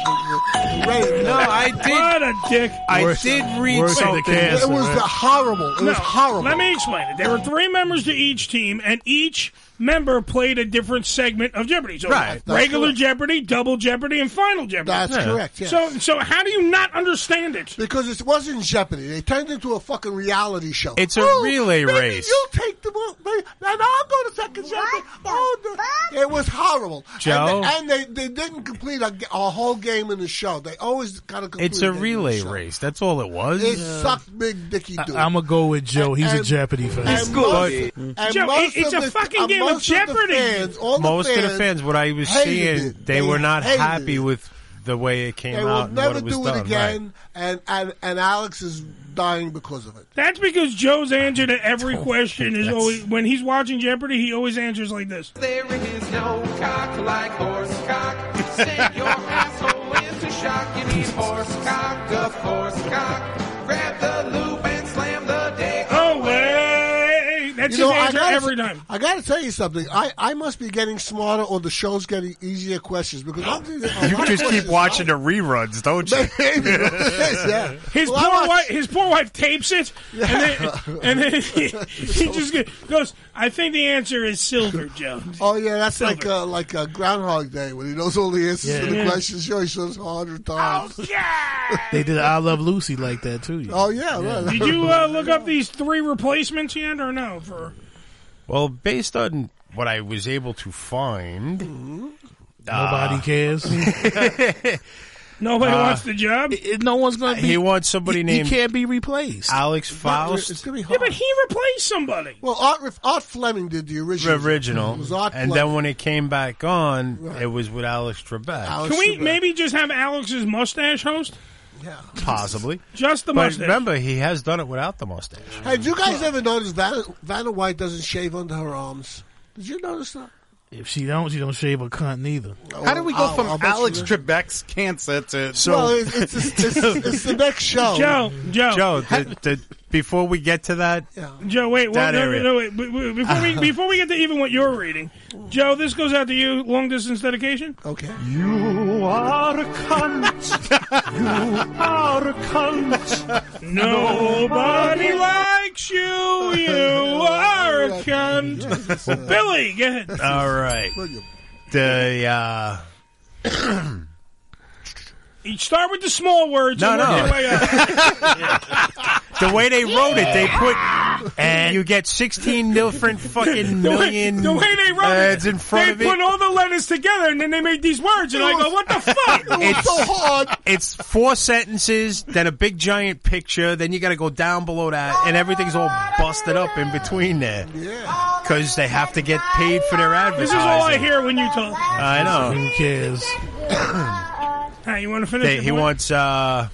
H: Ray,
I: No, I did.
E: What a dick!
I: I did read something.
H: It was the horrible. It
E: No,
H: was horrible.
E: Let me explain it. There were three members to each team, and each member played a different segment of Jeopardy. So
H: Right, that's
E: regular
H: correct.
E: Jeopardy, double Jeopardy, and final Jeopardy.
H: That's Yeah. correct, yes.
E: So, so how do you not understand it?
H: Because it wasn't Jeopardy. They turned it into a fucking reality show.
I: It's a
H: Oh,
I: relay
H: baby,
I: race.
H: You take the ball, baby, and I'll go to second Jeopardy. Oh, the, it was horrible.
I: Joe?
H: And, they, and they, they didn't complete a, a whole game in the show. They always got to complete.
I: It's
H: game
I: a
H: in the
I: relay
H: show.
I: race. That's all it was.
H: It sucked Big Dicky dude.
J: I'm gonna go with Joe. He's a
H: And-
J: Jeopardy fan.
H: and most- and
E: Joe,
H: most
E: it's
H: of
E: a
H: the-
E: fucking
H: and
E: game of
H: most the
E: Jeopardy.
H: fans- all the
I: Most
H: fans,
I: of the fans, what I was
H: hated
I: seeing,
H: it.
I: they, were not
H: hated
I: happy
H: it.
I: with the way it came
H: They
I: out.
H: will
I: and
H: never
I: what was
H: do
I: done,
H: it
I: right.
H: again, and, and and Alex is dying because of it.
E: That's because Joe's answer to every question is always when he's watching Jeopardy. He always answers like this.
D: There is no cock like horse cock. Send your asshole into shock. You need horse cock, of course cock. Grab the loop and slam the dick.
E: Oh, wait. That's
H: You know,
E: his
H: I
E: answer
H: gotta-
E: every time.
H: I got to tell you something. I, I must be getting smarter, or the show's getting easier questions because I'm
Q: You just keep watching the reruns, don't
H: [laughs]
Q: you?
H: yeah.
E: His
H: Well, I
E: poor
H: watch-
E: wife. His poor wife tapes it,
H: [laughs]
E: and then, and then he, he just go- goes. I think the answer is silver, Joe.
H: Oh yeah, that's like uh, like uh, Groundhog Day when he knows all the answers to the
J: Yeah.
H: questions. Sure, he shows a hundred times. Oh yeah.
J: They did I Love Lucy like that too.
H: Oh yeah. [laughs] right.
I: [laughs]
E: Did you uh, look up these three replacements yet, or no? For
I: Well, based on what I was able to find,
H: Mm-hmm.
J: Nobody cares.
E: Nobody
I: Uh,
E: wants the job.
J: no one's gonna be.
I: He wants somebody
J: Uh, he,
I: named
J: He can't be
I: [laughs]
J: replaced.
H: [laughs]
I: Alex
H: Faust. It's
I: Faust,
H: gonna be
E: Yeah,
H: hard.
E: but he replaced somebody.
H: Well, Art, Art Fleming did the
I: the
H: original.
I: original,
H: It was Art
I: and
H: Fleming.
I: then when it came back on, it was with Alex Trebek,
H: Oh,
E: Can we maybe just have Alex's mustache host?
I: possibly.
E: Just the
I: but
E: mustache.
I: remember, he has done it without the mustache.
H: Hey, did you guys ever notice Vanna, Vanna White doesn't shave under her arms? Did you notice that?
J: If she don't, she don't shave a cunt neither.
F: oh,
K: How did we go
H: I'll-
K: from
H: I'll bet
K: Alex
H: you-
K: Trebek's cancer to
H: well, it's, it's,
I: [laughs]
H: it's, it's the
K: [laughs]
H: next show.
E: Joe,
I: Joe. The, the, before we get to that,
E: Joe, wait, well,
I: That
E: no,
I: area.
E: no, wait, wait, wait, before
I: [laughs]
E: we before we get to even what you're reading, Joe, this goes out to you, long distance dedication.
H: Okay.
D: You are
I: [laughs]
D: a cunt. you are a cunt.
E: Nobody likes you.
D: [laughs]
E: You are a cunt. Billy, go ahead.
I: all right, the uh,
E: You start with the small words.
I: No,
E: and work
I: no.
E: your way up.
I: [laughs] the way they wrote it, they put and you get sixteen different fucking
E: The way-
I: million.
E: the way they wrote
I: ads
E: it,
I: in front of
E: they
I: it.
E: put all the letters together, and then they made these words, and I go, "What
I: [laughs]
E: the fuck?"
I: It's four sentences, then a big giant picture, then you got to go down below that, and everything's all busted up in between there. Yeah. Because they have to get paid for their advertising.
E: This is all I hear when you talk.
I: I know.
J: Who cares?
E: Hey, you want to finish?
I: They,
E: your
I: he
E: point?
I: wants uh,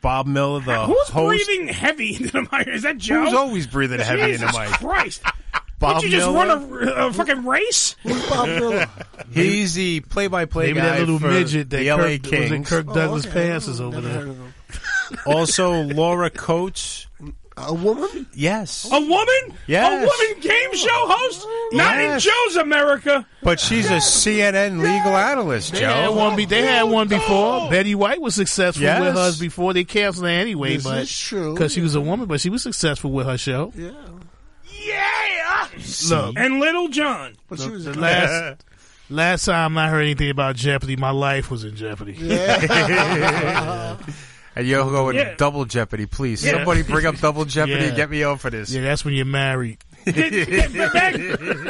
I: Bob Miller, the
E: Who's
I: Uh, host.
E: breathing heavy [laughs] into the mic? Is that Joe?
I: Who's always breathing heavy in
E: Jesus
I: the mic?
E: Christ!
I: Bob
E: Would you just
I: Miller.
H: [laughs]
G: [laughs]
E: run a, a fucking race?
H: Bob Miller.
G: He's the play-by-play
J: Maybe
G: guy
J: that little
G: for
J: midget that
G: the LA
J: Kirk, was in
G: Kings.
J: Kirk
H: Oh,
J: Douglas passes over there.
G: [laughs] also, Laura Coates.
H: A woman?
G: Yes.
E: A woman?
G: Yes.
E: A woman game show host? Not
G: Yes.
E: in Joe's America.
G: But she's a CNN legal analyst,
J: They
G: Joe.
J: had one. Be, they had one before. Betty White was successful
G: Yes.
J: with hers before they canceled her anyway.
G: This
J: but
G: is true,
J: because she
G: yeah.
J: was a woman, but she was successful with her show.
H: Yeah.
E: Yeah.
J: Look.
E: And Little
I: [laughs]
E: John.
H: But she was
J: The last [laughs] last time I heard anything about Jeopardy, my life was in jeopardy. [laughs]
G: Yeah. And you'll go with
J: Yeah.
G: double jeopardy, please.
J: Yeah.
G: Somebody bring up double jeopardy and
J: Yeah.
G: get me off of this.
J: Yeah, that's when you're married.
E: back,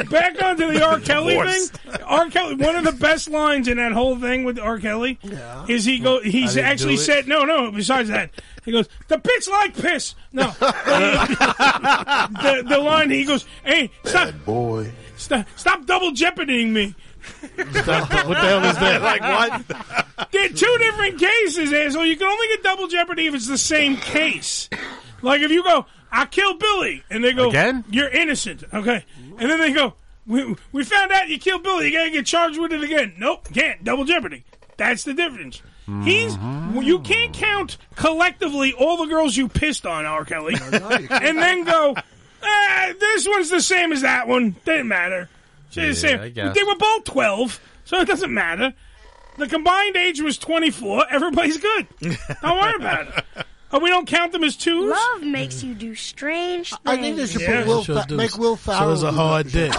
E: back onto the R. Kelly thing. R. Kelly, one of the best lines in that whole thing with R. Kelly is he go.
J: I
E: He's
J: didn't
E: actually
J: do it.
E: said no, no. Besides that, he goes the bitch like piss.
I: [laughs]
E: No, [laughs] the, the line he goes, hey, stop,
H: boy.
E: stop, stop double jeopardying me.
J: Stop- [laughs] what the hell is
E: [laughs]
J: that? Like,
E: what? [laughs] They're two different cases, asshole. You can only get double jeopardy if it's the same case. Like if you go, I killed Billy, and they go,
G: Again?
E: You're innocent, okay? And then they go, we, we found out you killed Billy. You gotta get charged with it again. Nope, can't. Double jeopardy. That's the difference. He's
J: Mm-hmm.
E: well, you can't count collectively all the girls you pissed on, R.
J: [laughs]
E: Kelly, and then go. "Ah, this one's the same as that one. Didn't matter. She's the
G: Yeah,
E: same.
G: I guess.
E: They were both twelve, so it doesn't matter. The combined age was twenty-four.
H: [laughs]
E: Everybody's good. Don't worry about it. Oh, we don't count them as twos.
B: Love makes you do strange things.
H: I think they should put Will Fa- make Will Farrell. do
J: dick.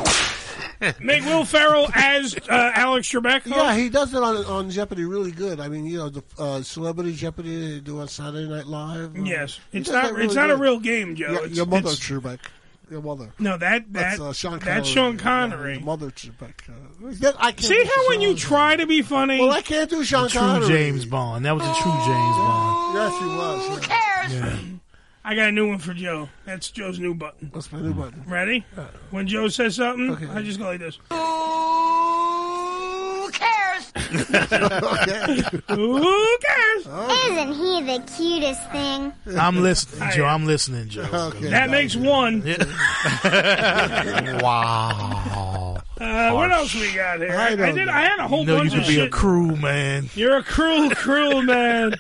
E: [laughs] Make Will Ferrell as uh, Alex Trebek.
H: that. Yeah, he does it on on Jeopardy really good. I mean, you know, the uh, Celebrity Jeopardy they do on Saturday Night Live. Uh,
E: Yes,
H: he
E: it's
H: does that
E: not.
H: really
E: it's not a
H: good.
E: real game, Joe.
H: Your-
E: It's-
H: your mother
E: it's-
H: Trebek. Your mother.
E: No, that that
H: That's uh, Sean Connery.
E: that's Sean Connery.
H: Your mother Trebek. Uh, that- I can't
E: See
H: do
E: how when
H: Sean-
E: you try to be funny,
H: Well, I can't do Sean
J: True
H: Connery.
J: James Bond. That was a true James Bond.
H: Yes, he was. Who cares?
E: I got a new one for Joe. That's Joe's new button.
H: That's my new button.
E: Ready? When Joe says something, I just go
B: [laughs]
E: like this.
B: Who cares? [laughs]
E: Who cares?
B: Isn't he the cutest thing?
J: I'm listening, Joe. I'm listening, Joe.
E: That makes one. [laughs]
J: wow.
E: Uh, what else we got here? I,
J: don't
E: did.
J: know.
E: I had a whole
J: you know
E: bunch
J: you could
E: of
J: be
E: shit.
J: a crew man.
E: You're a cruel, cruel man.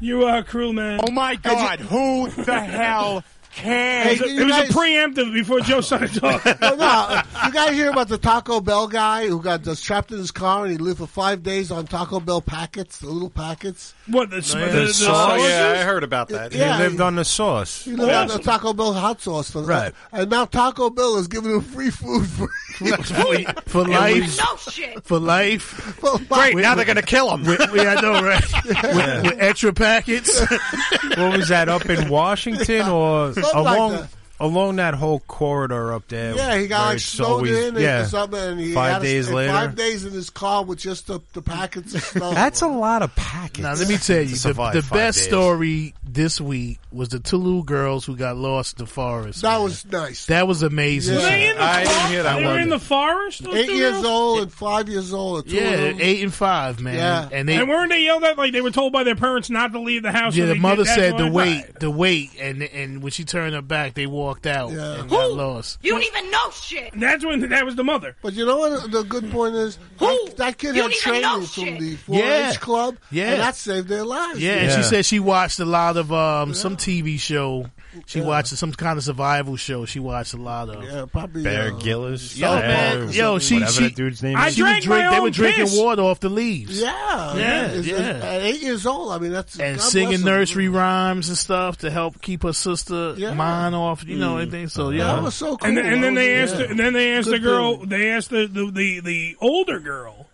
E: You are a cruel man. Oh my God! Who the hell cares?
H: Hey,
E: it
H: you
E: was
H: guys-
E: a preemptive before Joe started
H: [laughs]
E: talking.
H: Oh, no, uh, you guys hear about the Taco Bell guy who got just trapped in his car and he lived for five days on Taco Bell packets, the little packets.
E: What the,
G: The sauce? Yeah, I heard about that.
H: Yeah,
G: he lived on the sauce.
H: He lived on the Taco Bell hot sauce for
G: Right.
H: and now Taco Bell is giving him free food for,
J: [laughs]
H: [laughs]
J: For life.
H: shit.
J: For life.
H: For life. Great, now they're
J: gonna kill
H: [laughs]
J: him.
K: [laughs]
J: yeah, I know, right? With, with extra
G: [laughs]
J: packets.
G: what was that up in Washington or
H: Something like
G: along
H: that.
G: along that whole corridor up there?
H: [laughs] Yeah, he
G: where
H: got like
G: it's
H: snowed
G: always-
H: in and
G: yeah,
H: something. And he
G: five
H: had a-
G: days
H: and
G: later.
H: five days in his car with just the, the packets of
J: [laughs]
H: snow.
G: That's a lot of packets.
J: Now let me tell you,
G: to
J: the,
G: survive
J: the
G: five
J: best
G: days.
J: story this week was the Tulu girls who got lost in the forest.
H: That was nice.
J: That was amazing.
E: Were they in the forest? They were
J: one.
E: in the forest. those
H: Eight
E: two
H: years
E: girls?
H: old and five years old. the two of
J: Yeah,
H: them.
J: eight and five, man.
H: Yeah.
J: And they,
E: and weren't they yelled at like they were told by their parents not to leave the house?
J: yeah,
E: when
J: the
E: they
J: mother
E: did? That's
J: said
E: why-
J: the wait, the wait, and and when she turned her back, they walked out and got lost.
E: You don't even know shit. That's when that was the mother.
H: But you know what the good point is? That, that kid
E: You
H: had
E: don't even know
H: training from the 4-H
J: Yeah.
H: club,
J: Yeah.
H: and that saved their lives.
J: Yeah, and she said she watched a lot of um some TV show. She watched some kind of survival show. She watched a lot of.
H: Yeah, probably.
G: Bear
H: uh,
G: Gillis.
J: Yo,
G: South
J: man,
G: Park,
J: yo, she-
G: whatever
J: she-
G: that dude's name.
J: I
G: is.
J: She drank would drink- my they would own drink piss.
G: drinking
J: water off the leaves.
H: Yeah,
J: Yeah,
H: It's-
J: yeah.
H: it's- At eight years old, I mean, that's
J: and
H: God bless
J: singing
H: 'em.
J: nursery rhymes and stuff to help keep her sister
H: Yeah. Mm. Uh-huh.
J: mind off, you know, anything. So yeah,
H: That was so cool.
E: And, then- and then they
H: Yeah.
E: asked. The, and then they asked
H: Good
E: the girl. They asked the the the, the older girl.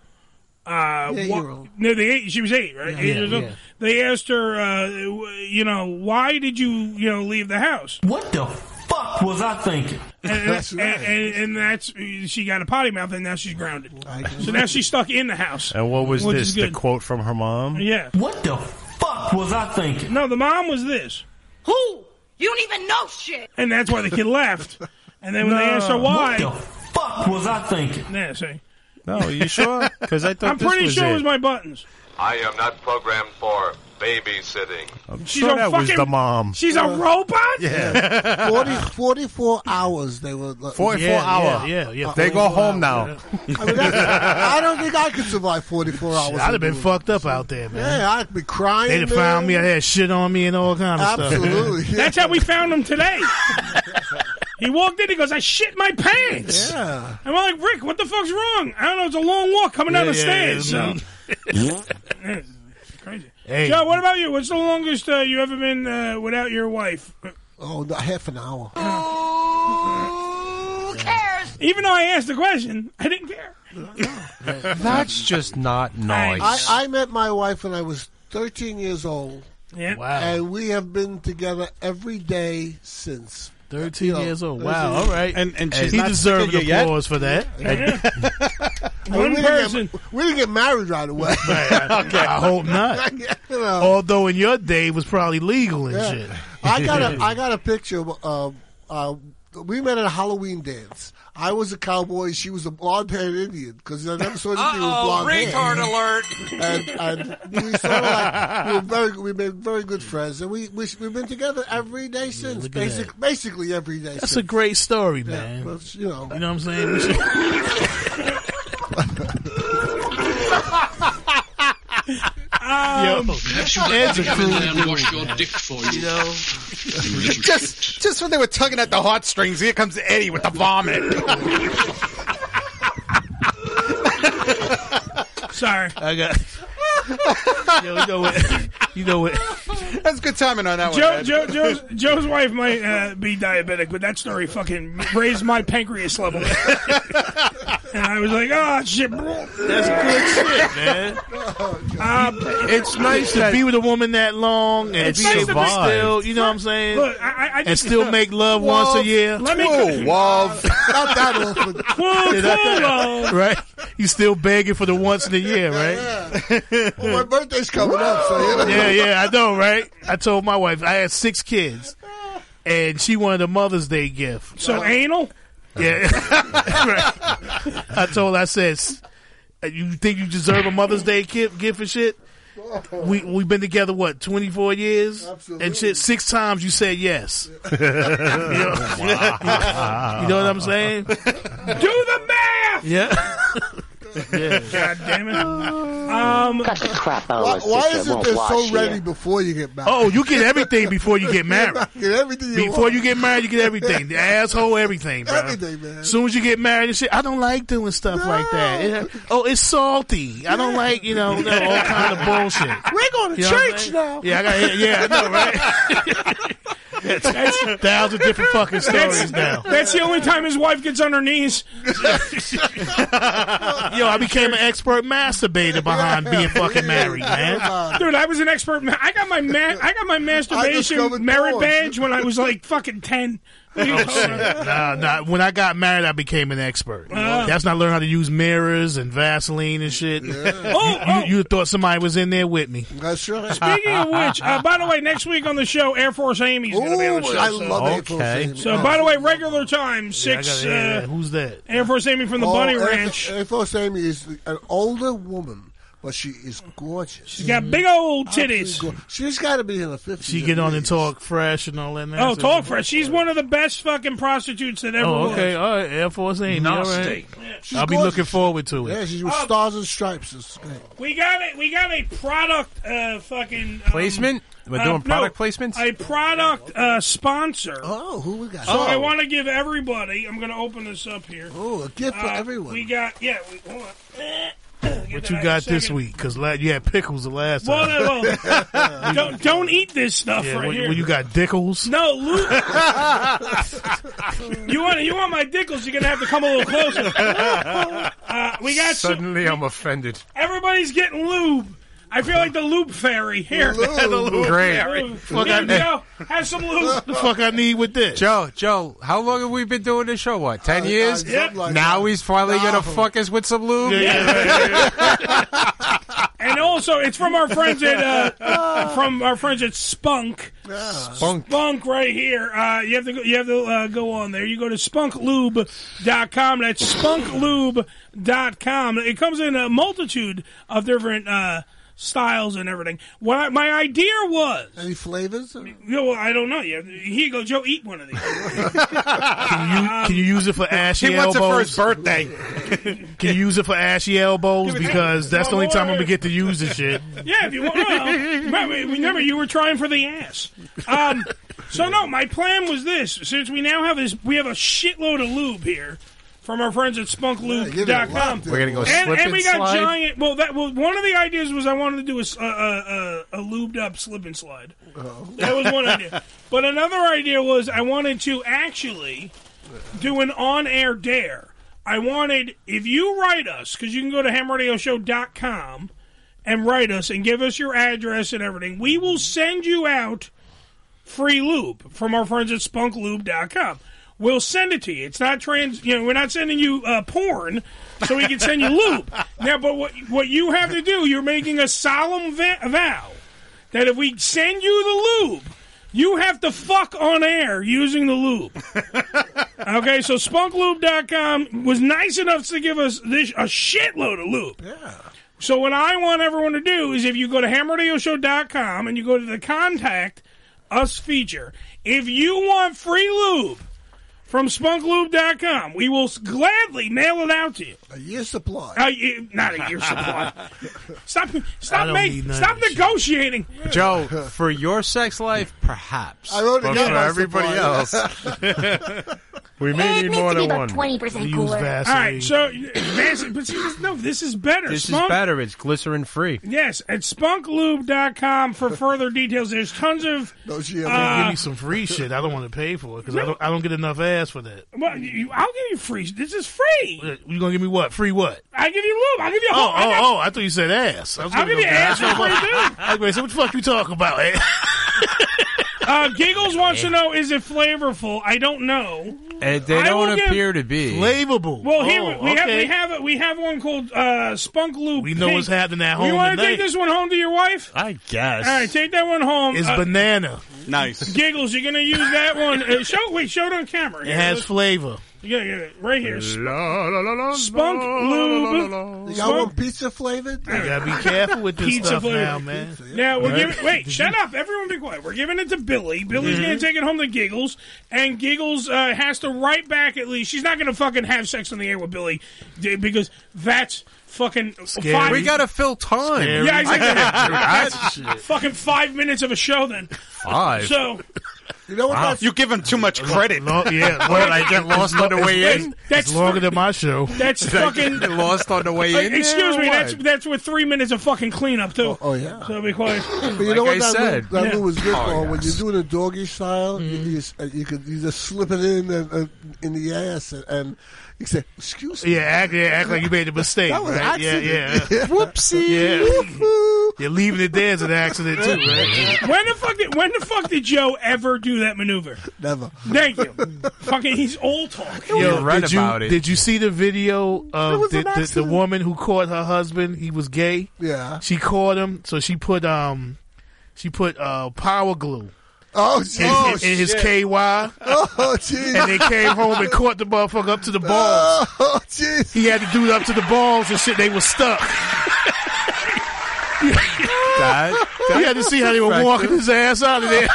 E: Uh, wha-
H: Eight-year-old.
E: no, the eight, she was eight, right?
H: Yeah.
E: eight
H: Yeah,
E: years old.
H: yeah.
E: They asked her, uh, w- you know, why did you, you know, leave the house? What the fuck was I thinking? And,
H: That's right.
E: and, and, and that's she got a potty mouth, and now she's grounded. So now she's stuck in the house.
G: And what was
E: which
G: this?
E: is
G: The
E: good.
G: quote from her mom.
E: Yeah. What the fuck was I thinking? No, the mom was this. Who? You don't even know shit. And that's why the kid left. And then when they
G: No.
E: asked her why,
G: What the
E: fuck was I thinking? Yeah, see.
G: No, you sure? Because I thought
E: I'm pretty
G: this was
E: sure
G: it.
E: it was my buttons.
N: I am not programmed for
S: babysitting.
E: She's
G: sure
E: a
G: Um, that was
E: fucking-
G: the mom.
E: She's a robot.
G: Yeah.
H: 40, 44 hours they were. Like,
G: 44 Yeah, hour. yeah, yeah, yeah. They go
H: 44
G: home
H: hours,
G: now.
H: yeah. I, mean, that's- I don't think I could survive 44 hours.
J: I'd have been
H: in a
J: fucked up out there,
H: movie.
J: man.
H: Yeah, I'd be crying.
J: They'd have
H: man.
J: found me. I had shit on me and all kind of stuff.
H: Absolutely.
E: [laughs] That's how we found him today. he walked in. He goes, "I shit my pants." Yeah. And we're like, "Rick, what the fuck's wrong?" I don't know. It's a long walk coming down
J: Yeah,
E: the
J: yeah,
E: stairs. [laughs]
J: yeah,
E: so. Crazy. Joe, what about you? What's the longest uh, you ever been uh, without your wife?
H: Oh, no, half an
E: [laughs]
H: hour.
E: Who cares? Even though I asked the question, I didn't care.
G: [laughs]
J: [laughs]
G: That's just not nice.
H: I, I met my wife when I was 13 years old.
E: Yeah.
J: Wow.
H: And we have been together every day since.
J: 13
H: You know,
J: years old.
H: this
J: Wow.
H: is-
J: All right.
K: And- and
J: he deserved an applause for that.
H: [laughs] I mean, we Didn't get, we didn't get married right away.
J: [laughs]
H: [laughs]
J: I hope [laughs] not.
H: You know.
J: Although in your day it was probably legal and
H: Yeah.
J: shit.
H: I got
J: [laughs]
H: a I got a picture. of, Uh, uh, we met at a Halloween dance. I was a cowboy. She was a blonde haired Indian because I never saw an Indian with blonde hair. And, and we sort of like we were very we made very good friends, and we, we we've been together every day since.
J: at
H: Basic, basically every day.
J: That's a
H: since.
J: great story,
H: Yeah,
J: man.
H: well, you know.
J: You know what I'm saying? We should-
R: Um,
K: Um,
J: Yo, [laughs] Ed's a cruel dude, man. [laughs] You know?
K: just, just when they were tugging at the heartstrings, here comes Eddie with the vomit.
E: Sorry,
J: I got. Yo, you know what? You know what?
K: That's good timing on that one.
E: Joe,
K: Ed.
E: Joe,
K: [laughs]
E: Joe's, Joe's wife might uh, be diabetic, but that story fucking raised my pancreas level. [laughs] and I was like, oh, shit, bro. Uh, That's
J: good shit, man.
G: it's nice
J: to
G: that-
J: be with a woman that long and
G: It's
J: be
G: nice to be-
J: still, you know what I'm saying?
E: Look, I, I- I
J: And
E: just,
J: still make love once a year.
E: Let me.
J: Whoa, [laughs] Wolf.
H: Not that
J: [laughs]
H: often.
E: Whoa,
J: Yeah, that-
E: whoa.
J: [laughs] right? You still begging for the once in a year, right?
H: Well, my birthday's coming up, so you know.
J: Yeah, yeah, I know, right? I told my wife I had six kids, and she wanted a Mother's Day gift.
E: So anal?
J: Yeah, [laughs] right. I told her, I said, "S- "You think you deserve a Mother's Day gift, gift and shit?" We we've been together what twenty four years and shit. Six times you said yes. [laughs] you, know,
R: Wow.
J: you know what I'm saying? Do
E: the math.
J: Yeah.
H: [laughs]
J: yeah.
E: God damn
R: [laughs]
E: it. Um,
H: crap why, why is it they're so ready before you get married?
J: Oh, you get everything
H: [laughs]
J: before you get married.
H: Get everything you
J: Before
H: want.
J: you get married, you get
H: [laughs]
J: everything. The asshole, everything, bro.
H: Everything, man.
J: As soon as you get married and shit, I don't like doing stuff like that. It- oh, it's salty. I don't like, you know, no, all kind of bullshit.
H: We're going to
J: You know what I'm
H: church
J: saying?
H: now.
J: Yeah, I got, yeah, I know,
H: [laughs]
J: right? That's a thousand different fucking
E: that's,
J: stories now.
E: that's the only time his wife gets on her
J: [laughs]
E: knees.
J: Yo, I became an expert masturbator behind being fucking married,
H: Oh,
J: man.
E: Dude, I was an expert. ma- I got my ma- I got my
H: discovered
E: masturbation merit
H: porn.
E: badge when I was like fucking ten. What are you
J: Oh,
E: talking
J: shit.
E: about?
J: Nah, nah. When I got married, I became an expert.
E: Ah.
J: That's when I learned how to use mirrors and Vaseline and shit.
E: Oh,
J: You, you, you thought somebody was in there with me.
H: That's right.
E: Speaking of which, uh, by the way, next week on the show, Air Force Amy's going to be on the
H: Ooh,
E: show.
H: I
E: so-
H: love Oh, Air Force
J: Okay.
H: Amy.
E: So, by the way, regular time
J: Yeah, I gotta-
E: six.
J: yeah, yeah.
E: uh,
J: Who's that?
E: Air Force Amy from the
H: Oh,
E: Bunny
H: Air Fo-
E: Ranch.
H: Air Force Amy is an older woman, but she is gorgeous. She's
E: got big old titties.
H: She's got to be in the 50s.
J: She get on and talk fresh and all that.
E: Oh, talk for it. She's one of the best fucking prostitutes that ever
J: Oh,
E: was.
J: okay. All right. Air Force Amy. All right.
E: Nasty.
H: She's
J: I'll be
H: gorgeous.
J: looking forward to it.
H: Yeah, she's with stars and stripes. It's great.
E: We got it. We got a product uh, fucking um,
G: Placement? We're
E: uh,
G: doing product
E: no,
G: placements?
E: A product uh, sponsor.
H: Oh, who we got?
E: So
G: Oh.
E: I want to give everybody. I'm going to open this up here. Uh,
H: Oh, a gift for everyone.
E: We got yeah. We, hold on. Eh, get
J: What
E: that
J: you
E: out
J: got
E: in a
J: this
E: second.
J: week? Because you had pickles the last
E: Well,
J: time.
E: [laughs] no, well, don't don't eat this stuff
J: Yeah,
E: right
J: well,
E: here.
J: well, you got
E: [laughs]
J: dickles.
E: No, Lou. you want you want my dickles? You're gonna have to come a little closer. Uh, we got some,
I: Suddenly, I'm offended.
E: everybody's getting lube. I feel like the lube fairy here.
I: Lube. The lube Great. fairy.
E: Lube.
I: Fuck
E: Here you
I: that.
E: go. Have some lube.
J: the fuck I need with this?
I: Joe, Joe, how long have we been doing this show? What, 10
H: Uh,
I: years?
H: uh, something like
I: now he's finally
H: No.
I: going to fuck us with some lube?
E: [laughs] And also, it's from our friends at uh, from our friends at Spunk.
H: Ah.
I: Spunk.
E: right here. Uh, you have to go, you have to uh, go on there. You go to spunklube.com. That's spunklube.com. It comes in a multitude of different uh, styles and everything. What I, my idea was
H: any flavors? Or?
E: Well, I don't know. Yeah, Here you go, Joe. Eat one of these.
H: [laughs]
J: Can you can you use it for ashy
E: He
J: elbows?
E: wants it for his
J: birthday. [laughs] can you use it for ashy
E: [laughs]
J: elbows because that's the only time I'm gonna get to use this shit.
E: Yeah, if you want. Well, but remember, you were trying for the ass. Um, so no, my plan was this: since we now have this, we have a shitload of lube here from our friends at
I: give it a
E: SpunkLube.com.
I: lot, dude. We're gonna go
E: and,
I: slip
E: and
I: and
E: we got
I: slide?
E: giant. Well, that well, one of the ideas was I wanted to do a, s- a- a- a- a lubed up slip and slide. That was one idea. But another idea was I wanted to actually do an on air dare. I wanted, if you write us, because you can go to hamradioshow.com and write us and give us your address and everything, we will send you out free lube from our friends at spunklube.com. We'll send it to you. It's not trans, you know, we're not sending you uh, porn so we can send you lube. Now, but what, what you have to do, you're making a solemn va- vow that if we send you the lube, you have to fuck on air using the lube.
H: [laughs]
E: okay, so spunklube.com was nice enough to give us this a shitload of lube. Yeah. So what I want everyone to do is if you go to hamradioshow.com and you go to the contact us feature, if you want free lube from spunklube.com, we will s- gladly mail it out to you.
H: A year supply.
E: Uh, you- not a year
H: [laughs]
E: supply. Stop!
G: don't
E: Stop
G: need
E: making!
G: none
E: Stop
G: of
E: negotiating.
G: Joe, for your sex life, perhaps.
E: I wrote it
G: But
E: down
G: for
E: on
G: everybody else,
E: supply. [laughs]
G: we may need more than one.
E: All right, so Vaseline, but see, this, no, this is better.
G: This is
E: Spunk-
G: better. It's glycerin free.
E: Yes, at spunklube.com
J: [laughs]
E: for further details. There's tons of. [laughs] uh,
J: give me some free shit. I don't want to pay for it because I don't. I don't get enough ass for that.
E: Well, you, I'll give you free. This is free.
J: Uh, You gonna give me what? Free what?
E: I give you lube. I give you. a
J: Oh,
E: whole- I
J: oh,
E: got-
J: oh! I thought you said ass. I was
E: I'll
J: gonna
E: give
J: go
E: you ass for free, dude.
J: [laughs] I was gonna say, what the fuck you talking about? eh?
E: Uh, Giggles wants to know: Is it flavorful? I don't know.
I: Uh,
G: And they
E: I
G: don't
E: will give- Oh,
G: appear to be
J: flavorable.
E: Well, here
I: Oh,
E: we have we have we have one called uh, Spunk Lube.
J: We know
E: Pink.
J: what's happening at
E: You
J: home
E: wanna
J: tonight.
E: take this one home to your wife?
J: I guess.
E: All right, take that one home.
J: It's
E: Uh,
J: banana. Nice.
E: Giggles, you're gonna use that one. Uh, show wait, show it on camera.
J: It
E: Here,
J: has Uh,
E: let's-
J: flavor.
E: You gotta get it right here.
J: La,
E: Spunk lube.
H: You got
E: Spunk-
H: one pizza flavored?
J: You gotta be careful with this
E: Pizza
J: stuff
E: flavor.
J: now, man.
E: Now we're
J: Right.
E: giving. Wait, shut up! Everyone, be quiet. We're giving it to Billy. Billy's
J: Mhm.
E: going to take it home to Giggles, and Giggles uh, has to write back at least. She's not going to fucking have sex on the air with Billy d- because that's fucking. Five,
G: We gotta fill time.
E: Yeah, exactly.
G: That's-
E: That's fucking five minutes of a show then.
G: Five.
E: So.
H: You know
G: what Wow. that's-
K: You give him too much credit.
J: yeah,
G: What, I
K: [laughs]
G: get lost on the way in?
E: That's
J: It's longer than my show. [laughs]
E: That's fucking
G: lost on the way
E: Uh,
G: in.
E: Excuse
G: there,
E: me,
G: or
E: that's
G: what?
E: that's with three minutes of fucking cleanup too. Oh,
H: yeah.
E: So be quiet.
H: [laughs] But you know what that lube, that
E: Yeah.
H: lube was good
J: Oh,
H: for? When you do it a doggy style, you,
J: Mm-hmm.
H: you, s- uh, you could you just slip it in and, and, in the ass and, and you say, "Excuse me."
J: Yeah, act, yeah, act like you made a mistake.
H: That was
J: right?
H: accident. [laughs]
J: Yeah, yeah.
H: Whoopsie.
J: Yeah. You're leaving it there as an accident too, right?
E: [laughs] when the fuck did when the fuck did Joe ever do that maneuver?
H: Never.
E: Thank you. fucking, he's old talk.
J: Yo, did you, Did you see the video of
E: was
J: the,
E: an
J: the, the
E: accident.
J: woman who caught her husband? He was gay.
H: Yeah.
J: She caught him, so she put um, she put uh power glue.
H: Oh,
J: in, in, in his
H: shit.
J: KY.
H: Oh, jeez.
J: And they came home and caught the motherfucker up to the balls.
H: Oh, jeez.
J: He had to do it up to the balls and shit. They were stuck.
E: [laughs]
J: you had to see how they were walking his ass out of there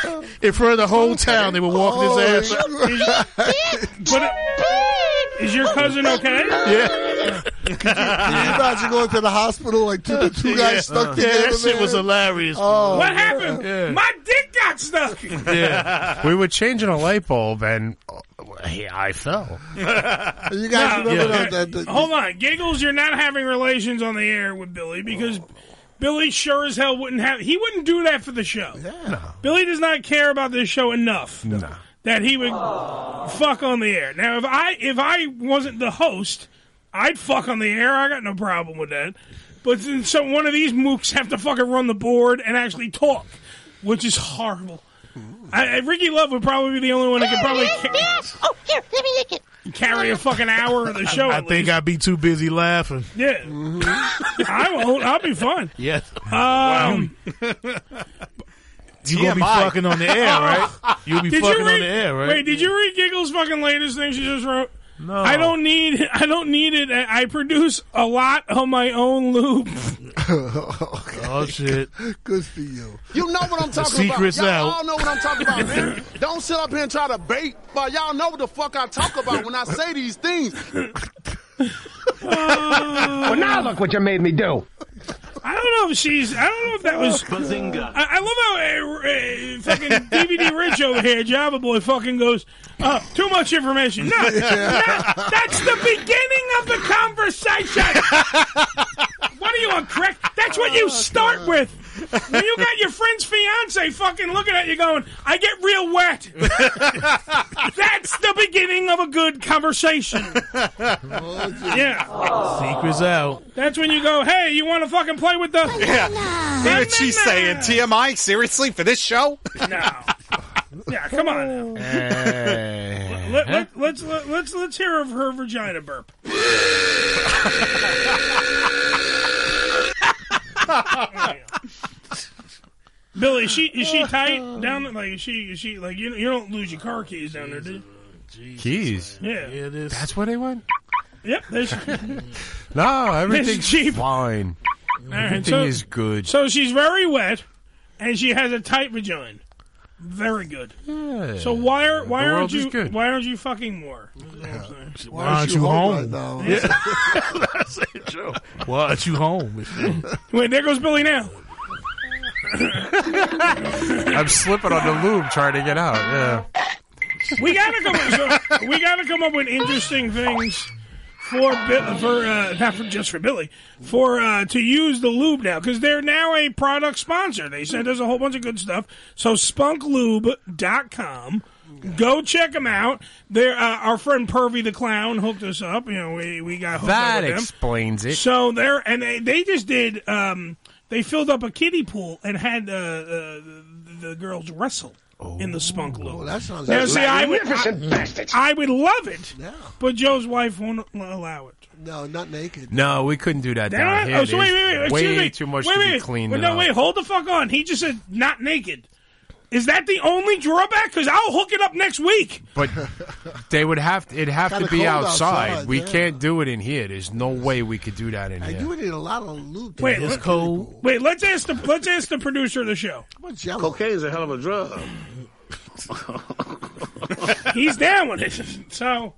J: in front of the whole town. They were walking his ass. Out.
E: But it- is your
H: [laughs]
E: cousin okay?
J: Yeah.
H: Can you imagine going to the hospital like two, the two guys
J: Yeah.
H: stuck
J: Yeah,
H: together?
J: that shit
H: man?
J: was hilarious.
H: Oh,
E: what
H: man. [laughs]
E: happened? My dick got stuck. [laughs]
I: Yeah. we were changing a light bulb and oh, hey, I fell.
H: You guys
E: No,
H: remember
E: yeah.
H: that? that, that
E: Hold on, giggles. You're not having relations on the air with Billy because
H: Oh.
E: Billy sure as hell wouldn't have. He wouldn't do that for the show. Billy does not care about this show enough that he would fuck on the air. Now, if I if I wasn't the host, I'd fuck on the air. I got no problem with that. But then so one of these mooks have to fucking run the board and actually talk, which is horrible. I, I- Ricky Love would probably be the only one that could probably ca-
R: Oh, here, let me lick it.
E: carry a fucking hour of the show.
J: I
E: at
J: think I'd be too busy laughing.
E: yeah.
R: Mm-hmm.
E: I won't. I'll be fine.
J: Yes.
E: Um,
J: [laughs] You gonna be
E: TMI. [laughs]
J: fucking on the air, right? You'll be
E: Did you
J: fucking on
E: read-
J: the air, right?
E: Wait, did you read Giggle's fucking latest thing she just wrote? No. I don't need. I don't need it. I I produce a lot of my own lube.
J: Oh shit!
H: Good for you.
S: You know what I'm
J: The
S: talking
J: secret's
S: about. Y'all
J: out.
S: all know what I'm talking about, man. Don't sit up here and try to bait, but y'all know what the fuck I talk about when I say these things.
U: well, now look what you made me do.
E: I don't know if she's. I don't know if that was.
U: Bazinga.
E: I, I love how uh, uh, fucking DVD Rich over here, Java Boy, fucking goes, uh, too much information. No, that- that's the beginning of the conversation. what are you, a prick? That's what you start with. When you got your friend's fiance fucking looking at you going, I get real wet. that's the beginning of a good conversation. yeah.
J: Secrets out.
E: That's when you go, hey, you want to fucking play with the.
K: Yeah. What did she say? in TMI? Seriously? For this show?
E: Yeah, come on. Now. Let, let, let's let, let's let's hear of her vagina burp. Billy, is she is she tight down there? Like is she is she like you you don't lose your car keys down there, do you?
I: Keys.
E: Yeah,
I: That's where they went.
E: Yep, there's,
I: No, everything's
E: cheap.
I: fine.
E: right,
I: Everything
E: so-
I: is good.
E: so she's very wet, and she has a tight vagina. Very good.
I: Yeah.
E: So why are why
I: The
E: aren't
I: world is
E: you
I: good.
E: why aren't you fucking more?
J: Why aren't you home?
E: Yeah.
J: [laughs] That's a joke. Why aren't you home?
E: Wait, there goes Billy now.
I: I'm slipping on the lube trying to get out. Yeah.
E: We gotta come up. So we gotta come up with interesting things for Bi- for uh, not for just for Billy for uh, to use the lube now because they're now a product sponsor. They sent us a whole bunch of good stuff. So spunklube.com. Go check them out. They're, uh, our friend Pervy the Clown hooked us up. You know, we, we got hooked up
I: That
E: with them.
I: explains it.
E: So there, and they, they just did. Um, they filled up a kiddie pool and had uh, uh, the, the girls wrestle in the spunk loop.
H: Oh, that sounds
E: now, see, I would,
H: magnificent,
E: I,
H: bastards.
E: I would love it,
H: Yeah.
E: but Joe's wife won't al- allow it.
H: No, not naked.
I: No, we couldn't do that
E: They
I: down
E: don't-
I: here.
E: oh, so wait, wait, wait,
I: Way
E: excuse me.
I: too much
E: wait,
I: to
E: wait,
I: be cleaned
E: wait, no,
I: up.
E: wait, hold the fuck on. He just said not naked. Is that the only drawback? Because I'll hook it up next week.
I: But they would have to, it'd have
H: Kinda
I: to be
H: cold
I: outside.
H: outside,
I: We
H: yeah.
I: can't do it in here. There's no way we could do that in
H: And
I: here.
H: you would need a lot of lube. to
E: Wait,
H: get
E: let,
H: to the
E: wait. Let's ask the let's ask the producer of the show.
N: Cocaine's a hell of a drug.
E: He's down with it. So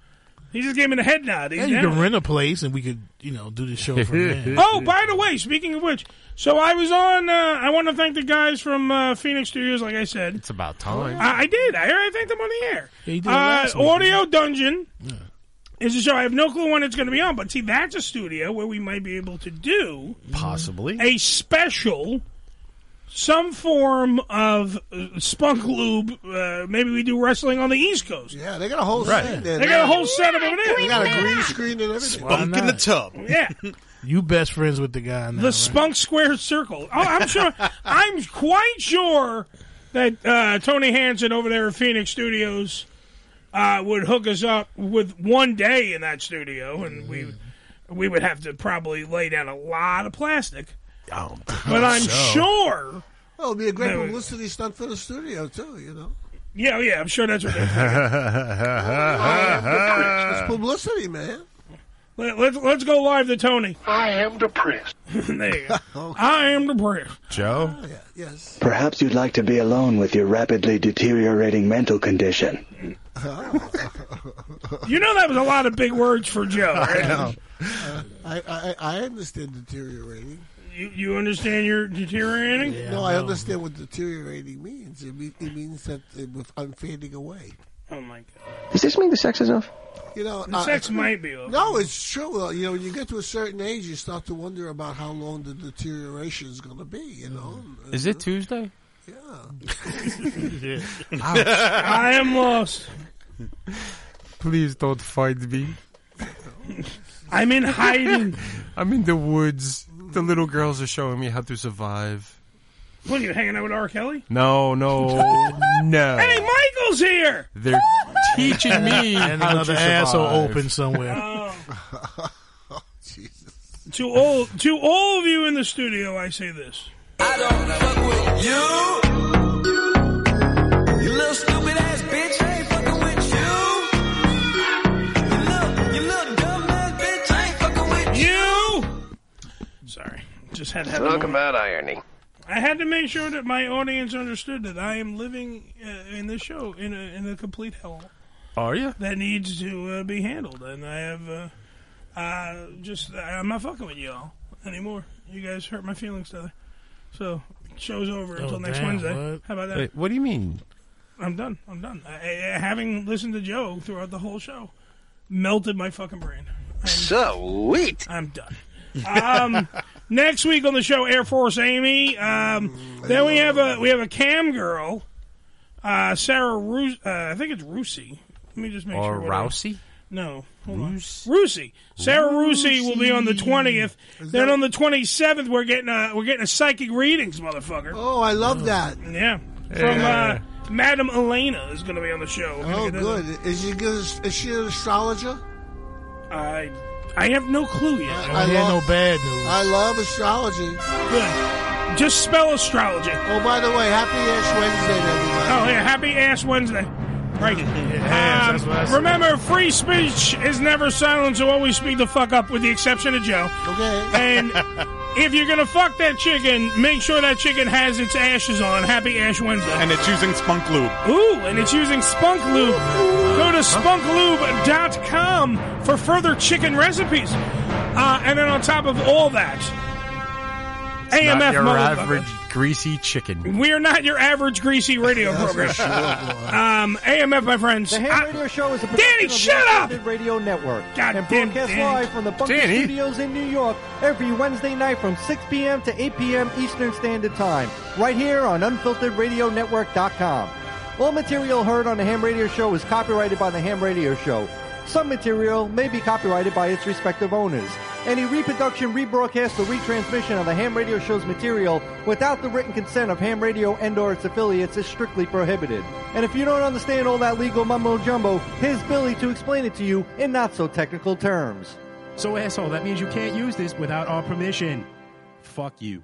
E: he just gave me the head nod. He's
J: And you
E: down
J: can rent a place, and we could, you know, do the show from there.
E: [laughs] Oh, by the way, speaking of which, so I was on. Uh, I want to thank the guys from uh, Phoenix Studios, like I said. It's
I: about time.
E: I, I did. I, I thanked them on the air.
J: Yeah, you did it
E: uh,
J: last week,
E: Audio Dungeon is a show. I have no clue when it's going to be on, but see, that's a studio where we might be able to do
I: possibly
E: a special. Some form of uh, spunk lube. Uh, maybe we do wrestling on the East Coast.
H: Yeah, they got a whole
E: right.
H: scene there.
E: They got a whole set of them. in.
H: They got a green screen and everything.
J: Why not?
E: Yeah.
J: You best friends with the guy now.
E: the Spunk Square Circle. Oh, I'm sure. I'm quite sure that uh, Tony Hansen over there at Phoenix Studios uh, would hook us up with one day in that studio, and we we would have to probably lay down a lot of plastic.
I: Oh,
E: but I'm
H: so.
E: sure.
H: Well, it'd be a great
E: No.
H: publicity stunt for the studio too. You know,
E: Yeah, yeah, I'm sure that's what. They're
H: it's publicity, man.
E: Let, let's let's go live to Tony. I am depressed. [laughs] there you go. I am depressed.
I: Joe?
R: Oh,
H: Yes.
O: Perhaps you'd like to be alone with your rapidly deteriorating mental condition.
E: [laughs] You know that was a lot of big words for Joe. right? [laughs]
H: Uh, I, I I understand deteriorating.
E: You, you understand you're deteriorating?
H: no, I understand what deteriorating means. It, mean, it means that it, with, I'm fading away.
E: Oh my god!
O: Does this mean the sex is off?
H: You know,
E: The
H: uh,
E: sex might be over.
H: No, it's true. Well, You know, when you get to a certain age, you start to wonder about how long the deterioration is going to be. You know,
I: Is
H: [laughs]
I: it [laughs] Tuesday?
H: yeah.
E: I am lost.
I: Please don't find me.
E: I'm in hiding.
I: I'm in the woods. The little girls are showing me how to survive.
E: What are you hanging out with R. Kelly? [laughs]
I: No, no, Oh, no.
E: Hey, Michael's here.
I: They're teaching
E: [laughs]
I: me
J: [laughs] and
I: how
J: another
I: to
J: asshole
I: survive.
J: open somewhere.
E: Oh. To all to all of you in the studio, I say this.
R: You, you little stupid ass bitch, I ain't fucking with you. You little
E: that happen.
U: Talk about irony.
E: I had to make sure that my audience understood that I am living uh, in this show in a, in a complete hell
G: Are you?
E: that needs to uh, be handled, and I have uh, uh, just I'm not fucking with y'all anymore. You guys hurt my feelings today, so show's over
J: Oh,
E: until next
G: Oh, damn,
E: Wednesday.
G: what?
E: How about that?
G: Wait, what do you mean?
E: I'm done. I'm done. I, I, having listened to Joe throughout the whole show, melted my fucking brain.
U: Sweet.
E: I'm done. Um, [laughs] next week on the show, Air Force Amy. Um, then we have a we have a cam girl, uh, Sarah. Rus- uh, I think it's Rusi. Let me just make
G: Or
E: sure. what I-
G: Rousey?
E: No, hold on. Rusi. Sarah Rusi will be on the twentieth. Then on the twenty seventh, we're getting a we're getting a psychic readings, motherfucker.
H: Oh, I love that.
E: Yeah, from
H: Yeah.
E: uh, Madam Elena is going to be on the show. We're gonna
H: Oh,
E: get that
H: good.
E: in.
H: Is she good? Is she an astrologer?
E: I I have no clue yet.
H: I
E: Yeah,
H: love-
E: no bad news.
H: I love astrology.
E: Good. Just spell astrology.
H: Oh, by the way, happy Ash Wednesday, to everybody.
E: Oh yeah, happy Ass Wednesday.
H: [laughs]
E: Right.
H: that's
E: Um,
H: what I said.
E: remember, free speech is never silent, so always speak the fuck up, with the exception of Joe.
H: Okay. [laughs]
E: And if you're gonna fuck that chicken, make sure that chicken has its ashes on. Happy Ash Wednesday.
F: And it's using spunk lube.
E: Ooh, and it's using Spunk Lube. Go to spunklube.com for further chicken recipes. Uh, and then on top of all that, AMF
I: Not your
E: motherfucker.
I: average greasy chicken.
E: We are not your average greasy
X: [laughs]
E: radio program.
I: for sure, boy.
E: um, AMF, my friends.
X: The Ham Radio Show is a production
E: Danny,
X: of the
E: shut up!
X: Uncensored Radio Network
E: God
X: and
E: damn
X: broadcast
E: Danny.
X: live from the Bunker
E: Danny.
X: Studios in New York every Wednesday night from 6 p.m. to 8 p.m. Eastern Standard Time, right here on UnfilteredRadioNetwork.com. All material heard on the Ham Radio Show is copyrighted by the Ham Radio Show. Some material may be copyrighted by its respective owners. Any reproduction, rebroadcast, or retransmission of the Ham Radio Show's material without the written consent of Ham Radio and/or its affiliates is strictly prohibited. And if you don't understand all that legal mumbo jumbo, here's Billy to explain it to you in not so technical terms.
P: So, asshole, that means you can't use this without our permission. Fuck you.